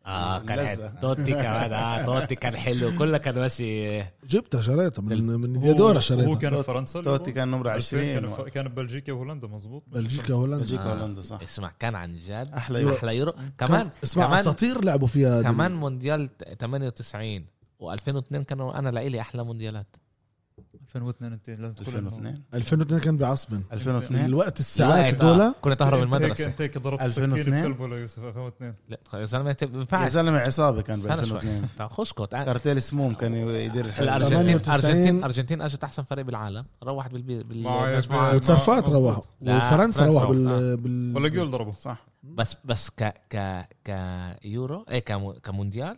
Speaker 1: اه كان
Speaker 2: ملزق.
Speaker 1: حلو. توتي كمان اه توتي كان حلو كله كان ماشي
Speaker 3: جبتها شريتها من من
Speaker 4: هو-
Speaker 3: ديادورا
Speaker 4: هو
Speaker 3: شريتها
Speaker 4: كان
Speaker 2: توت-
Speaker 4: بفرنسا
Speaker 2: توتي كان نمرة 20
Speaker 4: كان
Speaker 2: وقت.
Speaker 4: كان ببلجيكا وهولندا مظبوط
Speaker 3: بلجيكا هولندا
Speaker 2: بلجيكا
Speaker 1: آه.
Speaker 2: هولندا صح
Speaker 1: اسمع كان عن جد
Speaker 2: احلى يورو
Speaker 1: احلى يورو
Speaker 3: كان-
Speaker 1: كمان
Speaker 3: اسمع
Speaker 1: كمان
Speaker 3: اساطير لعبوا فيها دل-
Speaker 1: كمان مونديال 98 و2002 كانوا انا لإلي احلى مونديالات
Speaker 4: 2002 انت لازم تقول
Speaker 2: 2002
Speaker 3: 2002 كان بعصبن
Speaker 2: 2002
Speaker 3: الوقت
Speaker 1: الوقت،
Speaker 3: الساعات
Speaker 1: آه،
Speaker 3: دول
Speaker 1: كنا تهرب من
Speaker 4: المدرسه
Speaker 1: المدرسه
Speaker 4: يعني انت هيك ضربت
Speaker 2: 2002
Speaker 4: سكين بقلبه ليوسف 2002
Speaker 1: لا يا زلمه انت ما
Speaker 2: يا
Speaker 1: ينفعش
Speaker 2: زلمه عصابه كان ب
Speaker 1: استنى شوي.
Speaker 2: 2002
Speaker 1: طب اسكت أنا-
Speaker 2: كارتيل سموم كان يدير الحلقه
Speaker 1: الارجنتين
Speaker 3: 98.
Speaker 1: ارجنتين ارجنتين اجت احسن فريق بالعالم روحت بالبي بال
Speaker 4: مع-
Speaker 1: بال-
Speaker 3: وترفعت
Speaker 4: مظبوط.
Speaker 3: روح
Speaker 1: لا،
Speaker 3: وفرنسا
Speaker 1: فرنسا
Speaker 3: روح
Speaker 1: روح.
Speaker 3: بال بال
Speaker 4: ولا جول ضربه
Speaker 2: صح
Speaker 1: بس بس ك ك كيورو ايه كمو- كمونديال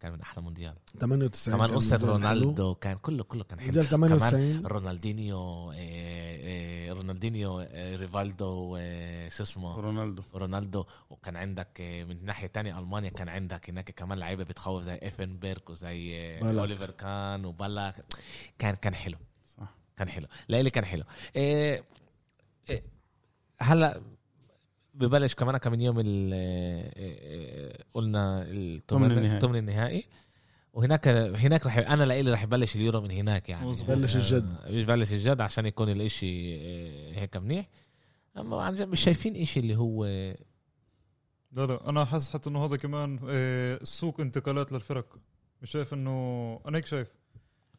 Speaker 1: كان من احلى مونديال
Speaker 3: 98
Speaker 1: كمان
Speaker 3: كان
Speaker 1: قصه
Speaker 3: مونديال حلو.
Speaker 1: رونالدو كان كله كله كان حلو
Speaker 3: مونديال 98
Speaker 1: رونالدينيو إيه، إيه، رونالدينيو إيه، ريفالدو إيه، شو اسمه
Speaker 2: رونالدو
Speaker 1: رونالدو وكان عندك إيه، من ناحيه تانية المانيا كان عندك هناك كمان لعيبه بتخوف زي افنبرغ وزي إيه،
Speaker 3: بالك.
Speaker 1: اوليفر كان وبلاك كان كان حلو
Speaker 2: صح
Speaker 1: كان حلو ليلي كان حلو إيه إيه هلا ببلش كمان كم يوم ال- إيه إيه قلنا الثمن
Speaker 2: النهائي.
Speaker 1: الثمن النهائي وهناك هناك رح انا لإلي رح يبلش اليورو من هناك يعني
Speaker 4: مظبوط.
Speaker 3: بلش الجد.
Speaker 1: آه، بلش الجد عشان يكون الاشي إيه، هيك منيح اما عن جد مش شايفين اشي اللي هو
Speaker 4: لا لا انا حاسس حتى انه هذا كمان آه، سوق انتقالات للفرق مش شايف انه انا هيك شايف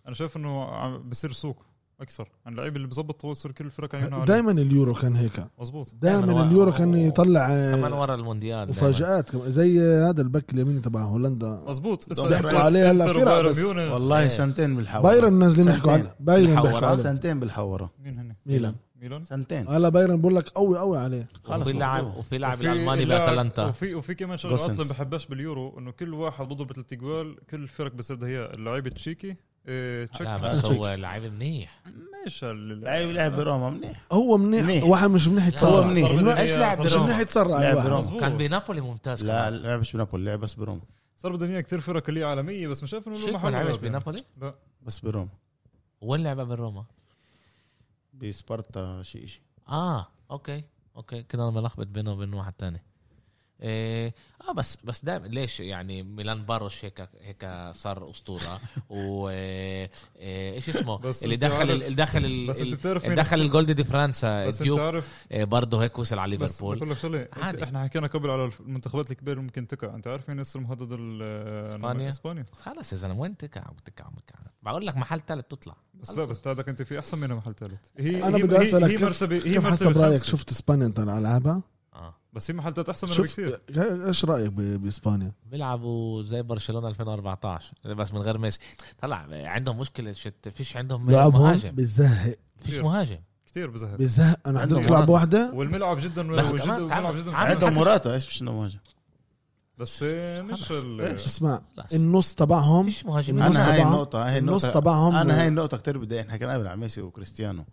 Speaker 4: انا شايف انه عم بصير سوق اكثر عن اللعيب اللي بظبط طول يصير كل الفرق عيونها عليه
Speaker 3: دايما اليورو كان هيك
Speaker 4: مظبوط
Speaker 1: دايماً
Speaker 3: دايما
Speaker 1: هو-
Speaker 3: اليورو كان يطلع
Speaker 1: كمان
Speaker 3: آه،
Speaker 1: ورا المونديال دايماً.
Speaker 3: مفاجآت كمان. زي آه، هذا الباك اليميني تبع هولندا
Speaker 4: مظبوط
Speaker 3: ضحكوا عليها هلا فرقة بس.
Speaker 2: والله سنتين بالحوارة
Speaker 3: بايرن نازلين
Speaker 2: سنتين.
Speaker 3: يحكوا عن بايرن
Speaker 1: الحوارات.
Speaker 3: بيحكوا عليه
Speaker 2: سنتين بالحوارة
Speaker 4: مين هن؟
Speaker 3: ميلان.
Speaker 4: ميلان
Speaker 2: سنتين
Speaker 3: هلا بايرن بقول لك قوي قوي عليه
Speaker 2: خلص
Speaker 1: وفي لاعب
Speaker 2: مقطوع.
Speaker 1: وفي لاعب
Speaker 4: وفي
Speaker 1: الالماني
Speaker 4: لاعب-
Speaker 1: باتلانتا
Speaker 4: وفي وفي كمان شغله اصلا
Speaker 2: جوسنس.
Speaker 4: ما بحبهاش باليورو انه كل واحد بضرب ثلاث اجوال كل الفرق بصير بدها اياه اللعيبه تشيكي إيه، تشيك
Speaker 1: لا بس هو لعيب منيح
Speaker 4: مش هال-
Speaker 2: لعب لعب بروما منيح
Speaker 3: هو منيح,
Speaker 2: منيح.
Speaker 3: واحد مش منيح
Speaker 2: هو
Speaker 3: يتسرع
Speaker 2: منيح.
Speaker 4: صار بدها
Speaker 1: إيش
Speaker 4: إياه-
Speaker 1: لاعب
Speaker 4: صار
Speaker 3: مش
Speaker 1: بروما.
Speaker 3: منيح يتسرع
Speaker 2: لاعب
Speaker 3: الواحد
Speaker 2: بروما.
Speaker 4: مظبوط.
Speaker 1: كان بنابولي ممتاز
Speaker 2: لا
Speaker 1: كمان.
Speaker 2: لعبش بنابولي لعب بس بروما
Speaker 4: صار بدها اياه كثير فرق اللي هي عالميه بس مش شايف انه له
Speaker 1: شيك ما
Speaker 4: محل
Speaker 1: لعبش
Speaker 4: هذا يعني.
Speaker 1: بنابولي
Speaker 4: لا
Speaker 2: بس بروما
Speaker 1: وين لعبها بالروما
Speaker 2: بسبارتا شيء شيء
Speaker 1: اه اوكي اوكي كده انا بلخبط بينه وبين واحد تاني إيه اه بس بس دائما ليش يعني ميلان باروش هيك هيك صار اسطوره و إيه، إيه، ايش اسمه
Speaker 4: بس
Speaker 1: اللي
Speaker 4: أنت
Speaker 1: دخل
Speaker 4: عارف-
Speaker 1: اللي دخل ال-
Speaker 4: بس أنت
Speaker 1: ال-
Speaker 4: بتعرف
Speaker 1: اللي
Speaker 4: مين-
Speaker 1: دخل الجولد دي فرنسا
Speaker 4: بس انت
Speaker 1: ديوب
Speaker 4: عارف
Speaker 1: إيه، برضه هيك وصل على
Speaker 4: بس
Speaker 1: ليفربول
Speaker 4: بقول لك شغله أنت-
Speaker 1: عادي.
Speaker 4: احنا حكينا قبل على المنتخبات الكبيره اللي ممكن تقع انت عارف مين يصير مهدد ال-
Speaker 1: إسبانيا.
Speaker 4: اسبانيا
Speaker 1: خلص يا زلمه وين تكع تكع تكع بقول لك محل ثالث تطلع
Speaker 4: بس لا بس تعدك انت في احسن منها محل ثالث هي
Speaker 3: انا
Speaker 4: هي-
Speaker 3: بدي
Speaker 4: هي-
Speaker 3: اسالك
Speaker 4: هي
Speaker 3: كيف,
Speaker 4: مرتبه هي
Speaker 3: كيف
Speaker 4: مرتبه
Speaker 3: حسب رايك
Speaker 4: خامسة.
Speaker 3: شفت اسبانيا انت العابها
Speaker 1: اه
Speaker 4: بس في محل ثالث احسن منها
Speaker 3: شفت
Speaker 4: بكثير
Speaker 3: ايش رايك ب- باسبانيا
Speaker 1: بيلعبوا زي برشلونه 2014 بس من غير ميسي طلع عندهم مشكله شت فيش عندهم
Speaker 3: لعبهم
Speaker 1: مهاجم
Speaker 3: بزهق
Speaker 1: فيش مهاجم
Speaker 4: كثير بزهق
Speaker 3: بزهق انا
Speaker 2: عندهم
Speaker 3: حضرت لعب
Speaker 1: مهاجم.
Speaker 3: واحده
Speaker 4: والملعب جدا
Speaker 1: بس
Speaker 4: وجد-
Speaker 1: كمان
Speaker 4: والملعب
Speaker 1: تعال-
Speaker 4: جدا
Speaker 1: تعال-
Speaker 4: مهم.
Speaker 2: عنده موراتا ايش مش إنه مهاجم
Speaker 4: بس آه، مش ال
Speaker 3: اسمع
Speaker 1: خلاص.
Speaker 3: النص تبعهم
Speaker 1: فيش مهاجم
Speaker 3: النص
Speaker 2: انا هاي
Speaker 3: تبعهم-
Speaker 2: النقطة هاي
Speaker 3: النص
Speaker 2: النقطة
Speaker 3: تبعهم
Speaker 2: انا هاي النقطة كتير بتضايقني احنا كنا قبل على ميسي وكريستيانو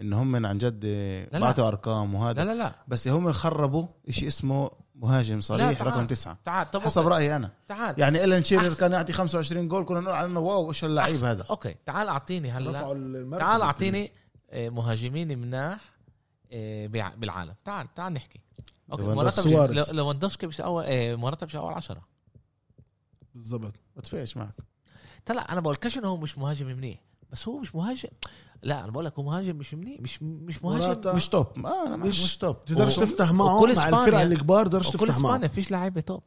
Speaker 2: ان هم من عن جد
Speaker 1: لا.
Speaker 2: بعتوا ارقام
Speaker 1: لا
Speaker 2: وهذا
Speaker 1: لا لا
Speaker 2: بس هم خربوا شيء اسمه مهاجم صريح
Speaker 1: تعال.
Speaker 2: رقم تسعة
Speaker 1: تعال طب
Speaker 2: حسب رايي انا
Speaker 1: تعال
Speaker 2: يعني الين شيرر
Speaker 1: أحسن.
Speaker 2: كان يعطي 25 جول كنا نقول عنه واو ايش اللعيب هذا
Speaker 1: اوكي تعال اعطيني هلا
Speaker 3: رفعوا المركز.
Speaker 1: تعال اعطيني آه، مهاجمين مناح آه، بع- بالعالم تعال تعال نحكي اوكي
Speaker 2: لواندوفسكي.
Speaker 1: مرات
Speaker 3: سواريز.
Speaker 1: لواندوفسكي مش اول آه، مرات مش اول عشرة
Speaker 3: بالضبط
Speaker 2: بتفقش معك
Speaker 1: طلع انا بقولكش انه هو مش مهاجم منيح بس هو مش مهاجم لا انا بقول لك هو مهاجم مش منيح مش مش مهاجم
Speaker 3: مراتا
Speaker 2: مش توب ما انا معك،
Speaker 3: مش-
Speaker 2: مش توب
Speaker 3: تقدرش
Speaker 1: و-
Speaker 3: تفتح معه
Speaker 1: وكل
Speaker 3: مع
Speaker 1: إسبانيا-
Speaker 3: الفرق الكبار تقدرش
Speaker 1: وكل
Speaker 3: تفتح معه
Speaker 1: اسبانيا فيش لعيبه توب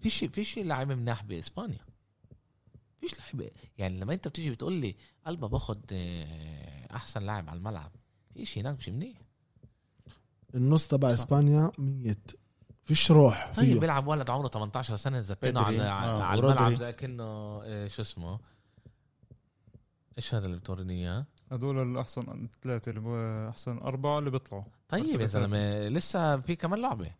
Speaker 1: فيش فيش لعيبه مناح باسبانيا فيش لعيبه يعني لما انت بتيجي بتقول لي قلبه باخد آه، احسن لاعب على الملعب إيش هناك مش منيح
Speaker 3: النص تبع اسبانيا ميت فيش روح
Speaker 1: طيب
Speaker 3: فيه
Speaker 1: بيلعب ولد عمره 18 سنه زتينه
Speaker 2: بدري.
Speaker 1: على على-
Speaker 2: آه،
Speaker 1: على
Speaker 2: ورودري.
Speaker 1: الملعب زي كأنه آه، شو اسمه ايش هذا اللي بتوريني اياه؟
Speaker 4: هدول الاحسن ثلاثه اللي هو احسن اربعه اللي بيطلعوا
Speaker 1: طيب يا
Speaker 4: مرتبة
Speaker 1: زلمه لسه في كمان لعبه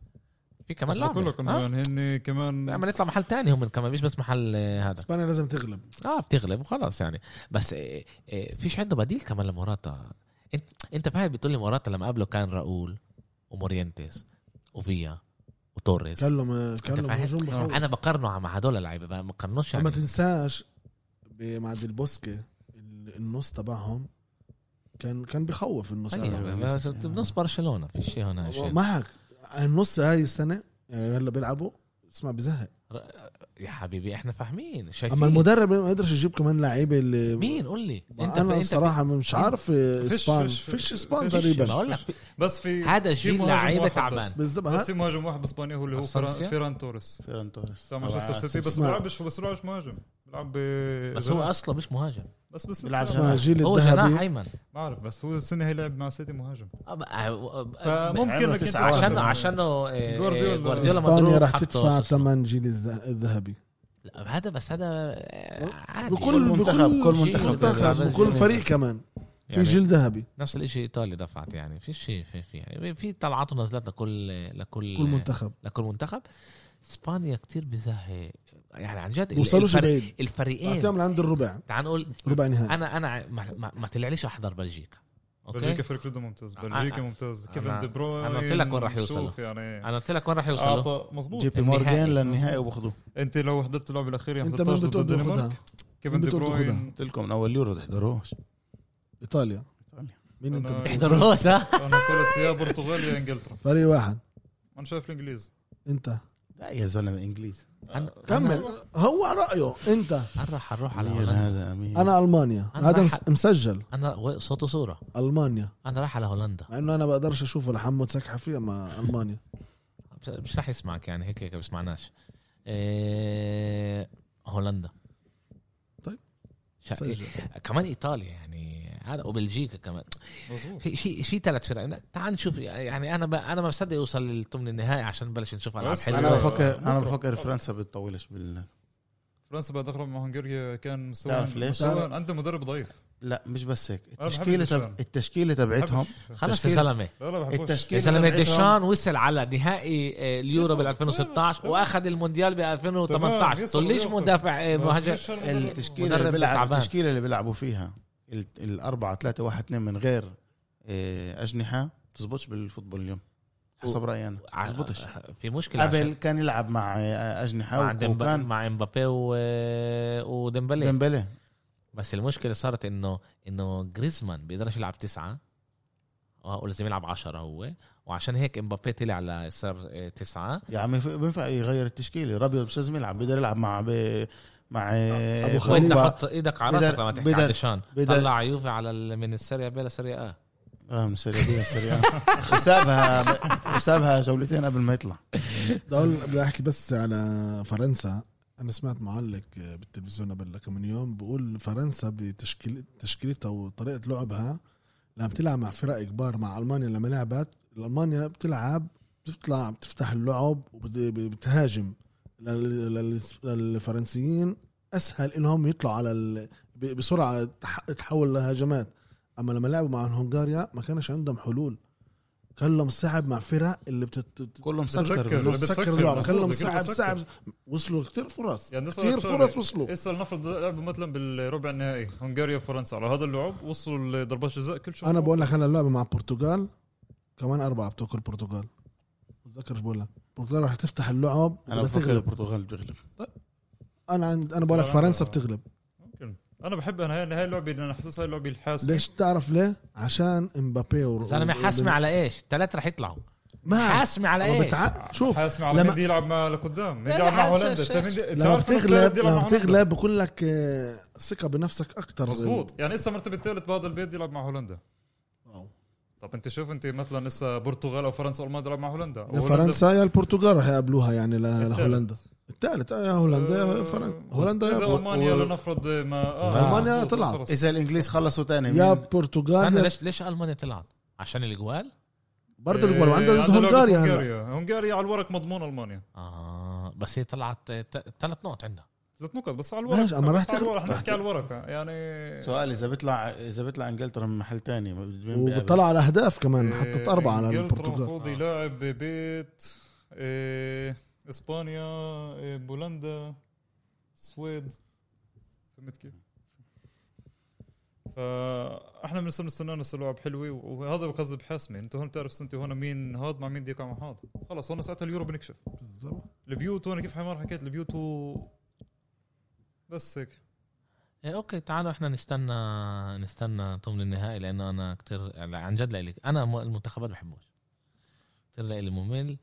Speaker 1: في كمان
Speaker 4: بس بقول
Speaker 1: لعبه
Speaker 4: لك انه
Speaker 1: آه،
Speaker 4: يعني هن كمان
Speaker 1: لما نطلع محل تاني هم كمان مش بس محل آه، هذا
Speaker 3: اسبانيا لازم تغلب
Speaker 1: اه بتغلب وخلاص يعني بس آه، آه، فيش عنده بديل كمان لموراتا انت انت فاهم بتقول لي موراتا لما قبله كان راؤول ومورينتس وفيا وتوريس
Speaker 3: كان لهم كان لهم
Speaker 1: فاهم؟ آه.
Speaker 3: هجوم بخوف
Speaker 1: انا بقارنه مع هدول اللعيبه بقى، ما بقارنوش
Speaker 3: يعني. ما
Speaker 1: يعني
Speaker 3: تنساش ب- مع دي البوسكي ال- النص تبعهم كان كان بخوف النص تبعهم.
Speaker 1: طيب، بس بنص برشلونه في شيء هنا شيء
Speaker 3: معك النص هاي السنه يعني هلا بيلعبوا اسمع بزهق
Speaker 1: يا حبيبي احنا فاهمين شايفين
Speaker 3: اما المدرب ما يقدرش يجيب كمان لعيبه اللي
Speaker 1: مين قول لي
Speaker 3: انت انا الصراحه مش عارف اسبان
Speaker 4: فيش-
Speaker 3: فيش اسبان
Speaker 4: فيش-
Speaker 1: تقريبا
Speaker 3: تقريبا
Speaker 1: بقول لك في-
Speaker 4: بس في
Speaker 1: هذا
Speaker 4: في
Speaker 1: جيل
Speaker 4: مهاجم
Speaker 1: لعيبه
Speaker 4: واحد
Speaker 1: تعبان
Speaker 4: بس.
Speaker 3: بالضبط
Speaker 4: بس
Speaker 3: ها-
Speaker 4: في مهاجم واحد باسبانيا هو اللي هو فران,
Speaker 1: أسانسيا؟
Speaker 4: فيران توريس
Speaker 2: فيران توريس
Speaker 4: تاع مانشستر سيتي بس
Speaker 3: اسمع.
Speaker 4: بيلعبش بس بيلعبش مهاجم بيلعب ب
Speaker 1: بس هو اصلا مش مهاجم
Speaker 4: بس بس
Speaker 2: بيلعب
Speaker 4: بيلعب.
Speaker 2: جناح.
Speaker 3: اسمع جيل
Speaker 1: هو جناح
Speaker 3: الذهبي
Speaker 1: ايمن
Speaker 4: بعرف بس هو السنه هي لعب مع سيتي مهاجم
Speaker 1: آه، بقى- آه، آه،
Speaker 4: فممكن
Speaker 2: عمره
Speaker 4: لك أنت
Speaker 2: تسعة واحد.
Speaker 1: عشان
Speaker 4: تحط-
Speaker 1: عشان آه،
Speaker 4: جوارديولا.
Speaker 1: جوارديولا
Speaker 3: اسبانيا
Speaker 1: مضروب
Speaker 3: رح
Speaker 1: حطه
Speaker 3: تدفع
Speaker 1: شو اسمه.
Speaker 3: ثمن جيل الذ- الذهبي
Speaker 1: لا، هذا بس هذا آه، عادي
Speaker 2: كل
Speaker 3: بكل
Speaker 2: منتخب-
Speaker 3: بكل
Speaker 2: كل
Speaker 3: شيء،
Speaker 2: منتخب
Speaker 1: بيلعب.
Speaker 3: منتخب وكل فريق كمان في
Speaker 1: يعني
Speaker 3: جيل ذهبي
Speaker 1: نفس الشيء ايطاليا دفعت يعني في شيء في في يعني في طلعات ونزلات لكل لكل
Speaker 3: كل منتخب
Speaker 1: لكل منتخب اسبانيا كتير بزهق يعني عن جد
Speaker 3: بوصلوش
Speaker 1: الفريق-
Speaker 3: بعيد
Speaker 1: الفريقين
Speaker 3: اعطيهم لعند الربع
Speaker 1: تعال نقول
Speaker 3: ربع نهائي
Speaker 1: انا انا ما, ما, ما طلعليش احضر بلجيكا
Speaker 4: بلجيكا
Speaker 1: اوكي
Speaker 4: فريق جدا ممتاز
Speaker 1: أنا-
Speaker 4: بلجيكا ممتاز كيفن
Speaker 1: أنا-
Speaker 4: دي بروين
Speaker 1: أنا قلت لك وين راح يوصلوا.
Speaker 4: شوف يعني
Speaker 1: انا قلت لك وين راح يوصلوا
Speaker 4: أعطى- مظبوط
Speaker 2: جي بي
Speaker 1: النهائي.
Speaker 2: مورجان للنهائي وباخذوه
Speaker 4: انت لو حضرت اللعبه الاخيره
Speaker 3: انت مين
Speaker 4: 11 ضد
Speaker 3: بتقول
Speaker 4: الدنمارك
Speaker 3: بياخدها؟
Speaker 4: كيفن
Speaker 3: مين
Speaker 4: دي
Speaker 3: بتقول
Speaker 4: بروين
Speaker 3: بياخدها؟
Speaker 2: قلت لكم من اول يورو تحضروش
Speaker 3: ايطاليا
Speaker 2: إيطاليا.
Speaker 3: مين انت
Speaker 4: أنا-
Speaker 3: بتقول؟
Speaker 1: احضروش ها
Speaker 4: انا قلت يا برتغال يا انجلترا
Speaker 3: فريق واحد
Speaker 4: انا شايف الانجليز
Speaker 3: انت
Speaker 2: لا يا زلمه انجليز
Speaker 1: أنا- إيه.
Speaker 3: كمل هو رايه انت
Speaker 1: انا راح اروح على
Speaker 2: مين
Speaker 1: هولندا
Speaker 2: هذا امين
Speaker 3: انا المانيا
Speaker 1: أنا
Speaker 3: هذا
Speaker 1: راح-
Speaker 3: مس- مسجل
Speaker 1: انا و- صوت وصوره
Speaker 3: المانيا
Speaker 1: انا راح على هولندا
Speaker 3: مع انه انا بقدرش اشوفه لحمد سكحه فيه مع المانيا
Speaker 1: مش- مش راح يسمعك يعني هيك هيك ما سمعناش إيه... هولندا
Speaker 3: طيب.
Speaker 1: شا...
Speaker 3: مسجل.
Speaker 1: كمان ايطاليا يعني هذا وبلجيكا كمان
Speaker 4: مظبوط
Speaker 1: في في في ثلاث فرق تعال نشوف يعني انا ب... انا ما مصدق يوصل للثمن النهائي عشان نبلش نشوف العاب
Speaker 4: بس
Speaker 1: حلوه
Speaker 2: انا
Speaker 4: حلوة.
Speaker 2: بفكر انا
Speaker 4: بكرة.
Speaker 2: بفكر فرنسا بتطولش بال
Speaker 4: فرنسا بعد اغلب مع هنغاريا كان مستوى
Speaker 2: تعرف ليش؟
Speaker 3: تعرف-
Speaker 4: مستوى عنده مدرب ضعيف
Speaker 2: لا مش بس هيك
Speaker 4: بحب
Speaker 2: التشكيله
Speaker 4: ديشان.
Speaker 2: تب... التشكيله تبعتهم
Speaker 4: بحبش.
Speaker 1: خلص يا
Speaker 2: تشكيل-
Speaker 1: زلمه
Speaker 4: لا لا بحبوش
Speaker 1: يا
Speaker 2: التشكيله
Speaker 1: زلمه
Speaker 2: تبعتهم-
Speaker 1: ديشان وصل على نهائي آه، اليورو
Speaker 4: يصل.
Speaker 1: بال 2016
Speaker 4: تمام.
Speaker 1: واخذ المونديال ب
Speaker 4: تمام،
Speaker 1: 2018
Speaker 4: يصل
Speaker 1: تقوليش
Speaker 4: ويوصل.
Speaker 1: مدافع آه،
Speaker 4: بس
Speaker 1: مهاجم
Speaker 4: ليش هالمدرب؟
Speaker 2: التشكيله
Speaker 1: مدرب
Speaker 2: اللي بيلعب
Speaker 1: تعبان.
Speaker 2: التشكيله اللي بيلعبوا فيها ال- الأربعة ثلاثة واحد اثنين من غير آه، أجنحة بتزبطش بالفوتبول اليوم حسب رأيي أنا
Speaker 1: ع-
Speaker 2: بزبطش
Speaker 1: آه، في مشكله
Speaker 2: قبل
Speaker 1: قبل
Speaker 2: كان يلعب آه، مع آه، أجنحة
Speaker 1: مع ديمب-
Speaker 2: وكان
Speaker 1: مع امبابي و... آه، وديمبلي
Speaker 2: ديمبلي
Speaker 1: بس المشكله صارت انه انه جريزمان بيقدرش يلعب تسعه آه، ولازم يلعب 10 هو وعشان هيك امبابي طلع على صار آه، تسعه
Speaker 2: يا عمي في- بينفع يغير التشكيلة رابيو مش لازم يلعب بيقدر يلعب مع ب... مع آه،
Speaker 3: أبو
Speaker 1: وانت
Speaker 2: بوجبا.
Speaker 1: حط ايدك على راسك
Speaker 2: بدر-
Speaker 1: لما تحكي
Speaker 2: بدر-
Speaker 1: عن ديشان
Speaker 2: بدر-
Speaker 1: طلع يوفي على ال- من السيريا بي لسيريا اه
Speaker 2: اه من سريع بي سريع وسابها وسابها جولتين قبل ما يطلع
Speaker 3: بدي أقول- بدي احكي بس على فرنسا انا سمعت معلق بالتلفزيون قبل كم من يوم بقول فرنسا بتشكيل تشكيلتها وطريقه لعبها لما بتلعب مع فرق كبار مع المانيا لما لعبت المانيا بتلعب بتطلع بتفتح اللعب وبتهاجم للفرنسيين اسهل انهم يطلعوا على ال... ب- بسرعه تح- تحول لهجمات اما لما لعبوا مع هنغاريا ما كانش عندهم حلول كان لهم صعب مع فرق اللي بتت... بت-
Speaker 2: كله
Speaker 4: بتسكر.
Speaker 2: مسكر
Speaker 4: بتسكر.
Speaker 3: سكر اللعب
Speaker 4: مظبوط،
Speaker 3: خلهم
Speaker 4: كله
Speaker 3: صعب
Speaker 4: بتسكر.
Speaker 3: صعب وصلوا كثير فرص
Speaker 4: يعني نسأل
Speaker 3: كثير
Speaker 4: شغلة.
Speaker 3: فرص وصلوا
Speaker 4: هسه نفرض لعبوا مثلا بالربع النهائي هنغاريا وفرنسا على هذا اللعب وصلوا لضربات جزاء كل شوط
Speaker 3: انا بقول لك انا اللعبه مع البرتغال كمان اربعه بتاكل البرتغال بتذكر شو بقول لك البرتغال رح تفتح اللعب
Speaker 2: أنا
Speaker 3: بدها
Speaker 2: بفكر
Speaker 3: تغلب
Speaker 2: البرتغال بتغلب
Speaker 3: انا عند انا بقول لك
Speaker 4: بصراحة-
Speaker 3: فرنسا بتغلب
Speaker 4: ممكن. انا بحب انا هاي هاي اللعبه انا حاسسها هاي اللعبه الحاسمه
Speaker 3: ليش تعرف ليه؟ عشان امبابي و نعم.
Speaker 1: زلمه حاسمه على ايش؟ الثلاثه رح يطلعوا
Speaker 3: ما
Speaker 1: حاسمه على
Speaker 3: أما
Speaker 1: ايش؟
Speaker 3: بتع... شوف
Speaker 4: حاسمه على
Speaker 3: لما-
Speaker 4: مين يلعب مع لقدام مين
Speaker 1: لا،
Speaker 4: يلعب
Speaker 1: لا،
Speaker 4: مع
Speaker 1: حاسس-
Speaker 4: هولندا
Speaker 1: حاسس-
Speaker 4: أنت مين-
Speaker 3: لما
Speaker 4: تعرف إنه التالت بيلعب
Speaker 3: بتغلب
Speaker 4: مع
Speaker 3: لما
Speaker 4: هولندا.
Speaker 3: بتغلب بقول لك آه، ثقه بنفسك اكثر
Speaker 4: مزبوط يعني لسه المرتبه الثالث بهذا البيت يلعب مع هولندا طب انت شوف انت مثلا لسه برتغال او فرنسا او المانيا تلعب مع هولندا
Speaker 3: يا
Speaker 4: وهولندا-
Speaker 3: فرنسا يا البرتغال رح يقابلوها يعني ل-
Speaker 4: التالت.
Speaker 3: لهولندا الثالث آه، يا هولندا
Speaker 4: آه،
Speaker 3: يا فرنسا هولندا
Speaker 4: اذا
Speaker 3: يا
Speaker 4: المانيا
Speaker 2: و-
Speaker 4: لنفرض ما آه
Speaker 3: ألمانيا
Speaker 4: مظبوط،
Speaker 3: طلعت.
Speaker 4: فرص.
Speaker 2: إذا الإنجليز خلصوا تاني
Speaker 3: يا
Speaker 2: مين
Speaker 3: برتغال
Speaker 1: استنى
Speaker 3: يا
Speaker 1: ليش ليش المانيا طلعت؟ عشان الاجوال
Speaker 3: برضه الجوال وعنده
Speaker 4: إيه،
Speaker 3: آه، ضد
Speaker 4: عنده لعبة
Speaker 3: هنغاريا يعني. هلا
Speaker 4: هنغاريا هنغاريا على الورق مضمون المانيا
Speaker 1: اه بس هي طلعت ثلاث نقط عندها
Speaker 4: ثلاث نقط بس على الورق
Speaker 3: ماشي، أما
Speaker 4: بس
Speaker 3: راح
Speaker 4: على
Speaker 3: تاخد-
Speaker 4: الورق
Speaker 3: راح
Speaker 4: نحكي على الورق يعني
Speaker 2: سؤال اذا بيطلع اذا بيطلع انجلترا من محل تاني مين بيقابل؟
Speaker 3: وبتطلع على اهداف كمان
Speaker 4: إيه،
Speaker 3: حطت اربعه على
Speaker 4: إنجلترا
Speaker 3: البرتغال
Speaker 4: المفروض
Speaker 1: آه.
Speaker 4: يلاعب ببيت إيه، اسبانيا إيه، بولندا السويد فهمت كيف؟ فاحنا بنصير نستنى نصير لعب حلوه وهذا قصدي بحاسمه انت هون بتعرف سنتي هون مين هاد مع مين ديك مع هاد خلص هون ساعتها اليورو بنكشف
Speaker 3: بالظبط
Speaker 4: البيوت وانا كيف حمار حكيت البيوت و... بس هيك
Speaker 1: إيه اوكي تعالوا احنا نستنى نستنى طول النهائي لانه انا كتير عن جد لإلك انا م- المنتخبات بحبوش كتير لإلي ممل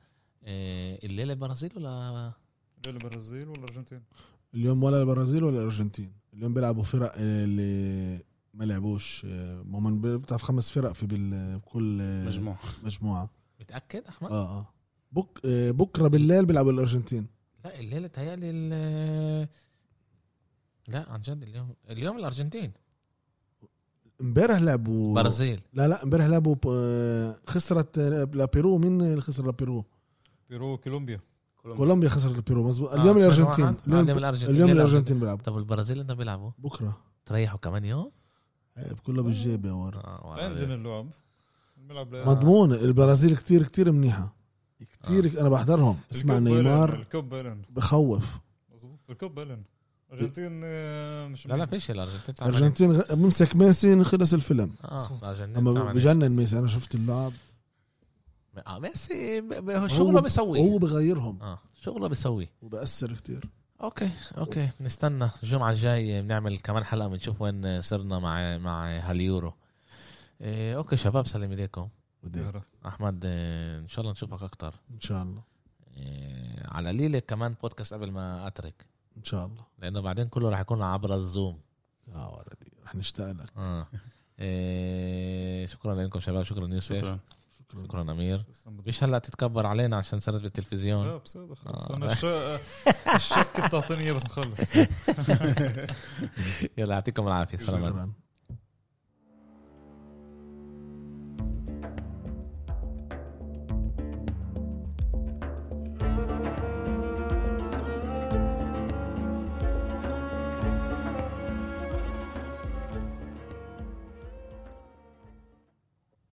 Speaker 1: إيه الليله برازيل ولا
Speaker 4: لا البرازيل ولا الارجنتين
Speaker 3: اليوم ولا البرازيل ولا الارجنتين اليوم بيلعبوا فرق آه، اللي ما لعبوش آه، ما هم بتلعب خمس فرق في بال- بكل آه،
Speaker 2: مجموع
Speaker 3: مجموعه
Speaker 1: متاكد احمد
Speaker 3: اه اه بك آه، بكره بالليل بيلعبوا الارجنتين
Speaker 1: لا الليله تهيألي ال- لا عن جد اليوم اليوم الارجنتين
Speaker 3: امبارح لعبوا
Speaker 1: برازيل
Speaker 3: لا لا امبارح لعبوا ب- آه، خسرت آه، لابيرو مين اللي خسر لابيرو
Speaker 4: بيرو كولومبيا
Speaker 3: كولومبيا خسرت لابيرو مزبوط
Speaker 1: آه،
Speaker 3: اليوم
Speaker 1: اثنين
Speaker 3: الارجنتين
Speaker 1: واحد. آه،
Speaker 3: اليوم
Speaker 1: اليوم الارجنتين
Speaker 3: اليوم
Speaker 1: الليلة
Speaker 3: الارجنتين بيلعبوا
Speaker 1: طب البرازيل انت بيلعبوا
Speaker 3: بكره
Speaker 1: تريحوا كمان يوم
Speaker 3: عيب، كله بالجيب إيه، يا ورد
Speaker 1: آه، والله.
Speaker 4: عندنا اللعب بنلعب
Speaker 1: آه.
Speaker 4: ل-
Speaker 3: مضمون البرازيل كتير كتير منيحه كتير
Speaker 1: آه.
Speaker 3: انا بحضرهم اسمع
Speaker 4: الكوب بلن،
Speaker 3: نيمار
Speaker 4: الكوب بالن
Speaker 3: بخوف
Speaker 4: مظبوط الكوب بالن الارجنتين آه، مش
Speaker 1: لا لا فيش الارجنتين تعمل-
Speaker 3: الارجنتين غ- بمسك ميسي خلص الفيلم
Speaker 1: اه الارجنتين
Speaker 3: اما
Speaker 1: تعمل-
Speaker 3: بجنن ميسي انا شفت اللعب
Speaker 1: اه ميسي ب- ب- شغله بيسويه
Speaker 3: هو بغيرهم
Speaker 1: اه شغله بيسويه
Speaker 3: وبأثر كتير
Speaker 1: اوكي اوكي نستنى الجمعه الجاي بنعمل كمان حلقه بنشوف وين صرنا مع مع هاليورو إيه اوكي شباب سلم ايديكم
Speaker 3: بدي
Speaker 4: يلا.
Speaker 1: احمد إيه، ان شاء الله نشوفك اكتر
Speaker 3: ان شاء الله
Speaker 1: إيه على قليله كمان بودكاست قبل ما اترك
Speaker 3: ان شاء الله
Speaker 1: لانه بعدين كله راح يكون عبر الزوم
Speaker 3: يا ولدي رح نشتاق لك
Speaker 1: آه. إيه شكرا لكم شباب شكرا يوسف شكرا,
Speaker 2: شكرا
Speaker 3: شكرا
Speaker 1: شكرا امير
Speaker 4: تسلم بدك.
Speaker 1: مش هلا تتكبر علينا عشان صارت بالتلفزيون
Speaker 4: لا بس هذا خلص
Speaker 1: آه.
Speaker 4: انا الش- الشك بتعطيني اياه بس نخلص
Speaker 1: يلا يعطيكم العافيه سلامات
Speaker 3: شكرا